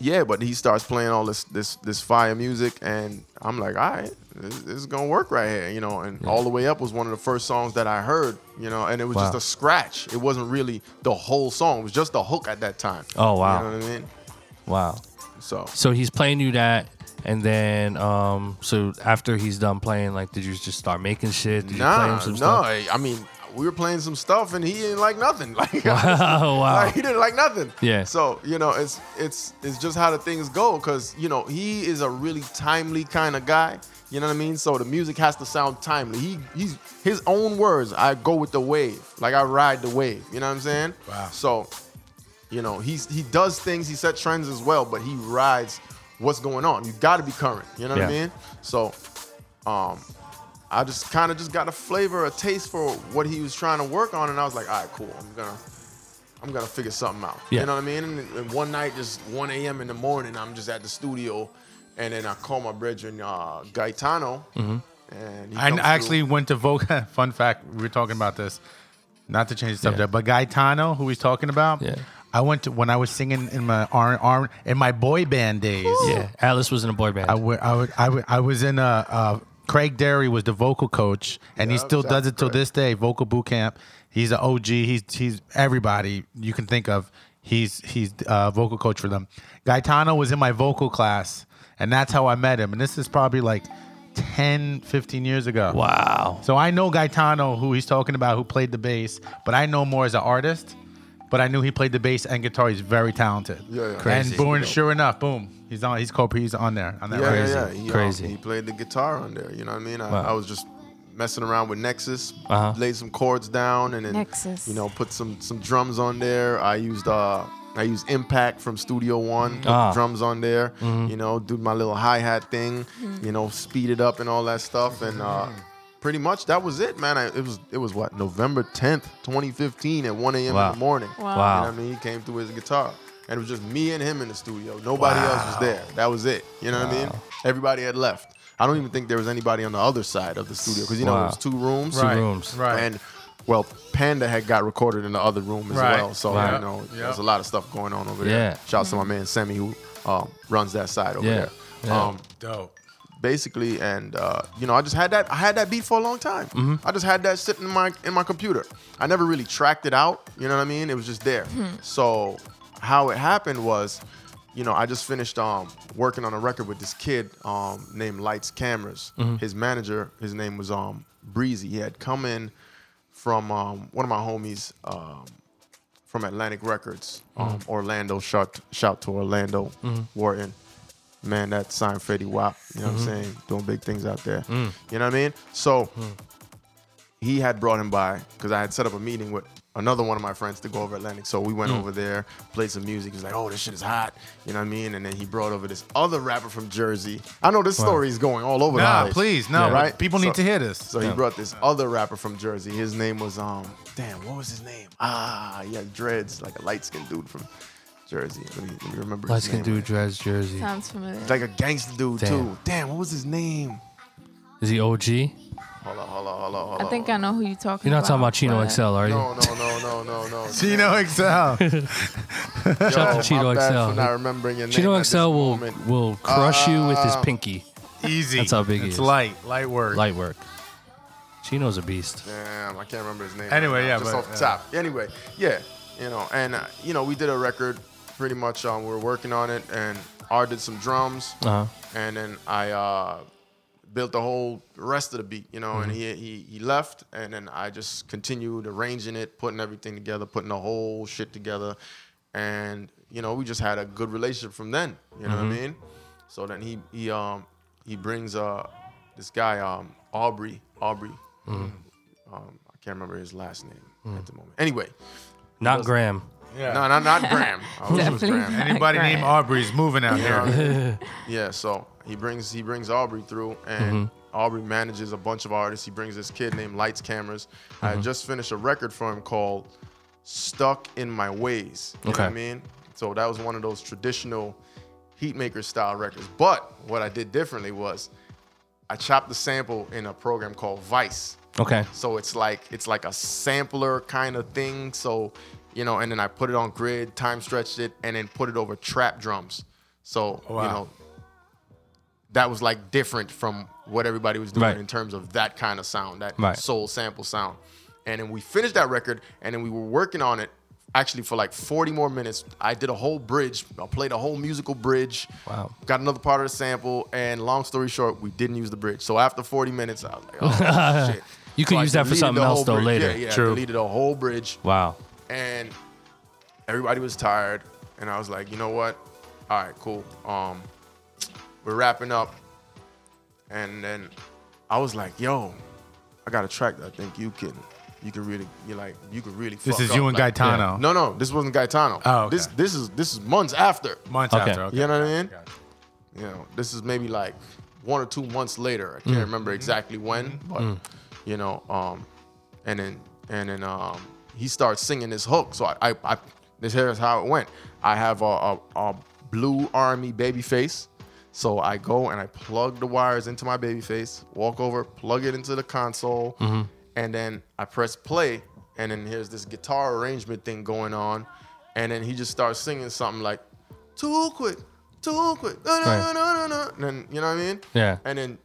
yeah. But he starts playing all this this this fire music, and I'm like, all right, this, this is gonna work right here, you know. And all the way up was one of the first songs that I heard, you know, and it was just
Wow.
a scratch. It wasn't really the whole song. It was just the hook at that time.
Oh, wow.
You know what I mean?
wow.
So
So he's playing you that, and then um, so after he's done playing, like, did you just start making shit? Did you play
Nah,
him some
no.
stuff?
I mean, we were playing some stuff, and he didn't like nothing. Like,
Oh wow.
like, he didn't like nothing.
Yeah.
So you know, it's it's it's just how the things go, because you know he is a really timely kind of guy. You know what I mean? So the music has to sound timely. He he's his own words. I go with the wave, like I ride the wave. You know what I'm saying?
Wow.
So, you know, he's he does things. He set trends as well, but he rides what's going on. You got to be current. You know what I
Yeah.
mean? So, um, I just kind of just got a flavor, a taste for what he was trying to work on, and I was like, all right, cool. I'm gonna, I'm gonna figure something out.
Yeah.
You know what I mean? And, and one night, just 1 a.m. in the morning, I'm just at the studio, and then I call my brethren uh, Gaetano, and he
Mm-hmm. I
comes
actually
through.
went to vocal. Fun fact: we were talking about this, not to change the subject, but Gaetano, who he's talking about.
Yeah.
I went to when I was singing in my R R in my boy band days.
Yeah. Alice was in a boy band.
I wa- I wa- I wa- I was in a. Uh, Craig Derry was the vocal coach, and he
Yeah,
still does
that's
it till
correct.
this day. Vocal boot camp. He's an OG. He's he's everybody you can think of. He's he's uh, vocal coach for them. Gaetano was in my vocal class, and that's how I met him. And this is probably like 10, 15 years ago.
wow.
So I know Gaetano, who he's talking about, who played the bass, but I know more as an artist. But I knew he played the bass and guitar. He's very talented.
Yeah, yeah.
And born, sure enough, boom, he's on. He's co he's on there on that
yeah,
record.
yeah, yeah. He, um,
Crazy.
he played the guitar on there. You know what I mean? I,
Wow.
I was just messing around with Nexus,
Uh-huh.
laid some chords down, and then
Nexus.
you know put some some drums on there. I used uh I used Impact from Studio One, put
Ah. Mm-hmm.
drums on there. You know, do my little hi hat thing.
Mm-hmm.
You know, speed it up and all that stuff, and uh,
Mm-hmm.
pretty much that was it, man. I, it was it was what November tenth, twenty fifteen, at one a.m.
Wow.
in the morning.
Wow.
Wow.
You know what I mean? He came through with his guitar. And it was just me and him in the studio. Nobody else was there. That was it. You know what I mean? Everybody had left. I don't even think there was anybody on the other side of the studio because you know
Wow.
it was two rooms.
Two rooms.
Right.
And well, Panda had got recorded in the other room as
Right.
well. So
Wow.
you know,
Yep. Mm-hmm.
there's a lot of stuff going on over
Yeah.
there. Shout out to my man Sammy who um, runs that side over
Yeah.
there.
Yeah.
Um,
Dope.
basically and uh, you know i just had that i had that beat for a long time i just had that sitting in my in my computer i never really tracked it out you know what i mean it was just there so how it happened was you know i just finished um, working on a record with this kid um, named lights cameras his manager his name was um, breezy he had come in from um, one of my homies um, from Atlantic Records, um,
Mm-hmm.
Orlando, shout, shout to Orlando Wharton. Man, that signed Freddie Wap, you know
Mm-hmm.
what I'm saying? Doing big things out there.
Mm.
You know what I mean? So he had brought him by because I had set up a meeting with another one of my friends to go over Atlantic. So we
Mm.
went over there, played some music. He's like, oh, this shit is hot. You know what I mean? And then he brought over this other rapper from Jersey. I know this story is going all over
Nah,
the place.
please, no.
Yeah.
Right? People need
So-
to hear this.
So he brought this other rapper from Jersey. His name was um, damn, what was his name? Ah, yeah, dreads, like a light skinned dude from Jersey. Let me, let me remember.
Light
his
skin
name.
dude, dress jersey.
Sounds familiar.
like a gangster dude
Damn.
too. Damn, what was his name?
Is he OG? You're
Hold on, hold on, hold on, hold
I
on.
think uh, I know who you're talking
not
about.
talking about Chino
but-
XL, are you?
No, no, no, no, no, no.
Chino XL.
Yo,
Shout out to
my
Cheeto
bad
XL.
For not remembering your name at
Chino
this
XL will
moment.
will crush you with his
Uh,
pinky.
Easy.
That's how big he
it's
is.
light. Light work.
Light work. Chino's a beast.
Damn, I can't remember his name.
Anyway,
right now,
yeah,
just
but,
off the
uh,
top. Anyway, yeah, you know, and uh, you know, we did a record, pretty much. Um, we were working on it, and R did some drums,
Uh-huh.
and then I uh, built the whole rest of the beat, you know. And he, he he left, and then I just continued arranging it, putting everything together, putting the whole shit together, and you know, we just had a good relationship from then. You know what I mean? So then he he um he brings uh this guy um Aubrey Aubrey um, I can't remember his last name at the moment. Anyway,
Not Graham.
Yeah.
no, no, not Graham. I wish it was
Definitely
Graham.
not.
Anybody
Right.
named Aubrey's moving out
Yeah.
here.
yeah, so he brings he brings Aubrey through, and Aubrey manages a bunch of artists. He brings this kid named Lights Cameras. I had just finished a record for him called "Stuck in My Ways." You know what I
Okay.
mean? So that was one of those traditional heatmaker style records. But what I did differently was I chopped the sample in a program called Vice.
Okay.
So it's like it's like a sampler kind of thing. So you know, and then I put it on grid, time stretched it, and then put it over trap drums. So
wow.
you know, that was like different from what everybody was doing
Right.
in terms of that kind of sound, that
Right.
soul sample sound. And then we finished that record, and then we were working on it actually for like 40 more minutes. I did a whole bridge, I played a whole musical bridge.
Wow.
Got another part of the sample, and long story short, we didn't use the bridge. So after 40 minutes, I was like, oh shit.
You could
I
use that for
deleted
something
the
else,
whole
though,
bridge.
later.
Yeah, yeah.
True.
I deleted a whole bridge,
Wow.
and everybody was tired, and I was like, you know what? All right, cool. Um, we're wrapping up, and then I was like, yo, I got a track that I think you can, you can really, you like, you can really.
This
fuck
is
up.
you and
like,
Gaetano.
No, no, this wasn't Gaetano.
Oh, okay.
this this is this is months after.
Months
Okay.
after. Okay.
You know what I mean?
Gotcha.
you know, this is maybe like one or two months later. I can't
Hmm.
remember exactly when, but you know, um, and then and then um, he starts singing this hook. So I, I, I this here's how it went. I have a, a, a blue army baby face. So I go and I plug the wires into my baby face, walk over, plug it into the console, and then I press play. And then here's this guitar arrangement thing going on. And then he just starts singing something like, too quick, too quick. No, no,
Right.
no, no, no, no. And then, you know what I mean?
Yeah.
And then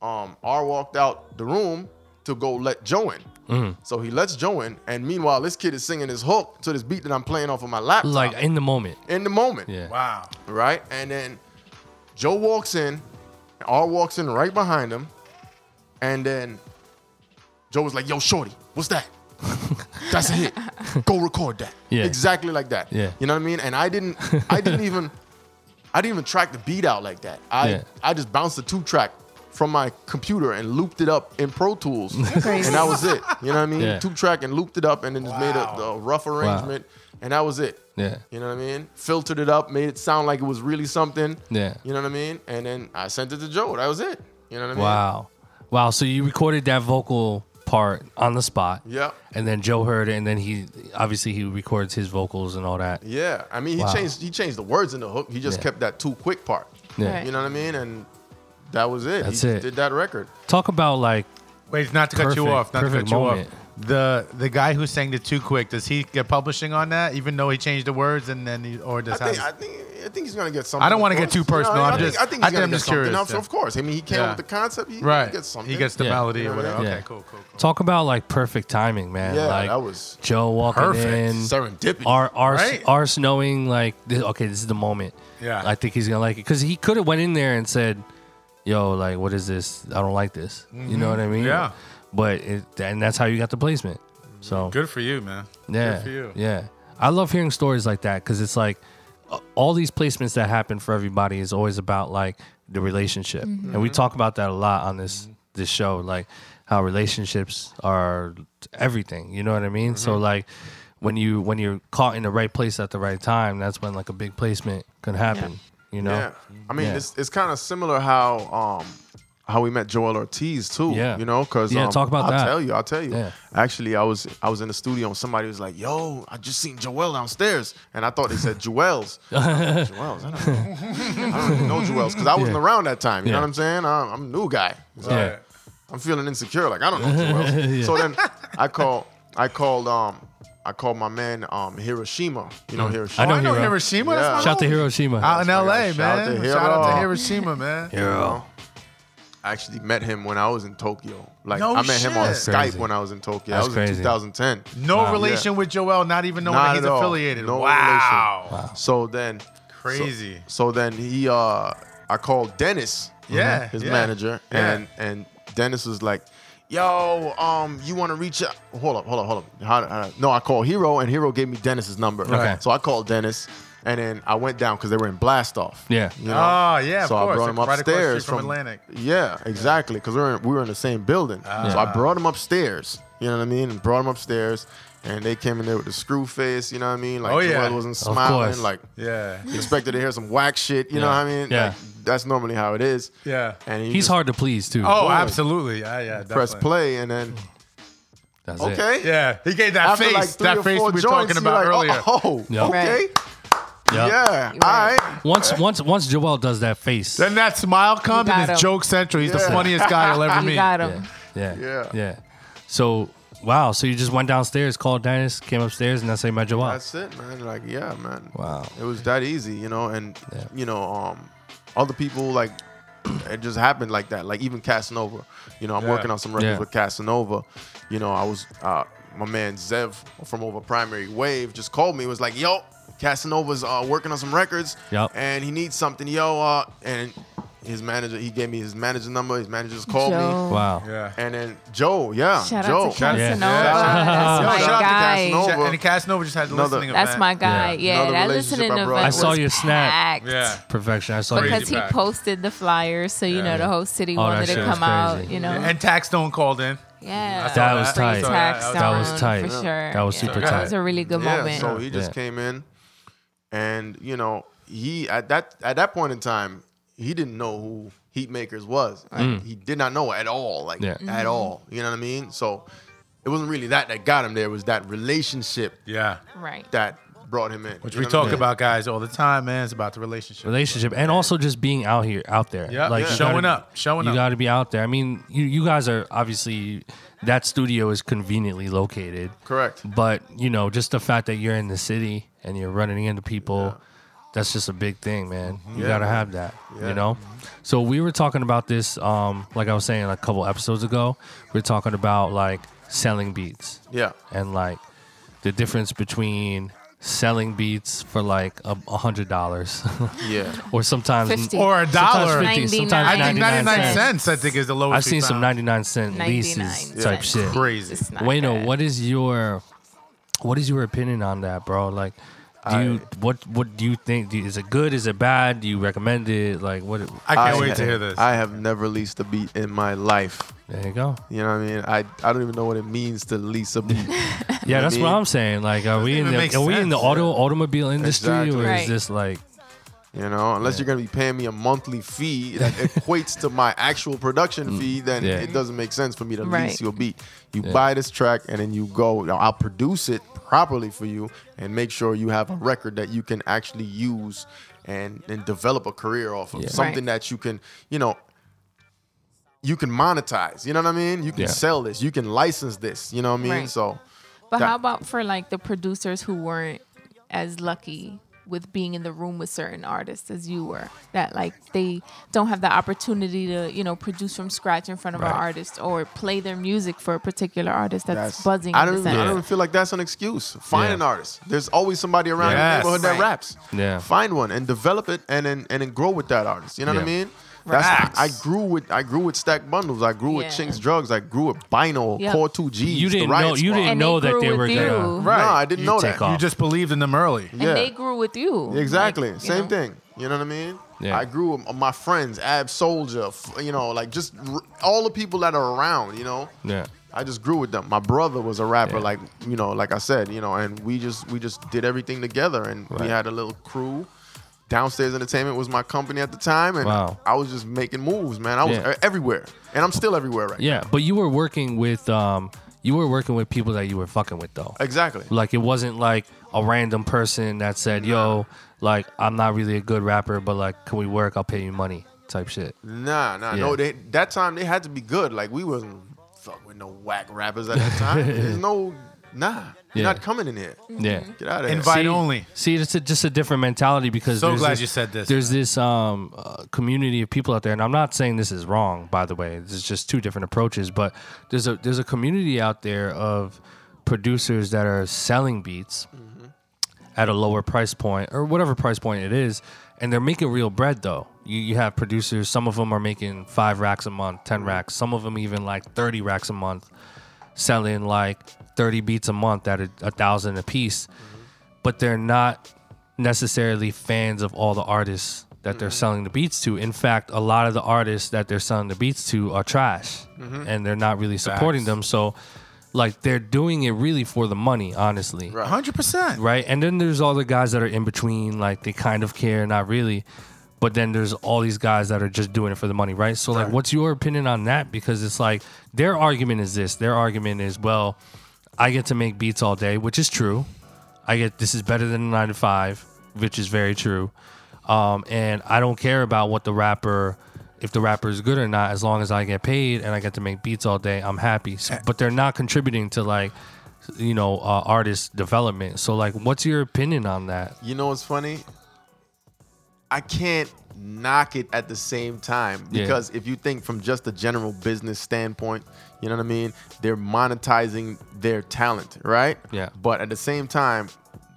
um, R walked out the room to go let Joe in.
Mm-hmm.
So he lets Joe in. And meanwhile, this kid is singing his hook to this beat that I'm playing off of my laptop
Like in the moment.
in the moment
Yeah.
Wow.
right? And then Joe walks in, R walks in right behind him, and then Joe was like, "Yo, Shorty, what's that? That's a hit. Go record that."
Yeah.
exactly like that.
Yeah.
you know what I mean? And I didn't, I didn't even, I didn't even track the beat out like that. I,
Yeah.
I just bounced the two track from my computer and looped it up in Pro Tools, and that was it. You know what I mean?
Yeah.
Two track and looped it up, and then just made a, a rough arrangement, and that was it.
Yeah.
You know what I mean? Filtered it up, made it sound like it was really something.
Yeah.
You know what I mean? And then I sent it to Joe. That was it. You know what I mean?
Wow. Wow. So you recorded that vocal part on the spot.
Yep.
And then Joe heard it, and then he obviously he records his vocals and all that.
Yeah. I mean, he
Wow.
changed he changed the words in the hook. He just
Yeah.
kept that too quick part.
Yeah.
Right.
You know what I mean? And that was it. he
That's
just
it.
did that record.
Talk about like
Wait, not to cut you
Perfect-
off. Not to
perfect
cut you
moment.
off. The the guy who sang the too quick, does he get publishing on that? Even though he changed the words and then he, or does
I think,
how
I
does-
think I think he's gonna get something.
I don't
of
wanna get
course.
too
You know what I
personal.
mean?
I'm
I think-
just-
I think he's
I think
gonna
I'm
get
just
something.
curious,
Of-
yeah.
Of course. I mean he came
Yeah.
up with the concept. He,
right.
he gets something.
He gets the
Yeah.
melody
You
or
know what I
whatever.
mean?
Yeah.
Okay, cool, cool, cool.
talk about like perfect timing, man.
Yeah,
like,
that was
Joe walking
perfect.
in,
Serendipity.
Ar- Arse,
Right?
Arse knowing like, this, okay, this is the moment.
Yeah.
I think he's gonna like it because he could have went in there and said, "Yo, like, what is this? I don't like this." You know what I mean?
Yeah.
But it, and that's how you got the placement. So
Good for you, man.
yeah,
Good for you.
yeah. I love hearing stories like that because it's like uh, all these placements that happen for everybody is always about like the relationship, and
Mm-hmm.
we talk about that a lot on this this show, like how relationships are everything. You know what I mean? So
Mm-hmm.
like when you when you're caught in the right place at the right time, that's when like a big placement can happen. You know?
Yeah, I mean,
Yeah.
it's it's kind of similar how um how we met Joel Ortiz too.
Yeah.
you know, because
Yeah,
um,
talk about
I'll
that.
tell you, I'll tell you.
Yeah.
Actually, I was I was in the studio and somebody was like, "Yo, I just seen Joel downstairs," and I thought they said Joel's. Joel's, I don't know. I don't even know Joel's because I wasn't
Yeah.
around that time. You know
Yeah.
what I'm saying? I'm, I'm a new guy. So
Yeah.
I'm feeling insecure. Like I don't know Joel's. So then I call I called um I called my man um Hiroshima. You know Hiroshima.
Mm. know
I know
Hero.
Hiroshima. That's
Yeah.
my
Shout out to
homie.
Hiroshima.
Out in
That's my
L.A.,
guy. Shout out
man.
to
Shout out to
Hero.
Hiroshima, man.
Hero.
I actually met him when I was in Tokyo. Like
No
I met him on
shit.
Skype
Crazy.
when I was in Tokyo.
That's
that was
crazy.
in 2010.
No relation with Joel, not even knowing
Not
that he's
at all.
affiliated.
No
wow.
So then,
Crazy.
so then he, uh I called Dennis, Mm-hmm.
Yeah,
his
yeah,
manager,
yeah.
and and Dennis was like, "Yo, um, you want to reach out? Hold up, hold up, hold up. How, how, no, I called Hero, and Hero gave me Dennis's number.
Okay.
So I called Dennis, and then I went down because they were in blast off.
Yeah.
You know?
Oh, yeah, of
So I
course.
brought him
Right across the
upstairs
street from Atlantic. Ah.
Yeah, exactly. Because we were in, we were in the same building. So I brought him upstairs. You know what I mean? And brought him upstairs, and they came in there with a screw face. You know what I mean? Like
Oh, yeah.
Joel wasn't
Of course.
smiling. Like
Yeah.
expected to hear some whack shit. You know what I mean?
Yeah.
Like, that's normally how it is.
Yeah.
And he
He's
just
hard to please too.
Oh,
Boy.
absolutely. Yeah, yeah. Definitely.
Press play and then
That's it.
okay.
Yeah, he gave that
After
face,
like three
that
or
face
four
we were
joints,
talking
you're
about
like,
earlier.
Oh, oh,
Yeah.
okay.
Yep.
Yeah.
You're
All
right.
right.
Once once once Joel does that face.
Then that smile comes
You
and
got
it's
him.
joke central. He's the
Yeah.
funniest guy you'll ever
You
meet.
got him.
yeah. Yeah.
Yeah.
Yeah. So wow. So you just went downstairs, called Dennis, came upstairs, and that's how you met Joel.
That's it, man. Like, yeah, man.
Wow.
It was that easy, you know, and
Yeah.
you know, um, other people like it just happened like that. Like even Casanova, you know, I'm
Yeah.
working on some records
Yeah.
with Casanova. You know, I was uh, my man Zev from over Primary Wave just called me. Was like, yo, Casanova's uh, working on some records,
Yup.
and he needs something, yo. Uh, and his manager, he gave me his manager number. His manager just called
Joe.
me.
wow.
Yeah.
And then Joe, yeah,
Shout
Joe.
out to Casanova.
Yeah.
That's
Yo,
my
shout out to
guy.
Casanova.
And the Casanova just had the
Another-
listening
That's
event.
my guy.
Yeah.
Yeah,
Another
that
relationship
listening
I
event
brought
I saw
was
your snap.
packed.
Yeah.
Perfection. I saw your
Because he
packed.
posted the flyers, so you
Yeah.
know the whole city
Oh, that
wanted to
shit
come
was
out.
crazy.
You know,
And Tax Stone called in.
yeah,
That was
Free
tight.
tax
That was
That was
zone,
tight.
For sure.
That was super
That was
tight.
a really good
yeah,
moment.
So he just
Yeah.
came in, and you know, he at that at that point in time, he didn't know who Heatmakers was. Like,
Mm.
He did not know at all, like
Yeah.
at all. You know what I mean? So it wasn't really that that got him there. It was that relationship
Yeah.
right.
that brought him in.
Which
You
we
know what I
talk
mean?
about guys all the time, man. It's about the relationship.
relationship and also just being out here out there
Yeah, yeah.
you
Showing
gotta-
up, showing
you
up.
got to be out there i mean you, you guys are obviously that studio is conveniently located
Correct.
but you know just the fact that you're in the city and you're running into people that's just a big thing man you
Yeah,
gotta
man.
have that
Yeah.
you know so we were talking about this um like i was saying a couple episodes ago we are talking about like selling beats
Yeah.
and like the difference between selling beats for like a a hundred dollars
Yeah.
or sometimes
50.
Or a dollar.
Sometimes 50, sometimes
I think
99
99
cents.
cents, I think, is the lowest.
I've
we
seen some
found.
99 cent
99
leases type
cents.
shit.
Crazy.
It's not
Wayno,
bad.
what is your what is your opinion on that, bro? Like do you what what do you think? Do you- is it good? Is it bad? Do you recommend it? Like what?
I can't
I-
wait to hear this.
I have never leased a beat in my life.
There you go.
You know what I mean? I, I don't even know what it means to lease a beat.
Yeah, that's what
mean?
I'm saying. Like, are
Doesn't
we in
even
the
make
are we in the
sense.
auto automobile industry,
Exactly.
or is
Right.
this like
You know, unless you're gonna be paying me a monthly fee that equates to my actual production fee, then
Mm. yeah.
it doesn't make sense for me to
Right.
lease your beat. You buy this track and then you go. now, I'll produce it properly for you and make sure you have a record that you can actually use and and develop a career off of. Something that you can, you know, you can monetize. You know what I mean? You can
Yeah.
sell this. You can license this. You know what I mean?
Right.
So
But
that-
how about for like the producers who weren't as lucky with being in the room with certain artists as you were? That like they don't have the opportunity to, you know, produce from scratch in front of an
Right.
artist or play their music for a particular artist that's,
that's
buzzing.
I
in
don't
the
even, I
sense.
don't even feel like that's an excuse. Find
Yeah.
an artist. There's always somebody around
Yes.
your neighborhood that
Right.
raps.
Yeah.
Find one and develop it and then and then grow with that artist. You know what I
Yeah.
mean? That's,
Facts.
I grew with I grew with Stack Bundles. I grew with
Yeah.
Chinks Drugs. I grew with Bino,
Yep.
Core Two Gs.
You
the
didn't
Riot
know- you
Squad.
didn't know that
grew
they
with
were gonna-
you.
Right. No, I didn't
You
know
take
that.
off.
You just believed in them early.
Yeah.
And they grew with you.
Exactly.
Like, you
Same
know.
thing. You know what I mean?
Yeah.
I grew up my friends, Ab Soldier, f- you know, like just r- all the people that are around, you know.
Yeah.
I just grew with them. My brother was a rapper,
Yeah.
like you know, like I said, you know, and we just we just did everything together, and we
Right.
had a little crew. Downstairs Entertainment was my company at the time, and
Wow.
I was just making moves, man. I was
Yeah.
e- everywhere, and I'm still everywhere right
Yeah, but you were working with um, you were working with people that you were fucking with though.
now. Exactly.
Like it wasn't like a random person that said, "Yo, like I'm not really a good rapper, but like can we work? I'll pay you money." Type shit.
Nah, nah,
Yeah.
no. They, that time they had to be good. Like we wasn't fuck with no whack rappers at that time. There's no nah. You're
Yeah.
not coming in here.
Yeah.
Get out of here.
Invite
See-
only.
See, it's a, just a different mentality because
So
there's
glad
this-
you said this.
There's this um, uh, community of people out there, and I'm not saying this is wrong, by the way. This is just two different approaches, but there's a there's a community out there of producers that are selling beats
Mm-hmm.
at a lower price point or whatever price point it is, and they're making real bread though. You, you have producers. Some of them are making five racks a month, ten
Mm-hmm.
racks. Some of them even like thirty racks a month, selling like thirty beats a month at a, a thousand a piece
Mm-hmm.
but they're not necessarily fans of all the artists that they're selling the beats to. In fact, a lot of the artists that they're selling the beats to are trash and they're not really supporting
Facts.
them. So, like, they're doing it really for the money, honestly. Right.
100%.
And then there's all the guys that are in between, like, they kind of care, not really. But then there's all these guys that are just doing it for the money, right? So, like, what's your opinion on that? Because it's like their argument is this their argument is, well, I get to make beats all day, which is true. I get this is better than a nine to five, which is very true. Um, and I don't care about what the rapper, if the rapper is good or not, as long as I get paid and I get to make beats all day, I'm happy. So,
Eh.
but they're not contributing to like, you know, uh, artist development. So like, what's your opinion on that?
You know what's funny? I can't knock it at the same time
Yeah.
because if you think from just a general business standpoint, you know what I mean? They're monetizing their talent, right?
Yeah.
But at the same time,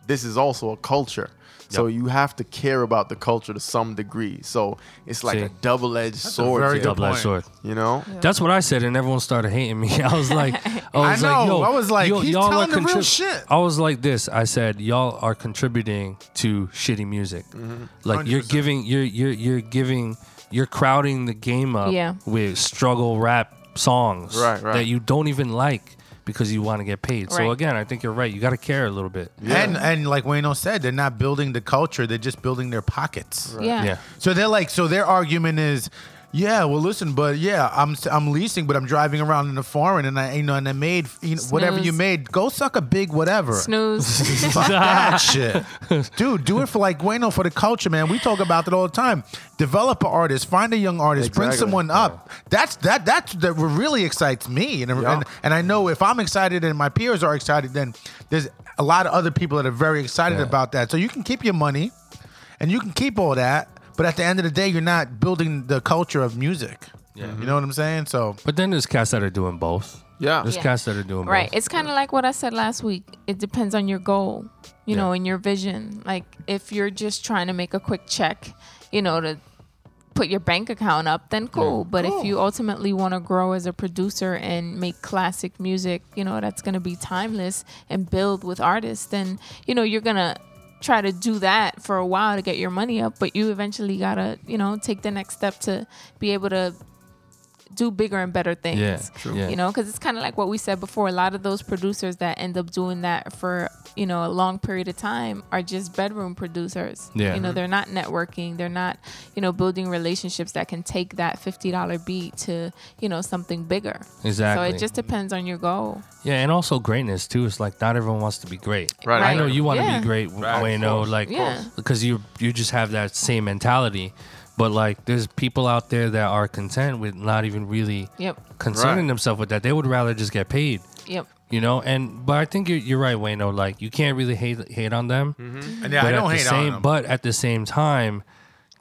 this is also a culture. So you have to care about the culture to some degree. So it's like
See.
a double-edged
a
sword.
very
here,
good
Double-edged
point.
sword.
you know?
That's what I said, and everyone started hating me. I was like, I was
know.
like, yo,
I was like,
yo,
he's
y'all
telling
are
the real
contrib-
shit.
I was like this. I said, y'all are contributing to shitty music.
Mm-hmm.
Like you are
100%.
giving, you're you're you're giving, you're crowding the game up
Yeah.
with struggle rap songs
Right, right.
that you don't even like because you want to get paid. So
Right.
again, I think you're right. You got to care a little bit.
And and like Wayno said, they're not building the culture, they're just building their pockets.
Yeah.
Yeah.
So they're like, so their argument is, yeah, well, listen, but yeah, I'm I'm leasing, but I'm driving around in the foreign, and I you know, and I made you know, whatever you
Snooze.
made, go suck a big whatever.
Snooze.
Fuck that shit, dude. Do it for like Bueno for the culture, man. We talk about that all the time. Develop an artist, find a young artist, bring
Exactly.
someone up. That's that that's that really excites me, and,
Yeah.
and and I know if I'm excited and my peers are excited, then there's a lot of other people that are very excited
Yeah.
about that. So you can keep your money, and you can keep all that, but at the end of the day, you're not building the culture of music. You know what I'm saying? So
But then there's cats that are doing both.
Yeah.
There's
Yeah.
cats that are doing
right.
both.
It's kind of like what I said last week. It depends on your goal, you
Yeah.
know, and your vision. Like if you're just trying to make a quick check, you know, to put your bank account up, then cool. But if you ultimately want to grow as a producer and make classic music, you know, that's going to be timeless and build with artists, then, you know, you're going to try to do that for a while to get your money up, but you eventually got to, you know, take the next step to be able to do bigger and better things.
Yeah, true. Yeah.
You know, because it's kind of like what we said before. A lot of those producers that end up doing that for you know a long period of time are just bedroom producers.
Yeah. Mm-hmm.
You know, they're not networking. They're not you know building relationships that can take that fifty dollar beat to you know something bigger.
Exactly.
So it just depends on your goal.
Yeah, and also greatness too. It's like not everyone wants to be great.
Right.
I know you want to
Yeah.
be great, Wayno, like
Yeah.
because you you just have that same mentality. But like, there's people out there that are content with not even really
Yep.
concerning
Right.
themselves with that. They would rather just get paid,
Yep.
you know. And but I think you're, you're right, Wayno. Like you can't really hate hate on them.
Mm-hmm.
Mm-hmm.
and yeah,
But
I
at
don't
the
hate
same,
on them.
But at the same time,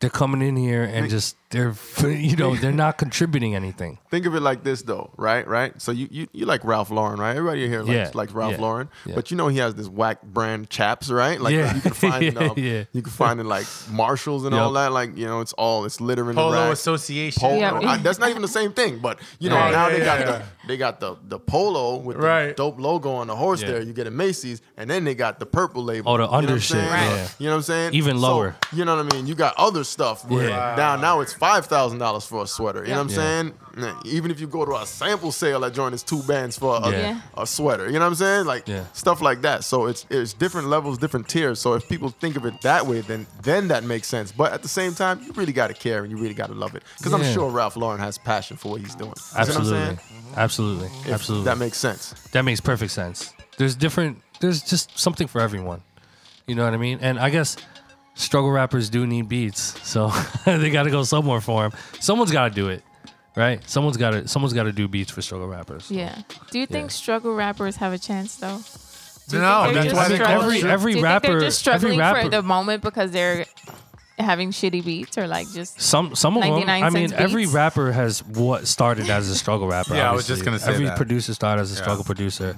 they're coming in here and just they're you know they're not contributing anything.
Think of it like this though, right? Right. So you you, you like Ralph Lauren, right? Everybody here likes,
Yeah,
likes Ralph
yeah,
Lauren,
yeah.
but you know he has this whack brand chaps, right? Like
Yeah.
you can find in, um,
Yeah.
you can find in like Marshalls and all
Yup.
that. Like you know, it's all it's littering the
Polo
rack.
Association.
Polo.
Yeah.
I- that's not even the same thing, but you know
Yeah.
now
Yeah,
they got
yeah, yeah.
the they got the the polo with the
Right.
dope logo on the horse.
Yeah.
There you get a Macy's, and then they got the purple label.
Oh, the
You know what I'm
undershit,
saying?
yeah.
You know what I'm saying?
Even
So,
lower.
you know what I mean? You got other stuff. Where
Yeah.
now now it's five thousand dollars for a sweater. You know what
Yeah.
I'm saying? Even if you go to a sample sale, that joint is two bands for a,
Yeah.
a sweater. You know what I'm saying? Like
Yeah.
stuff like that. So it's it's different levels, different tiers. So if people think of it that way, then then that makes sense. But at the same time, you really gotta care and you really gotta love it because
Yeah.
I'm sure Ralph Lauren has passion for what he's doing. You know what I'm
Absolutely,
saying?
absolutely,
If
absolutely.
That makes sense.
that makes perfect sense. There's different. There's just something for everyone. You know what I mean? And I guess struggle rappers do need beats, so they got to go somewhere for them. Someone's got to do it, right? Someone's got to. Someone's got to do beats for struggle rappers.
Yeah. Do you think struggle rappers have a chance though? Do you
No,
think they're
that's
just
why they call
struggling-
it.
Every- every
do you think
rapper-
they're
every
just struggling
rapper-
for the moment because they're having shitty beats or like just
Some some of them.
99
I mean,
cents
every
beats?
rapper has what started as a struggle rapper.
Yeah, I was just
obviously.
gonna say
every
that.
producer started as a struggle producer.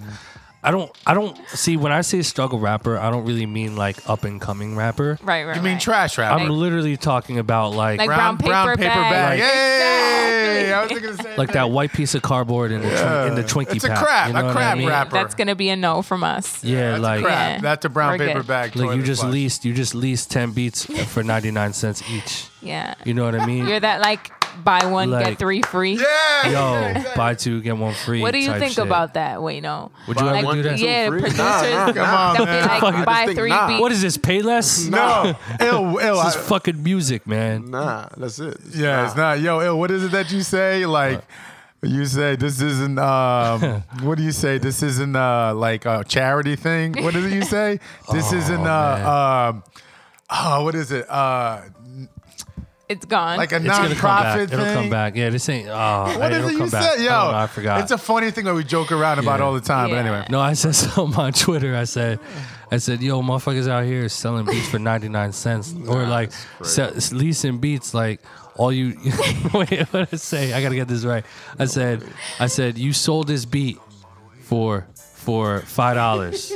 I don't. I don't see when I say struggle rapper. I don't really mean like up and coming rapper.
right, right.
You mean
right.
trash rap?
I'm literally talking about like like,
Like brown, paper, bag.
Yay!
Exactly.
I was gonna say
that white piece of cardboard in the twi- in the Twinkie
It's a
pack.
crap-
you
a
know what I
crap
mean?
rapper.
That's gonna be a no from us.
Yeah, like
crap.
Yeah.
That's a brown
We're
paper
good.
bag.
like you
toilet
just
flush.
leased you just leased ten beats for ninety nine cents each.
Yeah.
You know what I mean?
You're that like buy one
Like-
get three free.
Yeah.
Yo, buy two get one free.
What do you
type
think
shit.
about that, Wayno?
Would you
Buy
ever
one,
do that?
two,
Yeah,
free?
producers
Nah, nah,
they'll
come on,
be
man.
like
Fuck, I just
buy
think
three
nah.
beats.
What is this? Payless?
No, ill, ill.
This
I-
is fucking music, man.
Nah, that's it.
yeah,
Nah.
it's not. Yo, ill. What is it that you say? Like, you say this isn't. Um, what do you say? This isn't uh, like a charity thing. What is it you say?
Oh,
This isn't. Uh, um, oh, what is it? Uh,
it's gone.
like a
It's gonna come back.
nonprofit thing.
It'll come back. Yeah, this ain't. Oh,
What is
it'll
it
come
you
back. Oh,
said? Yo,
I, don't know, I forgot.
It's a funny thing that we joke around about
Yeah.
all the time. But
Yeah.
anyway,
No, I said something on Twitter. I said, I said, yo, motherfuckers out here selling beats for 99 cents or like se- leasing beats. Like all you, wait, what did I say? I got to get this right. I said, I said, you sold this beat for, for $5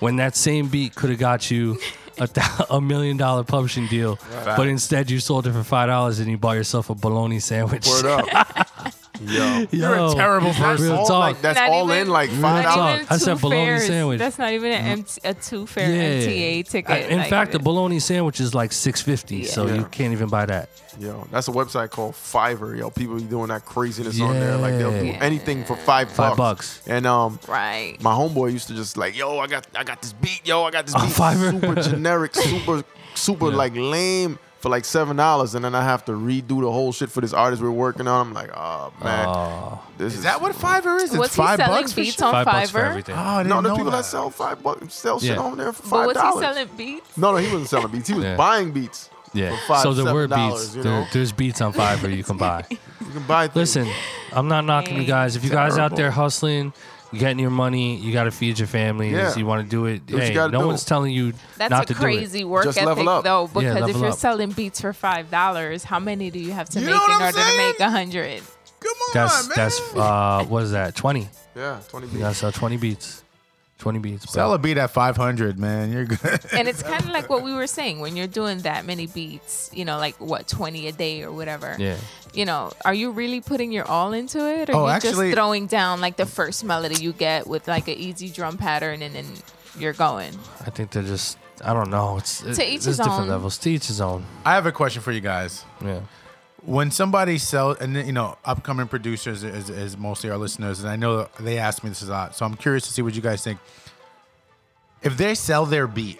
when that same beat could have got you a, thou- a million dollar publishing deal. But instead you sold it for $5 and you bought yourself a bologna sandwich.
Word up. Yo.
you're a terrible person.
Real
all
talk.
like- that's
Not
all
even-
in like five
talk.
dollars.
Not even
I said
two
bologna
fares.
sandwich. Mm-hmm.
That's not even an M- a two fare MTA ticket.
I- in
like,
fact, the bologna sandwich is like six fifty, so
Yeah.
you can't even buy that.
Yo, that's a website called Fiverr. Yo, people be doing that craziness on there. Like they'll do
Yeah.
anything for five bucks.
Five bucks.
And um,
right.
my homeboy used to just like, yo, I got, I got this beat. Yo, I got this
On
beat.
Fiverr?
Super generic, super, super like lame for like seven dollars, and then I have to redo the whole shit for this artist we're working on. I'm like, oh man, this is,
Is that what Fiverr is? It's
Was he
five
selling
bucks for
beats
shit?
on
Five bucks for
Fiverr?
everything.
Oh, I didn't
No, the
know
people that
that.
sell five bucks sell shit
Yeah.
on there for
But
five
was he
dollars.
selling beats?
No, no, he wasn't selling beats. He was
Yeah.
buying beats.
yeah.
for five,
so there were
$7,
beats.
you
There-
know?
there's beats on Fiverr you can buy.
You can buy things.
Listen, I'm not knocking you guys. If you guys out there hustling, getting your money, you got to feed your families.
Yeah.
You want to do it.
what you
hey, no
gotta do.
one's telling you
That's
not
a
to do it.
crazy work
Just
ethic,
level up.
though, because if
level
you're
up.
selling beats for five dollars, how many do you have to
You know
make
what
in
I'm
order to
saying?
make a hundred?
Come on,
That's
man.
that's uh, what is that? Twenty.
yeah, twenty beats.
You gotta sell twenty beats. Twenty beats. bro.
sell a beat at five hundred, man. You're good.
And it's kind of like what we were saying when you're doing that many beats, you know, like what twenty a day or whatever.
Yeah.
You know, are you really putting your all into it, or
Oh,
you
actually-
just throwing down like the first melody you get with like an easy drum pattern, and then you're going?
I think they're just. I don't know. It's it-
To
there's
each his
different
own.
levels. To each his own.
I have a question for you guys.
Yeah.
When somebody sells, and you know, upcoming producers is, is mostly our listeners, and I know they ask me this a lot, so I'm curious to see what you guys think. If they sell their beat,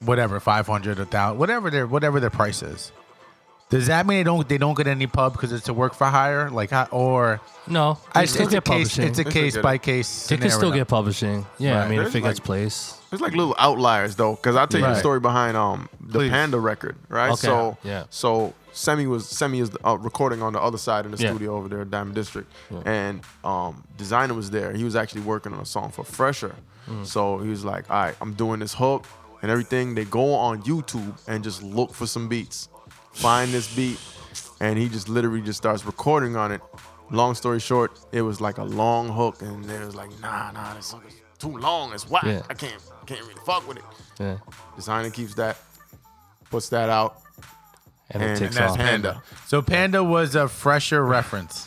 whatever, five hundred, a thousand, whatever their whatever their price is, does that mean they don't they don't get any pub because it's a work for hire, like I- or
No.
I,
they
it's,
still
a
get
case,
publishing.
it's a
They
case
should get
by
it.
case.
It can
scenario.
still get publishing. Yeah, I
Right.
mean, if
There's
it gets
like-
placed.
There's like little outliers though, because I'll tell you
Right.
the story behind um the
Please.
Panda record, right?
Okay.
So
Yeah.
so Semi was Semi is uh, recording on the other side in the
Yeah.
studio over there at Diamond District, and um designer was there. He was actually working on a song for Fresher,
Mm.
so he was like, "All right, I'm doing this hook and everything." They go on YouTube and just look for some beats, find this beat. and he just literally just starts recording on it. Long story short, it was like a long hook, and it was like, nah, nah, this hook is too long. It's whack.
Yeah.
I can't, I can't really fuck with it.
Yeah.
Designer keeps that, puts that out,
And,
And
it takes
that's
off.
hand-
Panda. So Panda was a fresher reference.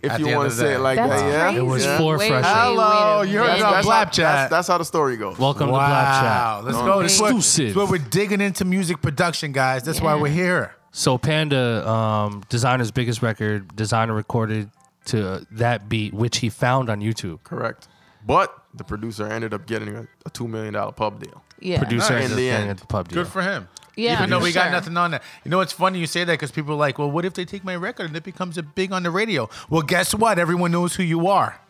if
At the
you
end
want
of
to
the
say
day.
it like
That's
that. Yeah,
crazy.
It was
yeah.
four
Wait,
fresh.
wait,
Hello,
wait a
you heard
minute.
about
that's,
Black-
how,
Blapjack.
that's, that's how the story goes.
Welcome to Blap
wow.
Chat.
Let's go. This is what-
Exclusive.
this is what we're digging into music production, guys. That's why
Yeah.
we're here.
So Panda, um, designer's biggest record, designer recorded to that beat, which he found on YouTube.
Correct. But the producer ended up getting a, a two million dollar pub deal.
Yeah.
Producer ended
Nice. In
up
the
getting
end.
it at the pub deal.
Good for him.
Yeah,
Even though
for
we got
sure.
nothing on there. You know, it's funny you say that because people are like, well, what if they take my record and it becomes a big on the radio? Well, guess what? Everyone knows who you are.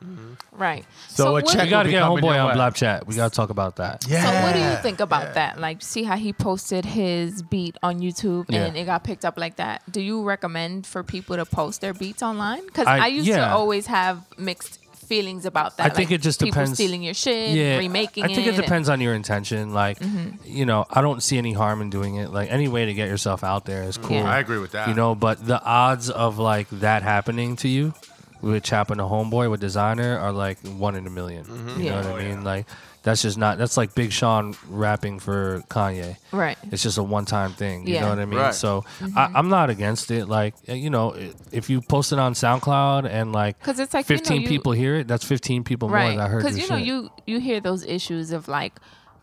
Right.
So a
what,
check-
we gotta
Will
get
be coming
homeboy
your
on
way.
Blap Chat. We gotta talk about that.
Yeah.
so what do you think about that? Like, see how he posted his beat on YouTube and
Yeah.
it got picked up like that. Do you recommend for people to post their beats online? Because
I-
I, used to
yeah.
always have mixed feelings about that.
I think
like,
it just
people
depends-
stealing your shit, remaking Mm-hmm.
I think it,
and-
depends on your intention. Like, you know, I don't see any harm in doing it. Like, any way to get yourself out there is cool.
Yeah. I
agree with that.
You know, but the odds of like that happening to you, which happened to Homeboy with Designer, are like one in a 1000000 You
Yeah.
know what I mean? Like, that's just not. That's like Big Sean rapping for Kanye.
Right.
It's just a one-time thing. You
Yeah. Mm-hmm.
know what I mean?
Right.
So I, I'm not against it. Like, eh, you know, if you post it on SoundCloud and like
'Cause it's like, you know,
15
you-
people hear it, that's 15 people more
right.
that heard your
Because you know
shit.
you you hear those issues of like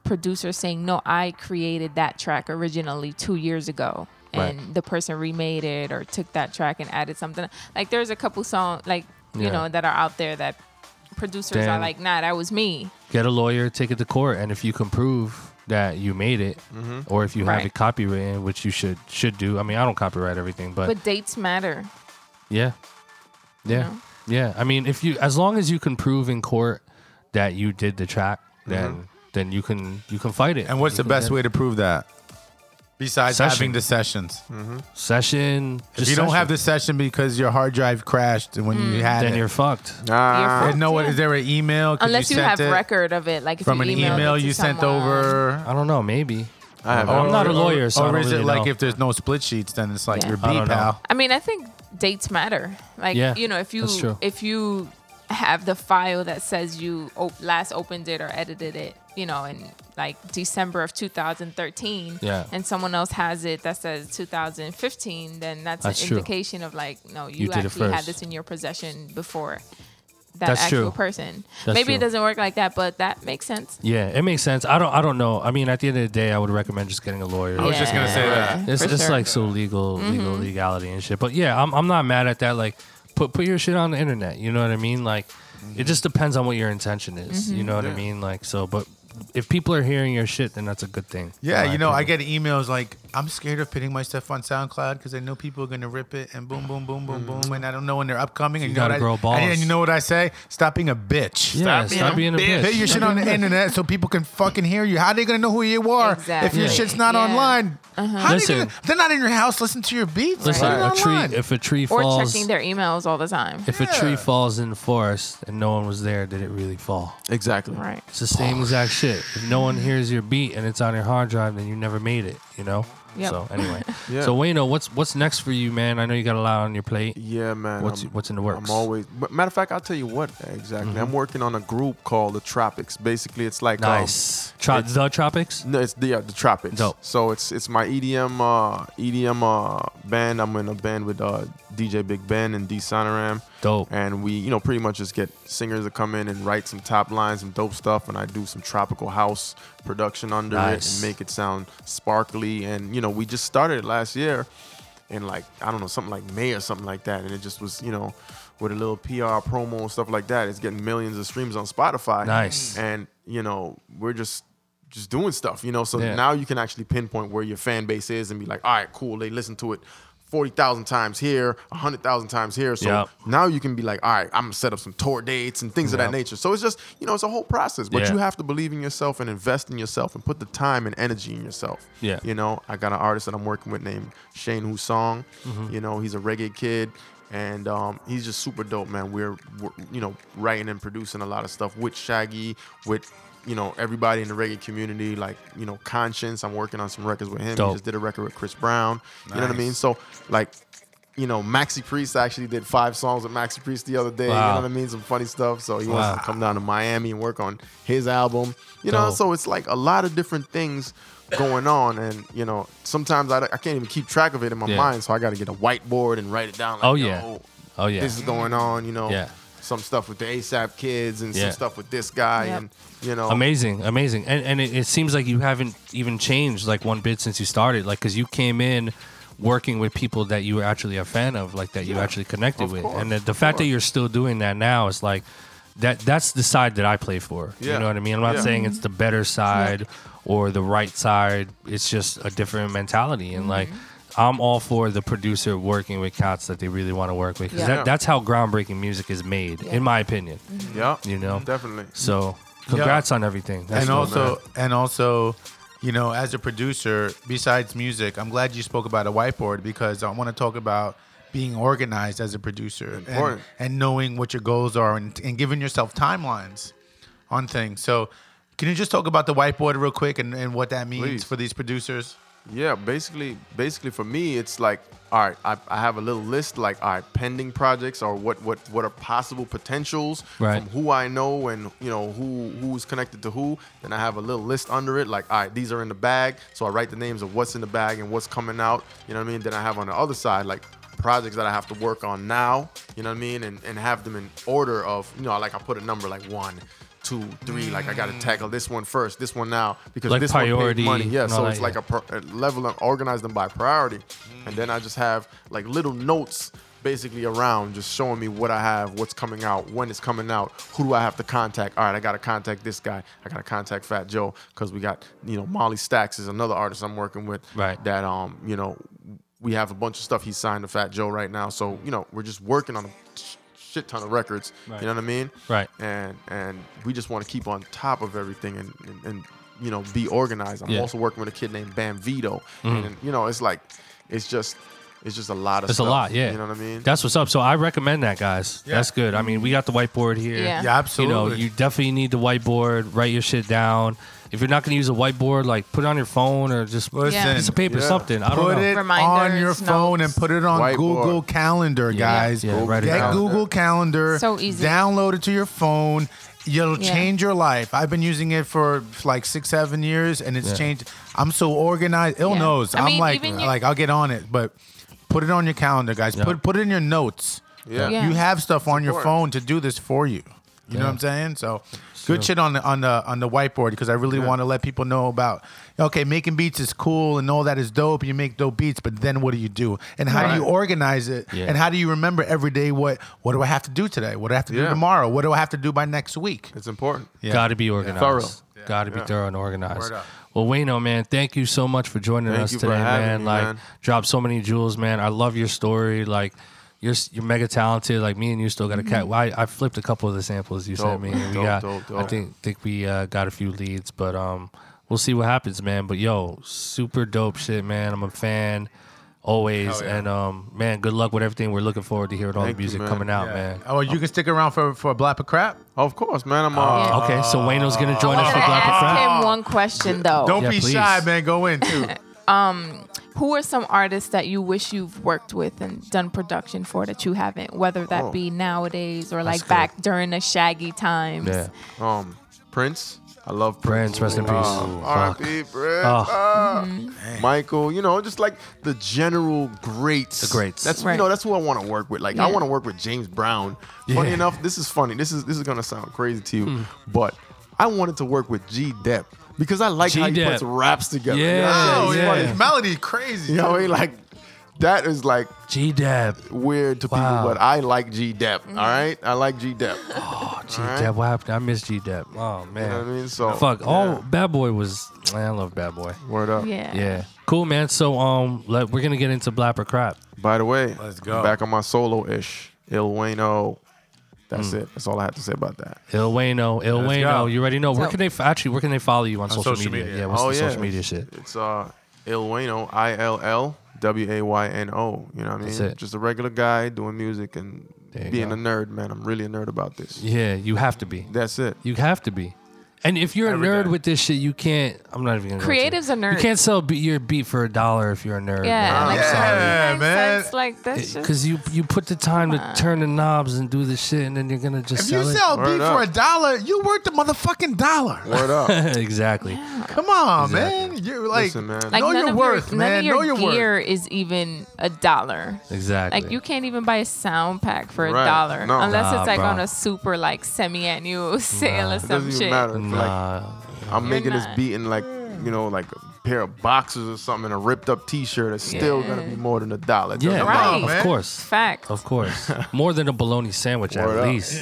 producers saying, "No, I created that track originally two years ago." And
Right.
the person remade it or took that track and added something. Like there's a couple songs like you
Yeah.
know that are out there that producers are
Damn.
like, nah, that was me.
get a lawyer, take it to court, and if you can prove that you made it,
Mm-hmm.
or if you have
Right.
it copywritten, which you should should do. I mean, I don't copyright everything, but,
But dates matter.
yeah, yeah,
know?
yeah. I mean, if you as long as you can prove in court that you did the track, then then you can you can fight it.
Mm-hmm. And what's
You
the
can
best
get
way to prove that? Besides
Session.
having the sessions.
session?
If
just
you don't
session,
have the session because your hard drive crashed and when
Hmm.
you had
then
it,
you're fucked.
Uh,
Nah,
You're
and no,
Yeah.
is there an email? 'Cause
Unless you,
sent
have
it
record of it, like if
from
you
an
emailed
email
it to
you sent
someone.
over.
I don't know. Maybe Oh,
I have
I'm
no-
not a
Or-
lawyer, so I
or
don't
is it
really
like
know.
if there's no split sheets, then it's like
Yeah.
your B
I don't know.
pal?
I mean, I think dates matter. Like
Yeah,
you know, if you
that's true.
if you have the file that says you op- last opened it or edited it, you know, in like December of 2013,
Yeah.
and someone else has it that says 2015, then that's,
That's
an
true.
indication of like, no,
You
you,
did it
actually had
first.
this in your possession before that
That's
actual
true.
person.
That's
Maybe it
true.
doesn't work like that, but that makes sense.
yeah, it makes sense. I don't I don't know. I mean, at the end of the day, I would recommend just getting a lawyer.
was just gonna say that.
It's
for
it's
sure. Mm-hmm.
like so legal, legal legality and shit. But yeah, I'm I'm not mad at that. Like, put put your shit on the internet. You know what I mean? Like, it just depends on what your intention is.
Mm-hmm.
You know what I mean? Like, so but if people are hearing your shit, then that's a good thing.
Yeah,
in
you
my
know, I get
opinion.
emails like, I'm scared of putting my stuff on SoundCloud because I know people are going to rip it and boom, boom, boom, boom,
Mm.
boom. And I don't know when they're upcoming. And
You
know
gotta
what
grow
I,
balls.
And, you know what I say? Stop being a bitch.
yeah, stop being a bitch.
Put your shit on the internet so people can fucking hear you. How are they going to know who you are if
Exactly.
your shit's not
Yeah.
online? How they
Listen.
gonna, they're not in your house. Listen to your beats.
Listen,
Listen,
a
online.
tree if a tree
Or
falls.
checking their emails all the time.
if a tree
Yeah.
falls in the forest and no one was there, did it really fall?
exactly.
Right.
It's the same exact shit. If no one hears your beat and it's on your hard drive, then you never made it. You know.
Yep.
So anyway,
Yeah.
so Wayno, what's what's next for you, man? I know you got a lot on your plate.
Yeah, man.
What's-
I'm-
what's in the works? Mm-hmm.
I'm always. But matter of fact, I'll tell you what exactly. I'm working on a group called the Tropics. Basically, it's like um,
Nice. Tro-
it's-
the tropics.
no, it's the yeah, the Tropics.
Dope.
So it's it's my EDM uh, EDM uh, band. I'm in a band with uh, DJ Big Ben and D Sonoram.
Dope.
And we, you know, pretty much just get singers to come in and write some top lines, some dope stuff, and I do some tropical house production under
Nice.
it and make it sound sparkly. And you know, we just started it last year, in like I don't know something like May or something like that, and it just was, you know, with a little PR promo and stuff like that. It's getting millions of streams on Spotify.
Nice.
And you know, we're just just doing stuff, you know. So
Yeah.
now you can actually pinpoint where your fan base is and be like, all right, cool, they listen to it. 40,000 times here, 100,000 times here. So
Yep.
now you can be like, all right, I'm gonna set up some tour dates and things of
Yep.
that nature. So it's just, you know, it's a whole process, but
Yeah.
you have to believe in yourself and invest in yourself and put the time and energy in yourself.
Yeah. Mm-hmm.
You know, I got an artist that I'm working with named Shane Husong. You know, he's a reggae kid. and um, he's just super dope, man. We're, we're, you know, writing and producing a lot of stuff with Shaggy, with, you know, everybody in the reggae community, like, you know, Conscience. I'm working on some records with him.
Dope.
He just did a record with Chris Brown. You know what I
Nice.
mean? So, like, you know, Maxi Priest I actually did five songs with Maxi Priest the other day. You
Wow.
know what I mean? Some funny stuff. So he wants
Wow.
to come down to Miami and work on his album. You know,
Dope.
so it's like a lot of different things going on, and you know, sometimes I, I can't even keep track of it in my
Yeah.
mind. So I got to get a whiteboard and write it down. Like,
Oh, yeah.
"Yo,
Oh, yeah.
this is going on. You know,
Yeah.
some stuff with the ASAP kids and
Yeah.
some stuff with this guy,
Yep.
and you know,
Amazing, amazing, and and it, it seems like you haven't even changed like one bit since you started, like because you came in working with people that you were actually a fan of, like that you actually connected
of
with,
course,
and the, the
of
fact that
course.
you're still doing that now is like that that's the side that I play for.
Yeah.
You know what I mean? I'm not
Yeah.
saying it's the better side or the right side. It's just a different mentality, and like.
Mm-hmm.
I'm all for the producer working with cats that they really want to work with. 'cause
Yeah.
That, that's how groundbreaking music is made,
Yeah.
in my opinion.
yeah,
You know?
definitely.
So, congrats on everything.
and
That's dope.
also and also you know as a producer besides music i'm glad you spoke about a whiteboard because i want to talk about being organized as a producer and,
Important.
and knowing what your goals are and, and giving yourself timelines on things so can you just talk about the whiteboard real quick and, and what that means
Please.
for these producers
Yeah, basically, basically for me, it's like, all right, I, I have a little list, like, all right, pending projects or what what what are possible potentials
Right.
from who I know and you know who who's connected to who. Then I have a little list under it, like, all right, these are in the bag. So I write the names of what's in the bag and what's coming out. You know what I mean? Then I have on the other side, like projects that I have to work on now. You know what I mean? And and have them in order of, you know, like I put a number like one. Two, three, like I gotta tackle this one first, this one now, because
Like
this
priority
one paid money. Yeah,
and
so
all
it's
that,
like
yeah.
a per, uh, level and organize them by priority.
Mm-hmm.
And then I just have like little notes basically around just showing me what I have, what's coming out, when it's coming out, who do I have to contact. All right, I got to contact this guy. I got to contact Fat Joe because we got, you know, Molly Stacks is another artist I'm working with
Right.
that, um, you know, we have a bunch of stuff he signed to Fat Joe right now. So, you know, we're just working on a sh- shit ton of records.
Right.
You know what I mean?
Right.
And and we just want to keep on top of everything and, and, and you know, be organized. I'm
Yeah. Mm-hmm.
also working with a kid named Bam Vito, and you know, it's like, it's just, it's just a lot of.
It's a
stuff,
lot, yeah.
You know what I mean?
That's what's up. So I recommend that, guys.
Yeah.
That's good. I mean, we got the whiteboard here.
Yeah.
yeah
You
absolutely
know, you definitely need the whiteboard. Write your shit down. If you're not going to use a whiteboard, like put it on your phone or just
Listen,
Yeah.
piece of paper,
Yeah.
something. I
Put
don't know.
it on
Reminders,
your phone
notes.
and put it on
Whiteboard.
Google Calendar, guys.
Yeah, write it
Get
down.
Google Calendar.
So easy.
Download it to your phone. It'll
Yeah.
change your life. I've been using it for like six, seven years, and it's
Yeah.
changed. I'm so organized. Ill
Yeah.
knows.
I
I'm
mean,
like,
even your-
like I'll get on it, but put it on your calendar, guys.
Yeah.
Put put it in your notes.
Yeah.
Yeah.
You have stuff on your
Support.
phone to do this for you. You know what I'm saying? So good shit on the on the on the whiteboard because I really want to let people know about okay, making beats is cool and all that is dope. You make dope beats, but then what do you do? And how do you
Right.
organize it?
Yeah.
And how do you remember every day what what do I have to do today? What do I have to do
Yeah.
tomorrow? What do I have to do by next week?
It's important.
Yeah.
Got to be organized.
Thorough.
Got to be
Yeah.
thorough and organized.
Word up.
Well, Wayno, man, thank you so much for joining
Thank
us
you for
today,
having
man.
me,
like,
man.
dropped so many jewels, man. I love your story. Like, you're s- you're mega talented. Like me and you still got a cat. Well, I, I flipped a couple of the samples you sent
Mm-hmm. Dope,
me.
man.
and we
Dope,
got,
dope,
I
dope.
think think we uh, got a few leads, but um, we'll see what happens, man. But yo, super dope shit, man. I'm a fan. Always and um man, good luck with everything. We're looking forward to hearing all
Thank
the
you,
music
man.
coming out,
Yeah.
man.
Oh, you can stick around for for a blap of crap.
Of course, man. I'm. Uh,
Yeah.
Okay, so Wayno's gonna join us
I'm
for
gonna
Black and Friday.
ask him one question though.
Don't
Yeah,
be
please.
shy, man. Go in too.
Who are some artists that you wish you've worked with and done production for that you haven't, whether that be nowadays or
Oh. That's
like
good.
back during the Shaggy times?
Yeah.
Um, Prince. I love Prince.
Prince, rest in peace.
Um, R.I.P. Prince.
Oh,
Ah. Michael, you know, just like the general greats. The
greats.
That's
Right.
you know, that's who I want to work with. Like I
Yeah.
want to work with James Brown. Funny enough, this is funny. This is this is gonna sound crazy to you,
Hmm.
but I wanted to work with G. Depp because I like how he
G.
puts
Depp.
raps together. You know
Yeah,
what I'm
oh
saying?
yeah.
yeah, his melody crazy.
You know, what I mean? like that is like
G Dab.
weird to
Wow.
people, but I like G. Depp.
Mm-hmm.
All right, I like G. Depp.
Oh, G Dep. What happened? I miss G Dep. Oh man.
what I mean? So,
fuck. all
yeah.
Bad Boy was. Man, I love Bad Boy.
Word up.
Yeah.
Yeah. Cool, man. So um, let, we're gonna get into Blap or Crap.
By the way,
Let's go.
Back on my solo ish, Il Wayno. That's
Hmm.
it. That's all I have to say about that.
Il Wayno, Il
Let's go.
Wayno. oh, You already know. Where
So-
can they f- actually? Where can they follow you on, social,
social
media?
media.
Yeah. What's
oh
the
yeah,
social media shit?
It's uh Il Wayno, I L L W A Y N O. You know what I mean?
That's it.
Just a regular guy doing music and
There you
being
go.
a nerd, man. I'm really a nerd about this.
Yeah, you have to be.
That's it.
You have to be. And if you're
Every
a nerd
day.
with this shit, you can't. I'm not even gonna. go into it.
Creatives are nerds.
You can't sell be- your beat for a dollar if you're a nerd.
yeah,
man.
like,
I'm sorry.
Yeah,
yeah,
man.
man. Like that's just
Because you you put the time to turn the knobs and do the shit, and then you're gonna just
If
sell
you sell
Word
beef for a
up.
dollar, you worth the motherfucking dollar.
Word up.
it. exactly.
Come on,
Exactly.
man. You're like,
Listen, man.
like
know
none
your
of
worth,
your,
man.
None
Know
of
your
your
worth.
gear is even a dollar.
Exactly.
Like you can't even buy a sound pack for a
Right.
dollar
No.
unless
Nah,
it's like
bro.
on a super like semi-annual sale or
It
some
doesn't even
shit.
matter. Like,
Nah.
I'm making this
not.
beat in like, you know, like a pair of boxers or something and a ripped up t shirt. It's still going to be more than a dollar. It
yeah.
doesn't
Right.
matter.
Of
man.
course.
Fact.
Of course. More than a bologna sandwich at
Word up.
least.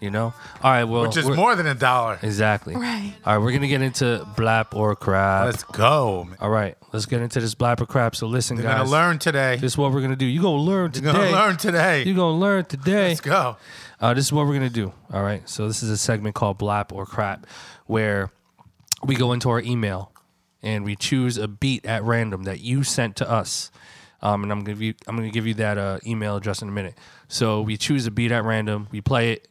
You know. All right. Well.
Which is
we're-
more than a dollar.
Exactly.
Right.
All right. We're gonna get into blap or crap.
Let's go. Man.
All right. Let's get into this blap or crap. So listen,
You're
guys.
gonna learn today.
This is what we're gonna do. You gonna learn
You're
today.
gonna learn today.
You gonna learn today.
Let's go.
Uh, this is what we're gonna do. All right. So this is a segment called Blap or Crap, where we go into our email and we choose a beat at random that you sent to us. Um, and I'm gonna give you I'm gonna give you that uh, email address in a minute. So we choose a beat at random, we play it,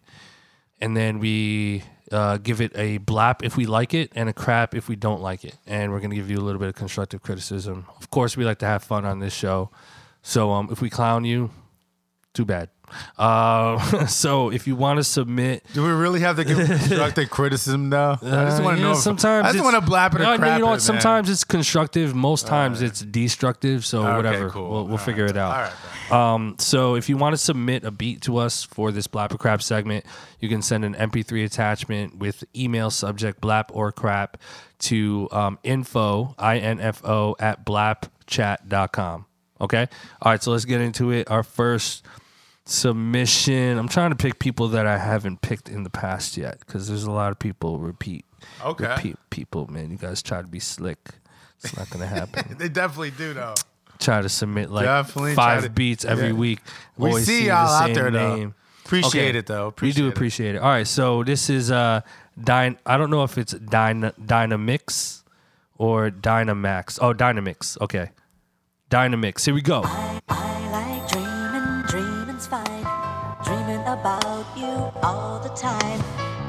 and then we uh, give it a blap if we like it and a crap if we don't like it. And we're gonna give you a little bit of constructive criticism. Of course, we like to have fun on this show. So um, if we clown you, too bad. Uh, so if you want to submit,
Do we really have to give constructive criticism though? I just want
Uh,
to
yeah,
know. if-
Sometimes
I just
it's-
want to blap it
No,
or
I mean,
crap.
You know
it,
what?
man.
Sometimes it's constructive. Most times it's destructive. So
Okay,
whatever,
cool.
we'll, we'll
All
figure it out.
All right.
Um, so if you want to submit a beat to us for this Blap or Crap segment, you can send an MP3 attachment with email subject Blap or Crap to um, info, I-N-F-O, at blapchat.com. Okay? All right, so let's get into it. Our first submission. I'm trying to pick people that I haven't picked in the past yet because there's a lot of people repeat.
Okay.
Repeat people, man. You guys try to be slick. It's not going to happen
They definitely do though.
try to submit like
Definitely try
five
to-
beats every
yeah.
week.
We
Always
see
the
y'all out
same
there though.
name.
Appreciate
Okay.
it though.
we do
it.
appreciate it. All right, so this is uh dyn I don't know if it's dyna dynamix or dynamax. Oh, dynamix. Okay. Dynamix. Here we go.
I like dreaming, dreaming's fine. Dreaming about you all the time.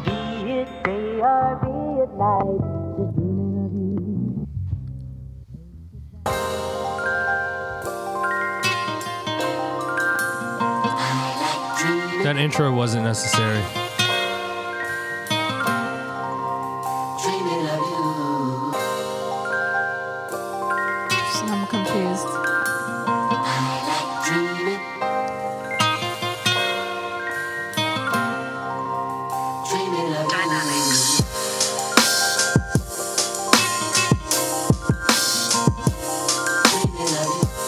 Be it day or be it night, just dreaming of you. I like dreaming.
That intro wasn't necessary.
Dreaming of you.
Shit, I'm confused.
Dreaming. Dreaming of Dynamics. Dreaming of you.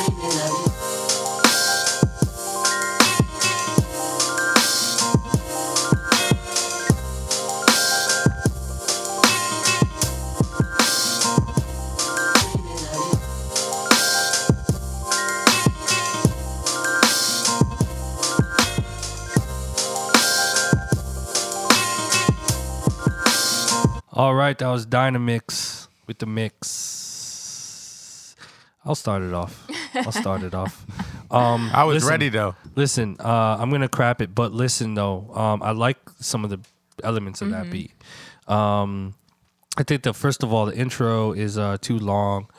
Dreaming of you.
All right, that was Dynamix with the mix. I'll start it off. I'll start it off. Um,
I was
listen,
ready though.
Listen, uh, I'm gonna crap it, but listen though, um, I like some of the elements of
Mm-hmm.
that beat. Um, I think that first of all, the intro is uh, too long.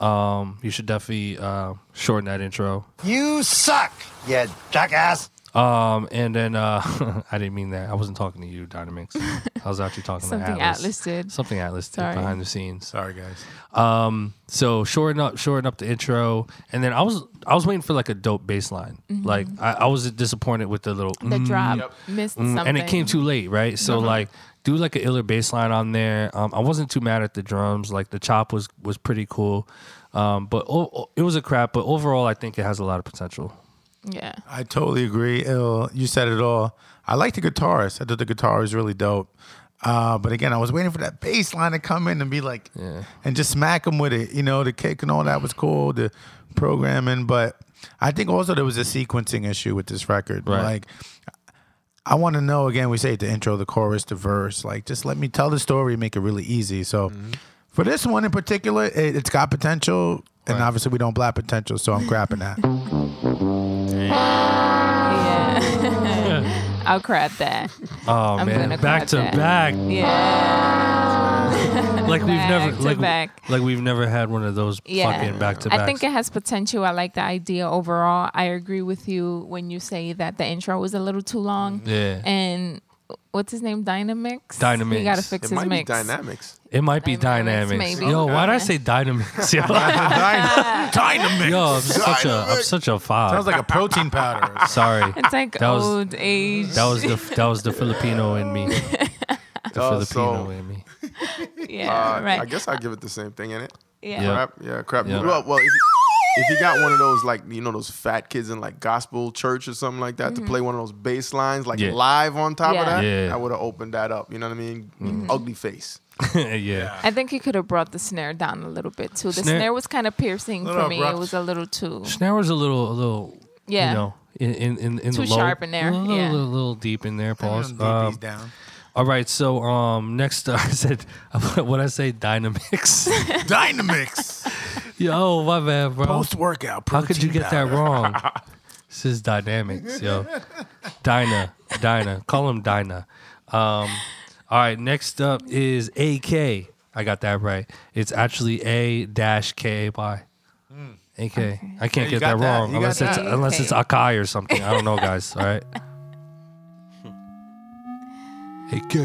Um, you should definitely uh, shorten that intro.
You suck, you jackass.
Um, and then uh, I didn't mean that. I wasn't talking to you, Dynamix. I was actually talking
Something
to Atlas.
Atlas did.
Something Atlas did
Sorry.
behind the scenes.
Sorry guys.
Um, so shorten up, shorten up the intro, and then I was I was waiting for like a dope bass line. Like I, I was disappointed with the little
Mm-hmm. The drop missed something.
Mm.
Uh-huh.
and it came too late, right? So like do like an iller bass line on there. Um, I wasn't too mad at the drums. Like the chop was was pretty cool, um, but o- o- it was a crap. But overall, I think it has a lot of potential.
Yeah.
I totally agree. Ill, you said it all. I like the guitarist. I thought the guitar is really dope. Uh, but again, I was waiting for that bass line to come in and be like, and just smack him with it. You know, the kick and all that was cool, the programming. But I think also there was a sequencing issue with this record.
Right.
Like, I want to know again. We say the intro, the chorus, the verse. Like, just let me tell the story, make it really easy. So, for this one in particular, it, it's got potential, and obviously we don't blab potential, so I'm grabbing that.
Yeah. I'll crap that.
Oh
I'm
man,
gonna
back
grab
to
that.
back,
Yeah.
like we've never,
Back to
like,
back.
like we've never had one of those
Yeah.
fucking back to back.
I think it has potential. I like the idea overall. I agree with you when you say that the intro was a little too long.
Yeah.
And what's his name? Dynamix?
Dynamix.
We got to fix
It
his
might
mix.
be dynamics.
It might be
Dynamics,
dynamics.
maybe.
Yo, why did I say dynamics? Yo,
Dynamix.
Yo, I'm such a I'm such a fob.
Sounds like a protein powder.
Sorry,
It's like
That was-
old age.
that was the that was the Filipino in me. The
Oh,
Filipino
so-
in me.
yeah,
Uh,
right.
I guess I give it the same thing in it.
yeah.
Yeah.
Crap, yeah, crap.
Yeah.
Well, well, if you, if you got one of those like you know those fat kids in like gospel church or something like that to play one of those bass lines like
Yeah.
live on top
Yeah.
of that,
Yeah. Mm-hmm.
I would have opened that up. You know what I mean? Ugly face.
yeah.
I think he could have brought the snare down a little bit too. The
Snare-
snare, was kind of piercing
Little
for me.
abrupt.
It was a little too.
Schnauzer's a little a little
Yeah.
you know in in in, in
Too
the low,
sharp in there,
A little,
yeah.
little, little deep in there, pause.
DB's
Um,
down.
all right, so um next uh, I said what I say dynamics.
Dynamix.
yo, my bad, bro.
Post workout.
How could you get that wrong? this is dynamics, yo. Dinah, Dinah, call him Dinah. Um, all right, next up is AK. I got that right. It's actually A dash K A Y. AK. I
Hmm. you got
can't get that
that.
wrong
You
unless
got
it's
that.
unless it's Akai or something. I don't know, guys. All right. AK.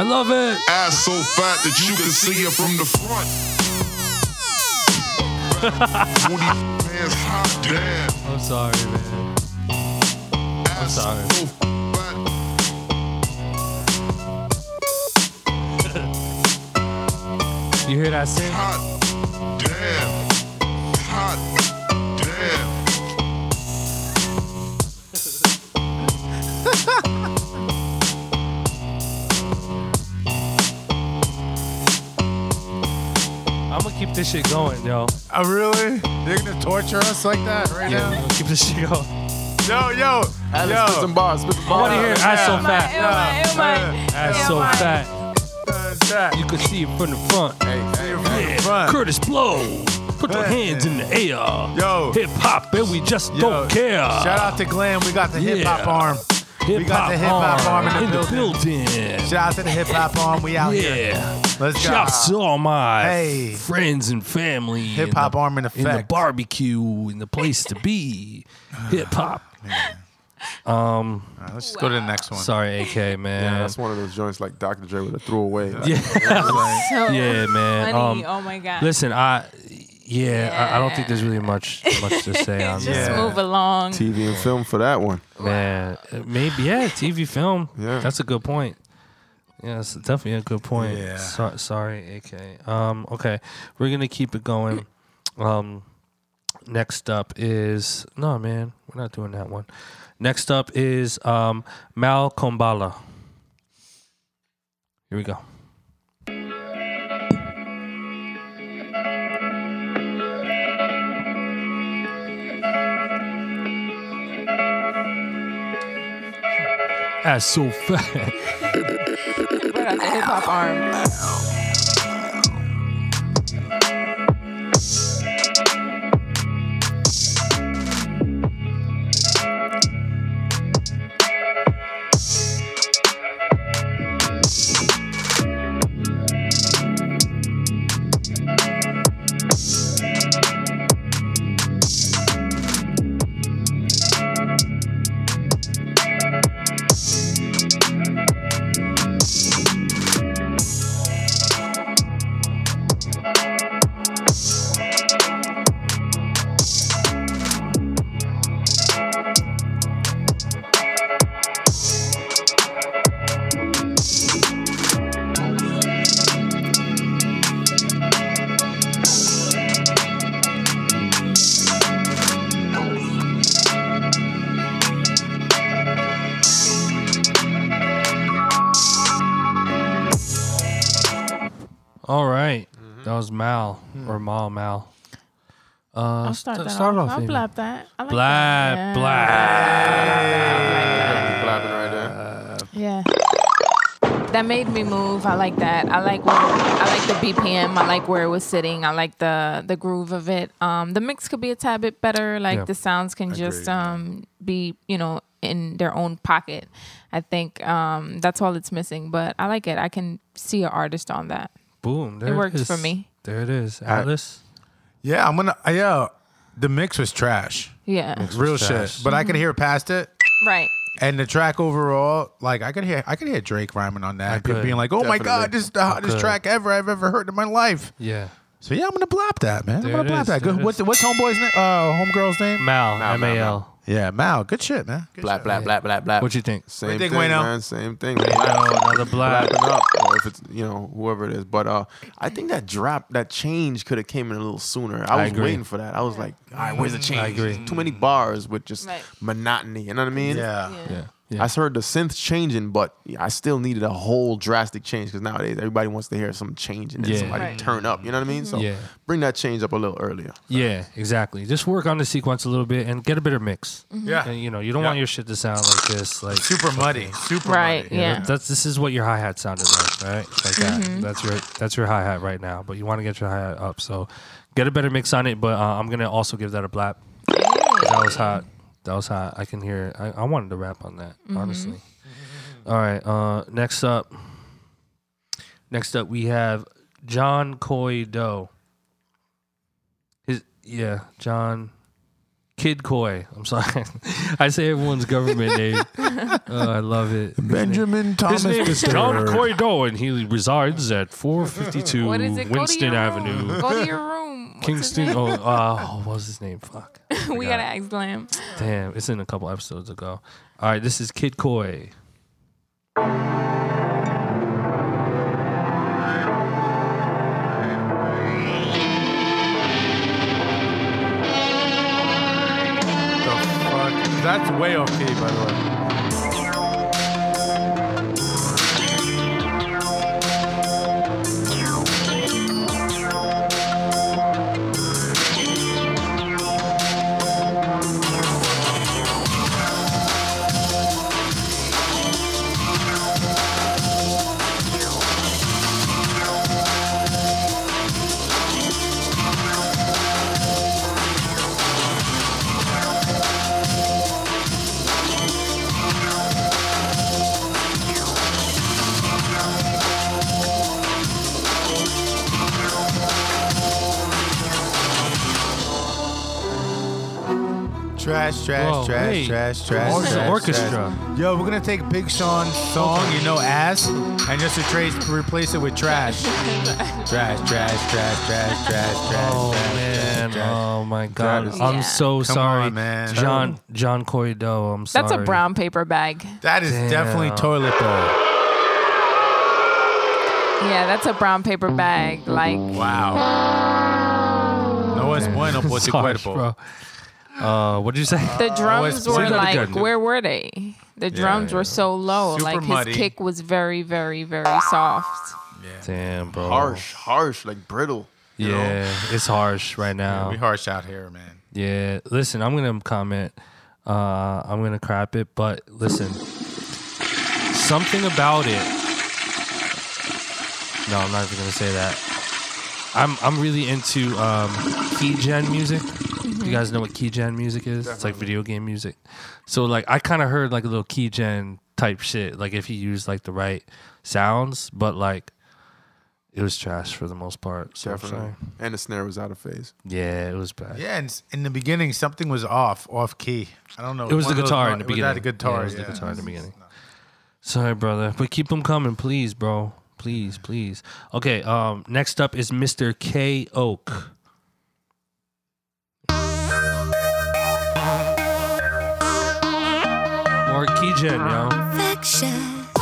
I love it.
Ass so fat that you can see her from the front. Booty pants hot damn.
I'm sorry, man.
Ass
sorry.
so oh, fat.
You hear that sing?
Hot damn. Hot damn.
I'm gonna keep this shit going, yo.
Oh, really? They're gonna torture us like that right Oh,
Yeah, I'm gonna keep this shit going.
now? Yo, yo,
Alex,
yo.
spit some bars. Spit some
I want
bars.
to hear ass so fat.
Oh my, oh my.
Ass so
Yeah.
fat.
That's that.
You can see it from the front.
front.
Curtis Blow. Put your hands in the air.
Yo.
Hip hop, and we just
Yo,
don't care.
Shout out to Glenn. We got the hip hop
Yeah.
arm.
hip
we got the hip hop arm in the
building.
Shout out to the hip hop arm. We out here.
Yeah.
Let's go.
Shouts to all my
Hey.
friends and family. in
Hip hop
the-
arm in
In the
effect.
barbecue, in the place to be. Hip hop.
All right, let's just go to the next one.
Sorry, AK,
Yeah,
man.
that's one of those joints like Dr. Dre would have threw away. Like,
So
Yeah, man.
funny.
Um,
oh my god.
Listen, I yeah, I, I don't think there's really much much to say on
Just
that.
move along.
TV and film for that one.
Man, uh, maybe yeah, TV film.
Yeah.
that's a good point. Yeah, that's definitely a good point.
Yeah.
So- sorry, AK. Um, okay, we're gonna keep it going. Um, next up is no, man, we're not doing that one. Next up is um, Mal Kombala. Here we go. That's so fat.
Right on the hip hop arm.
Mm-hmm. All right. That was Mal or Mal Mal. Uh,
Hmm. I'll start
st-
that
start
off.
off,
I'll
Amy.
blab that. I like
Blab,
that.
blab.
Blabbing right there.
Yeah. That made me move. I like that. I like where I like the BPM. I like where it was sitting. I like the the groove of it. Um, the mix could be a tad bit better. Like
Yeah.
the sounds can just um be you know in their own pocket. I think um that's all it's missing. But I like it. I can see an artist on that.
Boom. There
worked
is.
for me.
There it is. Atlas.
Yeah, I'm gonna. uh, Yeah, the mix was trash,
Yeah.
real
trash.
shit. But I could hear past it,
Right.
and the track overall, like I could hear, I could hear Drake rhyming on that. People
could.
being like, "Oh my god, this is the hottest
could.
track ever I've ever heard in my life."
Yeah.
So yeah, I'm gonna blop that, man.
There
I'm gonna
it
blop
is,
that.
there
Good.
it
What's
is.
what's homeboy's name? Uh, homegirl's name?
Mal.
Mal,
M A L.
Yeah, Mal. Good shit, man. Good
Blap,
shit.
blap, blap, blap, blap.
What you think?
Same
you
thing,
think, Wayno?
man. Same thing.
Oh, another black.
Blapping up, or if it's you know whoever it is, but uh, I think that drop, that change could have came in a little sooner. I was
agree.
waiting for that. I was like, all right, where's the change?
agree.
Too many bars with just
Right.
monotony. You know what I mean?
Yeah.
Yeah.
I s- heard the synth changing, but I still needed a whole drastic change because nowadays everybody wants to hear some change and then
Yeah.
somebody
Right.
turn up. You know what I mean? So
Yeah.
bring that change up a little earlier.
Yeah, exactly. Just work on the sequence a little bit and get a better mix.
Mm-hmm.
Yeah.
And, you know, you don't
Yeah.
want your shit to sound like this. Like
Super muddy. Super
Right.
muddy.
you know,
Yeah.
that's this is what your hi hat sounded like, right? Like that. That's your that's your hi hat right now. But you want to get your hi hat up, so get a better mix on it. But uh, I'm gonna also give that a blap. That was hot. That was hot. I can hear. I, I wanted to rap on that, honestly. All right. Uh, next up. Next up, we have John Coy Doe. His yeah, John Kid Coy. I'm sorry. I say everyone's government name. Oh, I love it.
Benjamin
His
Thomas.
name is John
Pasteur.
Coy Doe, and he resides at 452
What is it? Go to
Winston
your
Avenue,
Room. Go to your room. What's his
Kingston.
name?
Oh, uh, what was his name? Fuck.
we gotta ask Glam.
Damn, it's in a couple episodes ago. All right, this is Kid Coy.
The fuck? That's way off key, by the way. Trash, trash,
Whoa,
trash,
wait.
trash, trash,
Or-
trash, trash.
orchestra.
Yo, we're gonna take Big Sean's song, you know, ass, and just replace replace it with trash. trash, trash, trash, trash, trash, trash,
Oh
trash,
man!
trash, trash.
Oh my God!
is-
I'm
Yeah.
so
Come
sorry,
on, man.
John John Coy Doe. I'm sorry.
That's a brown paper bag.
That is definitely
Damn.
toilet bowl.
Yeah, that's a brown paper bag. Like
Wow. No es bueno por tu
Sorry,
cuerpo.
bro. Uh, what did you say?
the drums
it's-
were
it's not
like,
good.
where were they? The drums were so low.
Super
like his
muddy.
kick was very, very, very soft.
Damn, bro.
Harsh, harsh, like brittle.
Yeah, it's harsh right now.
We harsh out here, man.
Yeah, listen, I'm gonna comment. Uh, I'm gonna crap it, but listen, something about it. No, I'm not even gonna say that. I'm I'm really into um, key gen music. Do You guys know what key gen music is? It's like video game music. So like I kind of heard like a little key gen type shit. Like if you use like the right sounds, but like it was trash for the most part. So I'm
Definitely.
sorry.
And the snare was out of phase.
Yeah, it was bad.
Yeah, and s- in the beginning, something was off, off key. I don't know.
It was
one
the
of those
guitar
mar-
in the
was
beginning.
that the guitar.
Yeah, it was the guitar in the beginning. Sorry, brother, but keep them coming, please, bro. Please, please. Okay. Um. Next up is Mr. K Oak. More Keygen, yo.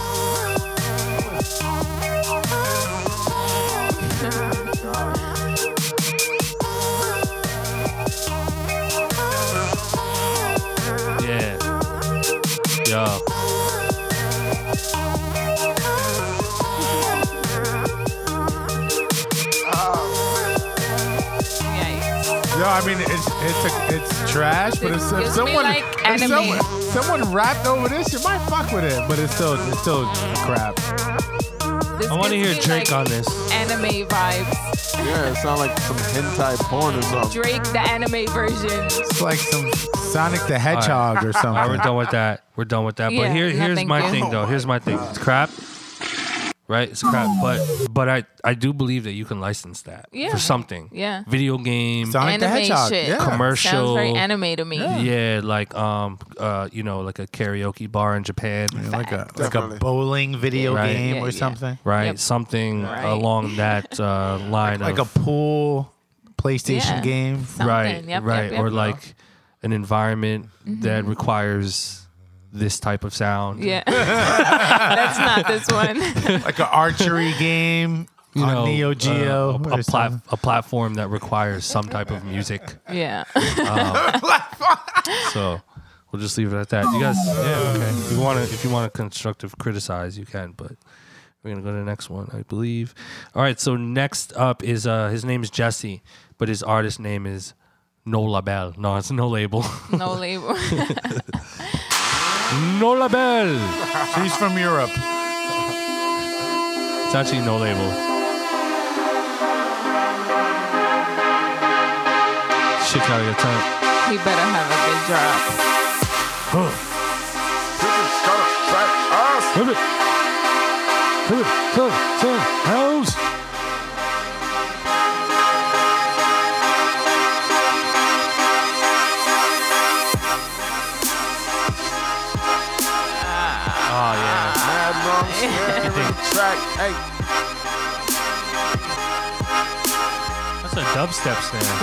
Yeah. Yo.
Yikes.
Yo, I I mean it's it's it's trash, but if, if
Gives me,
someone
like,
if
anime.
someone someone rapped over this, you might fuck with it, but it's still it's still crap.
This
I want to
gives
hear
me,
Drake
like,
on this.
Anime vibes.
Yeah, it sounds like some hentai porn or something.
Drake, the anime version.
It's like some Sonic the Hedgehog or something.
All right, we're done with that. We're done with that.
Yeah,
but here,
no,
here's
thank
my
you.
thing, though. Here's my thing. It's crap, right? It's crap. But but I I do believe that you can license that
Oh. Yeah.
for something.
Yeah.
Video game.
Sonic the
Anime
Hedgehog.
shit.
Yeah.
Commercial.
Sounds very anime to me.
yeah, like um uh you know like a karaoke bar in Japan,
like a like
Definitely.
a bowling video
Right.
game
Yeah,
or
yeah.
something.
right?
Yep.
Something
Right.
along that uh, line
Like a
of
pool PlayStation
Yeah.
game.
Something.
right,
Yep,
right,
yep, yep.
or like an environment that requires this type of sound.
Yeah. That's not this one.
Like an archery game
you
on
know,
Neo
uh,
Geo.
a,
or
a, plat-
something.
a platform that requires some type of music.
yeah.
So we'll just leave it at that. You guys,
Oh.
yeah, okay. If you want to, if you want to constructive criticize, you can. But we're gonna go to the next one, I believe. All right. So next up is uh, his name is Jesse, but his artist name is No Label. No, it's no label.
No label.
no Label.
She's from Europe.
It's actually no label. Shit, out of your time.
he better have a good drop.
Hit it. Hit it. Turn, turn, house. Ah,
Mad wrong, swearing track. Hey,
That's a dubstep snare.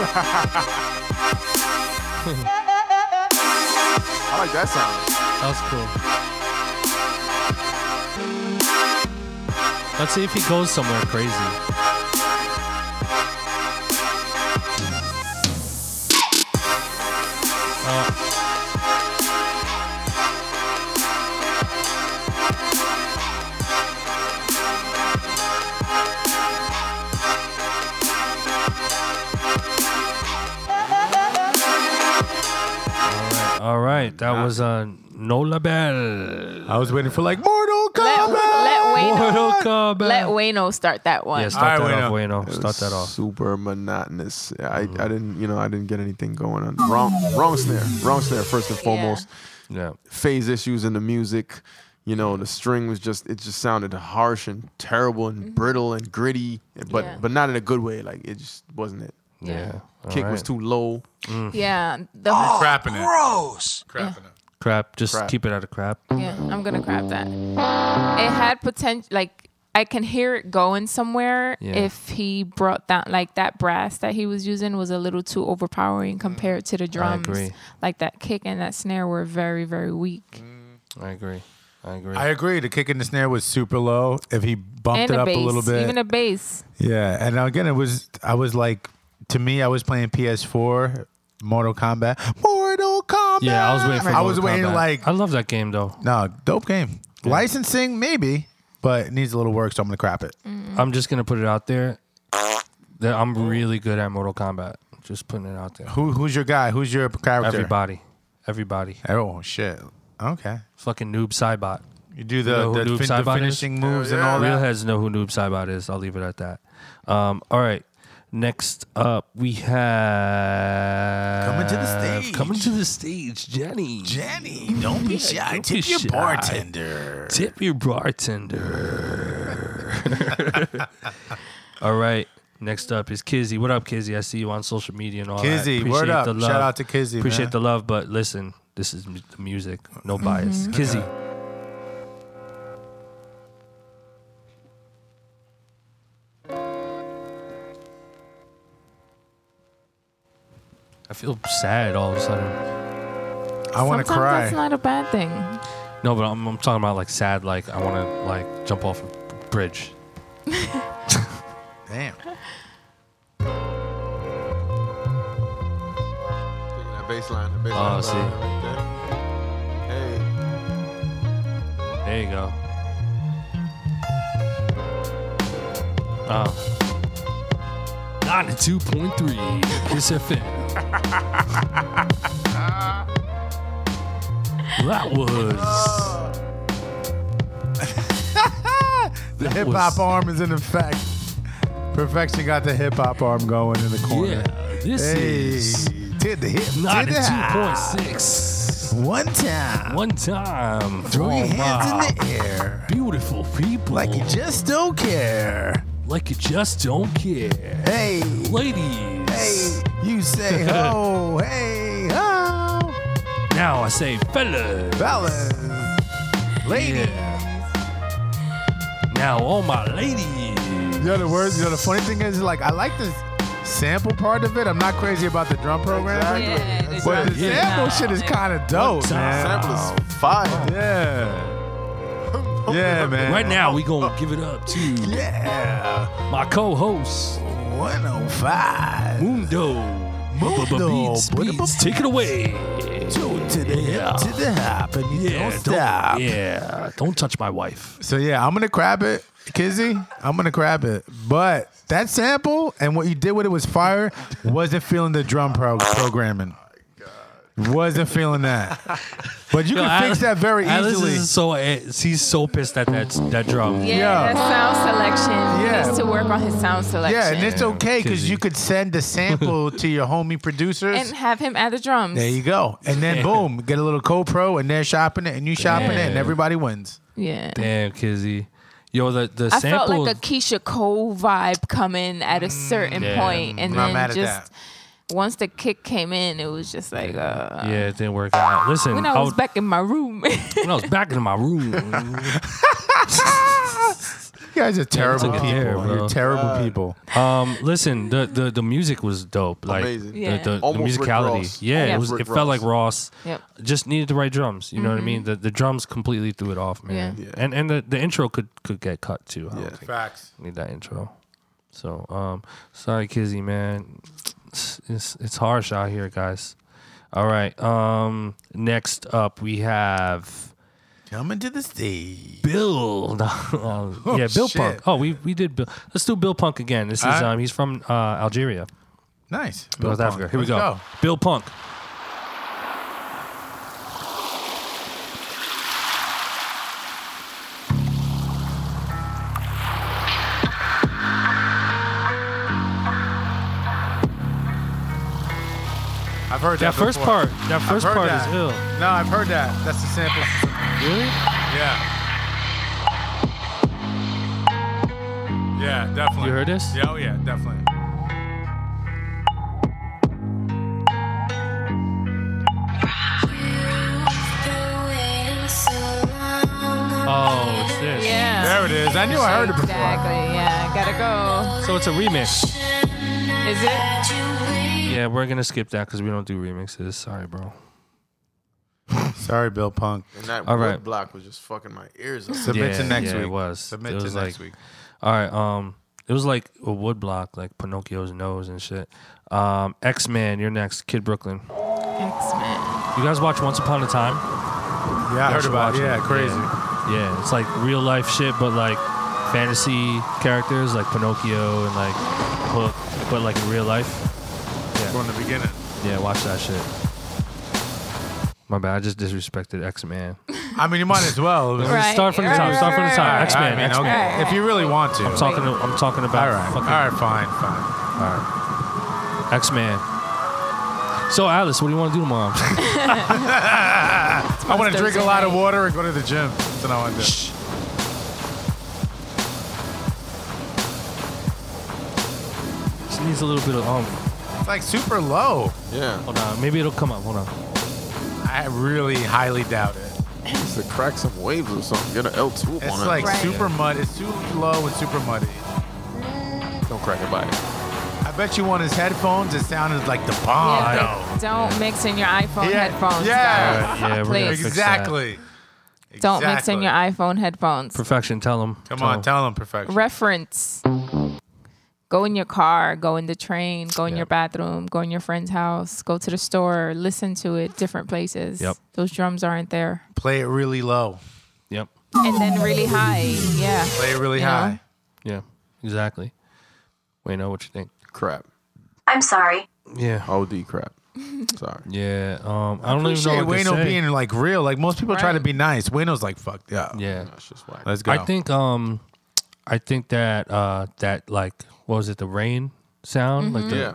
I like that sound.
That was cool. Let's see if he goes somewhere crazy. Uh, All right, that was uh, No Label.
I was waiting for like Mortal
Let,
Kombat.
let Wayno.
Mortal Kombat.
Let Wayno start that one.
yeah, start
All right,
that off, Wayno. Start that off.
Super monotonous. Yeah, I,
Mm-hmm.
I didn't, you know, I didn't get anything going on. Wrong, wrong snare. Wrong snare. First and foremost,
Yeah.
phase issues in the music. You know, the string was just it just sounded harsh and terrible and brittle and gritty, eh, but
Yeah.
but not in a good way. Like it just wasn't it.
Yeah.
Kick
All
was
right.
too low.
Yeah. The
Oh.
Crapping it.
Gross.
Crapping it.
crap. Just
Crap.
keep it out of crap.
Yeah, I'm gonna grab that.
Mm-hmm.
It had potential. Like I can hear it going somewhere.
Yeah.
If he brought that, like that brass that he was using was a little too overpowering
Mm-hmm.
compared to the drums.
agree.
Like that kick and that snare were very, very weak.
I agree. I agree.
I agree. The kick in the snare was super low. If he bumped
And
it
a
up
bass,
a little bit,
even a bass.
Yeah, and again, it was I was like, to me, I was playing PS4, Mortal Kombat, Mortal Kombat.
yeah, I was waiting for.
I was
Mortal
waiting
Kombat.
like,
I love that game though.
no, dope game. Licensing maybe, but it needs a little work, so I'm gonna crap it.
Mm-hmm.
I'm just gonna put it out there. That I'm really good at Mortal Kombat. Just putting it out there.
Who who's your guy? Who's your character?
Everybody, everybody,
Oh shit. Okay.
fucking noob Cybot.
You do
You
the,
know who
the,
Noob
fin- the
Saibot is?
finishing moves and all
Real
that.
heads know who noob Cybot is. I'll leave it at that. Um, all right. Next up, we have
Coming to the stage.
Coming to the stage, Jenny.
Jenny, don't be shy.
Don't be shy. Tip your bartender. all right. Next up is Kizzy. What up, Kizzy? I see you on social media and all that.
Kizzy, word
Appreciate
up.
the love.
Shout out to Kizzy.
Appreciate
man.
the love, but listen, this is mu- the music. No bias.
Mm-hmm.
Kizzy. I feel sad all of a sudden.
I want to
Sometimes
cry.
that's not a bad thing.
No, but I'm, I'm talking about like sad, like I want to like jump off a bridge.
Damn.
That bass line, that bass
Oh,
line
I see.
right there. Hey.
There you
Uh.
go. Oh. 92.3 Kiss FM. That was
The
That
hip hop
was-
arm is in effect. Perfection got the hip hop arm going in the corner.
yeah. This
Oh. Hey,
is
did the hip,
not
did
a
the
two point
hop.
six.
One time,
One time.
throw
Oh,
your hands
wow.
in the air
Beautiful people.
like you just don't care.
like you just don't care.
Hey,
Ladies.
hey, you say ho, hey ho,
Now I say fellas.
fellas, ladies.
Now all my ladies.
You know the words. You know the funny thing is, like, I like this sample part of it. I'm not crazy about the drum program,
Yeah, it's
but
not
the
good.
sample
No,
shit is
it-
kind of dope,
time.
man.
Sample is fire.
Yeah, yeah, man.
Right now we gonna give it up to
yeah,
my co-host
105.
Mundo.
Mundo.
Beats, beats. Take it away.
Two to the
Yeah.
hip, to the hop, and you
Yeah,
don't stop.
yeah, don't touch my wife.
So yeah, I'm gonna grab it, Kizzy. I'm gonna grab it. But that sample and what you did with it was fire. Wasn't feeling the drum pro- programming. Wasn't feeling that. But you can fix that very
Alice
easily.
Is so he's so pissed at that that drum.
Yeah,
Yeah.
that sound selection.
Yeah.
He needs to work on his sound selection.
Yeah, and it's okay because you could send the sample to your homie producers.
And have him add the drums.
there you go. And then boom, get a little co-pro and they're shopping it and you shopping it and
Yeah.
everybody wins.
yeah.
Damn, Kizzy. Yo, the the
I felt
sample.
like a Keisha Cole vibe coming at a certain
Mm, Yeah.
point, and
Not
then
mad at
just once the kick came in, it was just like, uh,
yeah, it didn't work out. Listen,
when I was
I'll-
back in my room,
when I was back in my room.
You guys are terrible
took it
people.
there, bro.
You're terrible people.
Um, listen, the, the the music was dope. Like
Amazing.
the-
Yeah.
the, the,
Almost Rick
musicality.
Ross.
Yeah, it
Almost
was.
Rick
It felt like
Ross.
Ross.
Yep. Mm-hmm.
Just needed the right drums. You know what I mean? The the drums completely threw it off, man.
Yeah.
Yeah.
And and the, the intro could could get cut too. I don't
Yeah.
think
Facts.
we need that intro. So um, sorry, Kizzy, man. It's, it's it's harsh out here, guys. All right. Um, next up we have
Coming to the stage.
Bill. Um, yeah, Bill
shit.
Punk. Oh, we we did Bill. Let's do Bill Punk again. This is
All right.
um, he's from uh, Algeria.
Nice.
North
Bill
Africa.
Punk.
Here we
Let's
go. Bill Punk.
I've heard that.
That first
before.
part, that
I've
first
heard
part
that.
is ill.
No, I've heard that. That's the sample.
Really?
Yeah. Yeah, definitely.
You heard this?
Yeah, oh yeah, definitely.
Oh, it's this.
yeah.
There it is. I knew I heard it before.
Exactly. Yeah, gotta
So it's a remix.
go. Is it?
Yeah, we're gonna skip that because we don't do remixes. Sorry, bro.
Sorry, Bill Punk.
And that
All
wood
right.
block was just fucking my ears up.
Submit to
Yeah,
next
yeah,
week.
It was.
Submit
it
to
was
next
like,
week.
All right. Um, it was like a wood block, like Pinocchio's nose and shit. Um, X Man, you're next. Kid Brooklyn.
X Men.
You guys watch Once Upon a Time?
Yeah, I heard
should
about
watch
it.
it.
Yeah, crazy.
Yeah, it's like real life shit, but like fantasy characters like Pinocchio and like Hook, but like in real life.
From the beginning.
Yeah, watch that shit. My bad. I just disrespected X Man.
I mean, you might as well.
Right.
Start from the top. Start from the top.
right,
X Man.
I mean,
X Man.
okay. If you really want to.
I'm talking. To, I'm talking
All
about.
right. All
fucking
right, fine, fine.
X Man. So Alice, what do you want to do tomorrow?
I want to drink a
Thursday
lot of
night.
water and go to the gym. That's what I want to do.
she needs a little bit of um.
It's like super low.
Yeah,
Hold on. Maybe it'll come up. Hold on.
I really highly doubt it.
it's to crack some waves or something. Get an L two
It's
on it.
like
Right.
super mud. It's too low and super muddy.
don't crack it by it.
I bet you on his headphones, it sounded like the bomb.
yeah, don't mix in your iPhone
Oh, Yeah.
headphones.
Yeah.
guys.
All right, yeah, we're
Please.
gonna
Yeah,
fix that.
exactly.
Don't mix in your
Exactly.
iPhone headphones.
Perfection. Tell them.
Come on, tell him perfection.
reference. Go in your car, go in the train, go in
Yeah.
your bathroom, go in your friend's house, go to the store, listen to it different places.
Yep.
Those drums aren't there.
Play it really low.
Yep.
And then really high. Yeah.
Play it really
You know?
high.
Yeah. Exactly. We know what you think.
Crap.
I'm sorry.
Yeah.
OD crap. Sorry.
Yeah. Um, I don't even
Appreciate
know what to
Wayno
say.
being like real. Like most people try
Right.
to be nice. Wayno's like fucked up.
yeah.
That's just whack.
Let's go.
I think um, I think that uh, that like what was it the rain sound like the,
Mm-hmm.
Yeah.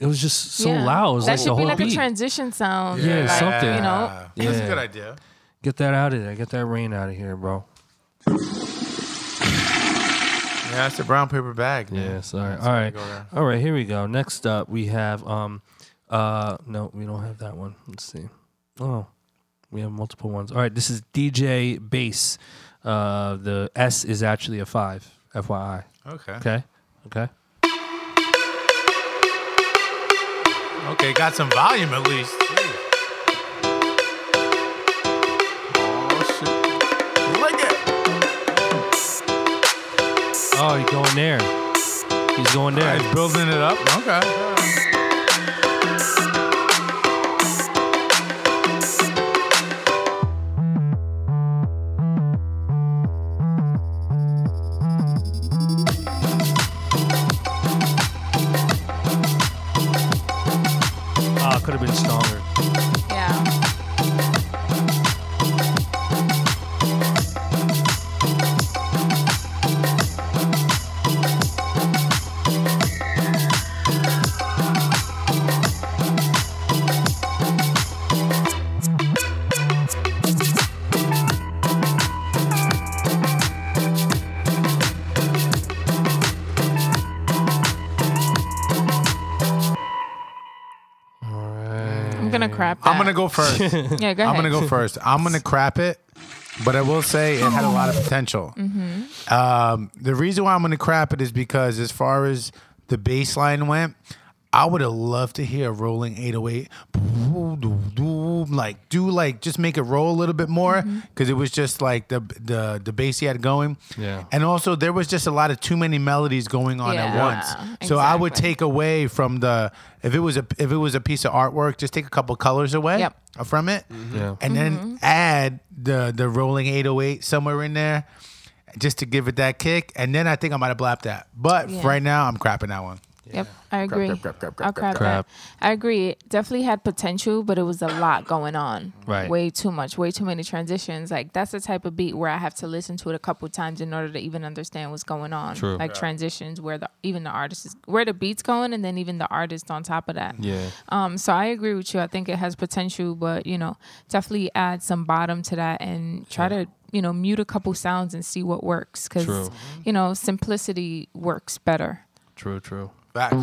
it was just so
Yeah.
loud. It was
that
like
should
the
be
whole
like
beat.
a transition sound.
Yeah,
like,
something.
You know,
Yeah.
Uh, That's a good idea.
Get that out of there. Get that rain out of here, bro.
Yeah, it's a brown paper bag. man.
Yeah, sorry. All right.
go there.
All right, here we go. Next up, we have um uh no, we don't have that one. Let's see. Oh. We have multiple ones. All right, this is DJ Bass. Uh the S is actually a 5, FYI.
Okay. okay.
Okay? Okay.
got some volume at least.
Oh shit. Like it.
Oh, he's going there. He's going there.
It's building it up. Okay.
Ah, could have been stronger.
yeah. I'm gonna crap.
I'm
that.
gonna go first.
Yeah, go ahead.
I'm gonna go first. I'm gonna crap it, but I will say it had a lot of potential.
Mm-hmm.
Um, the reason why I'm gonna crap it is because as far as the bass line went, I would have loved to hear a rolling 808, like do like just make it roll a little bit more
Mm-hmm.
because it was just like the the the bass he had going.
Yeah.
and also there was just a lot of too many melodies going on at
Yeah,
once. So I would
exactly.
take away from the if it was a if it was a piece of artwork, just take a couple colors away
Yep.
from it,
Yeah.
and then add the the rolling 808 somewhere in there, just to give it that kick. And then I think I might have blapped that. But
Yeah.
right now I'm crapping that one.
Yep, I agree.
crap, crap, crap,
I'll crap,
crap.
that. I agree. It definitely had potential, but it was a lot going on.
Right.
Way too much. Way too many transitions. Like that's the type of beat where I have to listen to it a couple times in order to even understand what's going on.
True.
Like transitions where the even the artist is where the beat's going, and then even the artist on top of that.
Yeah.
Um, so I agree with you. I think it has potential, but you know, definitely add some bottom to that and try to you know mute a couple sounds and see what works because
True.
you know simplicity works better.
True, true.
Facts.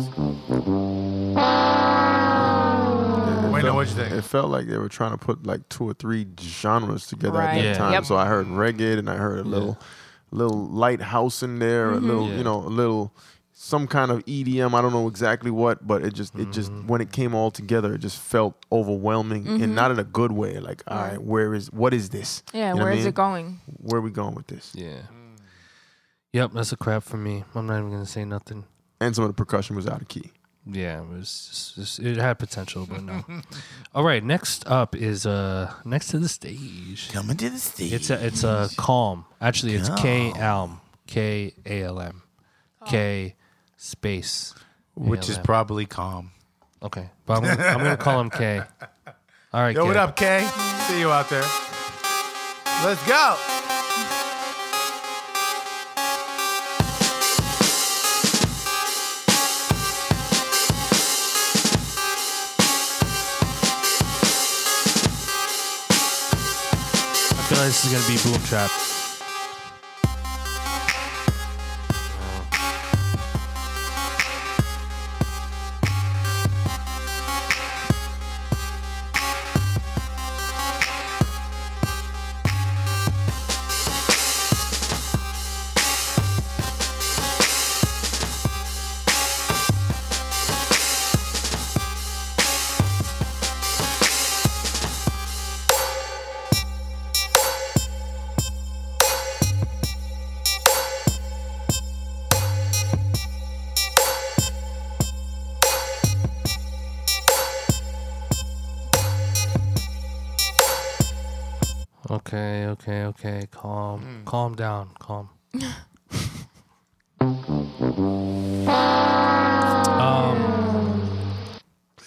Wait, no, what you
It
think?
felt like they were trying to put like two or three genres together
Right.
at that
Yeah.
time.
Yep.
So I heard reggae and I heard a little, little lighthouse in there,
Mm-hmm.
a little,
Yeah.
you know, a little, some kind of EDM. I don't know exactly what, but it just, it just when it came all together, it just felt overwhelming
Mm-hmm.
and not in a good way. Like, all right, where is what is this?
Yeah,
You know what
where
I
is
mean?
it going?
Where are we going with this?
Yeah. Yep, that's a crap for me. I'm not even gonna say nothing.
And some of the percussion was out of key.
Yeah, it was just, just- it had potential, but no. All right, next up is uh next to the stage.
Coming to the stage.
It's a it's a calm. Actually, it's K Alm K A L M K space,
which is
ALM.
probably calm.
okay. But I'm gonna, I'm gonna call him K. All right,
Yo,
K.
what up, K? See you out there. Let's go.
I feel like this is gonna be boom trap. Okay, okay, okay. Calm, calm down, calm. um,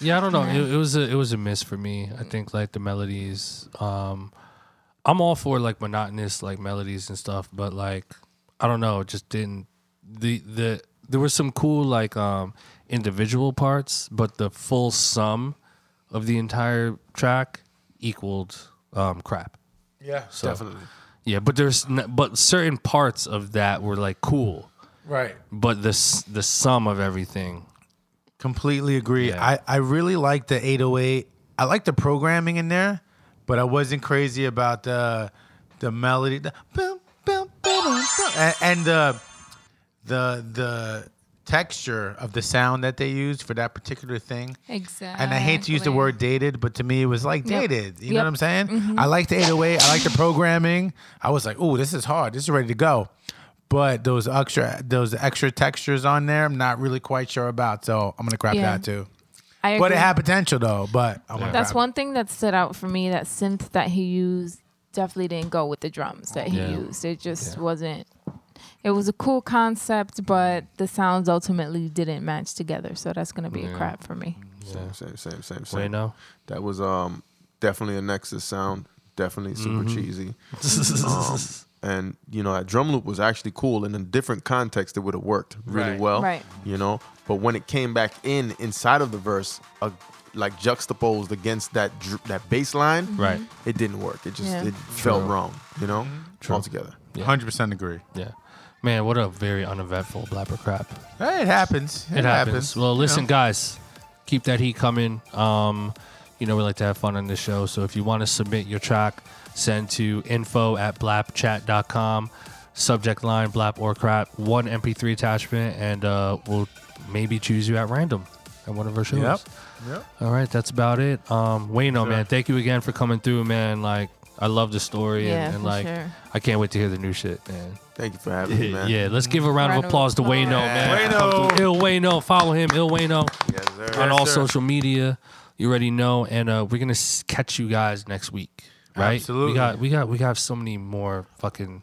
Yeah, I don't know. It, it was a it was a miss for me. I think like the melodies. Um, I'm all for like monotonous like melodies and stuff, but like I don't know, it just didn't. The the there were some cool like um individual parts, but the full sum of the entire track equaled um crap.
Yeah,
So, Yeah, but there's n- but certain parts of that were like cool,
Right.
but the s- the sum of everything.
Completely agree.
Yeah.
I, I really like the 808. I like the programming in there, but I wasn't crazy about the the melody. The boom, boom, boom, boom, boom, and, and the the the texture of the sound that they used for that particular thing.
Exactly.
And I hate to use the word dated, but to me it was like
Yep.
dated. You know
Yep. Mm-hmm.
what I'm saying? I like the 808. I like the programming. I was like, oh, this is hard. This is ready to go. But those extra those extra textures on there, I'm not really quite sure about. So I'm gonna grab
Yeah.
that too.
I
But it
agree.
had potential though. But I'm gonna
That's
grab
one thing that stood out for me. That synth that he used definitely didn't go with the drums that he
Yeah.
used. It just wasn't. It was a cool concept, but the sounds ultimately didn't match together. So that's gonna be a crap for me.
Same, same, same, same, same.
Wait, no.
That was um definitely a Nexus sound. Definitely super
Mm-hmm.
cheesy. Um, and you know that drum loop was actually cool in a different context. It would have worked really
Right.
well.
Right.
You know, but when it came back in inside of the verse, uh, like juxtaposed against that dr- that bass line,
Right.
It didn't work. It just
Yeah.
it felt wrong. You know, altogether.
Yeah.
hundred percent agree.
Yeah. Man, what a very uneventful blabber crap.
Hey, it happens. It,
It happens. Well, listen,
You know?
guys, keep that heat coming. Um, you know, we like to have fun on this show. So if you want to submit your track, send to info at blapchat.com. Subject line, blap or crap, one MP3 attachment, and uh, we'll maybe choose you at random at one of our shows.
Yep. Yep.
All right, that's about it. Um, Wayno, man, thank you again for coming through, man. Like, I love the story,
Yeah,
and, and
for
like,
sure.
I can't wait to hear the new shit, man.
Thank you for having me, man.
Yeah, let's give a round of
Round of
applause to Wayno,
applause.
man.
Wayno.
Ill Wayno, follow him, Ill Wayno
Yes, sir.
on all
sir.
social media. You already know, and uh, we're gonna s- catch you guys next week, right?
Absolutely.
We got, we got, we got so many more fucking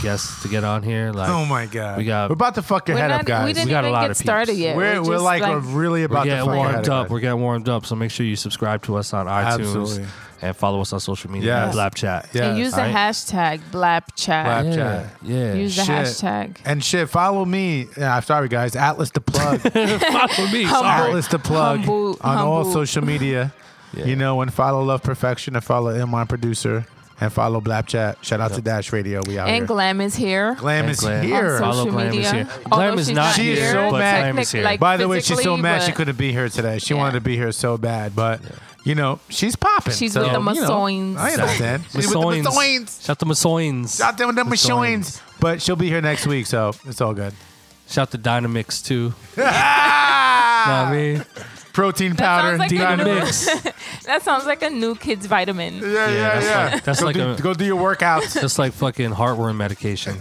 guests to get on here. Like,
Oh my god.
We got-
We're about to fuck your
We're
head
not,
up, guys.
we didn't
We got a
even
lot
get
of peeps.
started yet.
we're we're
just,
like, we're really
we're
about to
getting
fuck your head
warmed up.
guys.
We're getting warmed up. So make sure you subscribe to us on iTunes
Absolutely.
and follow us on social media,
Yes.
and Blab Chat.
Yes.
and use the
Alright.
hashtag blapchat.
Blap
yeah,
Chat.
yeah.
Use the
Shit.
hashtag.
And shit, follow me. Yeah, I'm sorry, guys. Atlas the plug.
Follow me. Sorry.
Atlas the plug
Humble-
on all
humble.
social media. You know, and follow Love Perfection and follow M Line Producer and follow Blap Chat. Shout out to Dash Radio. We out
And
here.
Glam is here.
Glam
And
is
Glam.
here.
On
Follow
social
Glam is
media.
here.
Although
Glam is
she's
not
not
here,
here,
but
technic-
Glam is here.
like-
By the way, she's so
physically,
mad she
but-
couldn't be here today. She
Yeah.
wanted to be here so bad, but you know, she's popping.
She's
so,
with the
you know,
Masoins.
I understand. she's with the
Masoins.
Masoins.
Shout to Masoins.
Out there with the
Masoins.
Masoins. But she'll be here next week, so it's all good.
Shout to Dynamix too. Know what I mean?
Protein
That
powder,
sounds like a
Ah. Dynamix.
new-
Dynamix.
That sounds like a new kid's vitamin.
Yeah,
that's
yeah.
like, that's
go,
like
do,
a,
go do your workouts.
that's like fucking heartworm medication.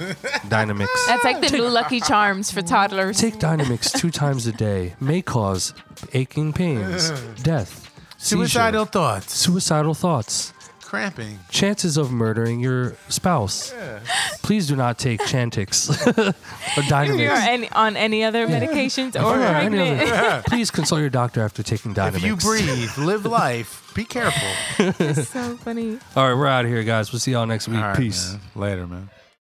Dynamix.
That's like the new Lucky Charms for toddlers.
Take Dynamix two times a day may cause aching pains, death, seizure,
Suicidal thoughts,
suicidal thoughts,
cramping.
chances of murdering your spouse. Please do not take Chantix or
If you're
Dynamix.
any, on any other medications or
Or any
pregnant.
other- Please consult your doctor after taking Dynamix.
If you breathe, live life. Be careful.
so funny.
All right, we're out of here, guys. We'll see y'all next week.
All right,
Peace.
man. Later, man.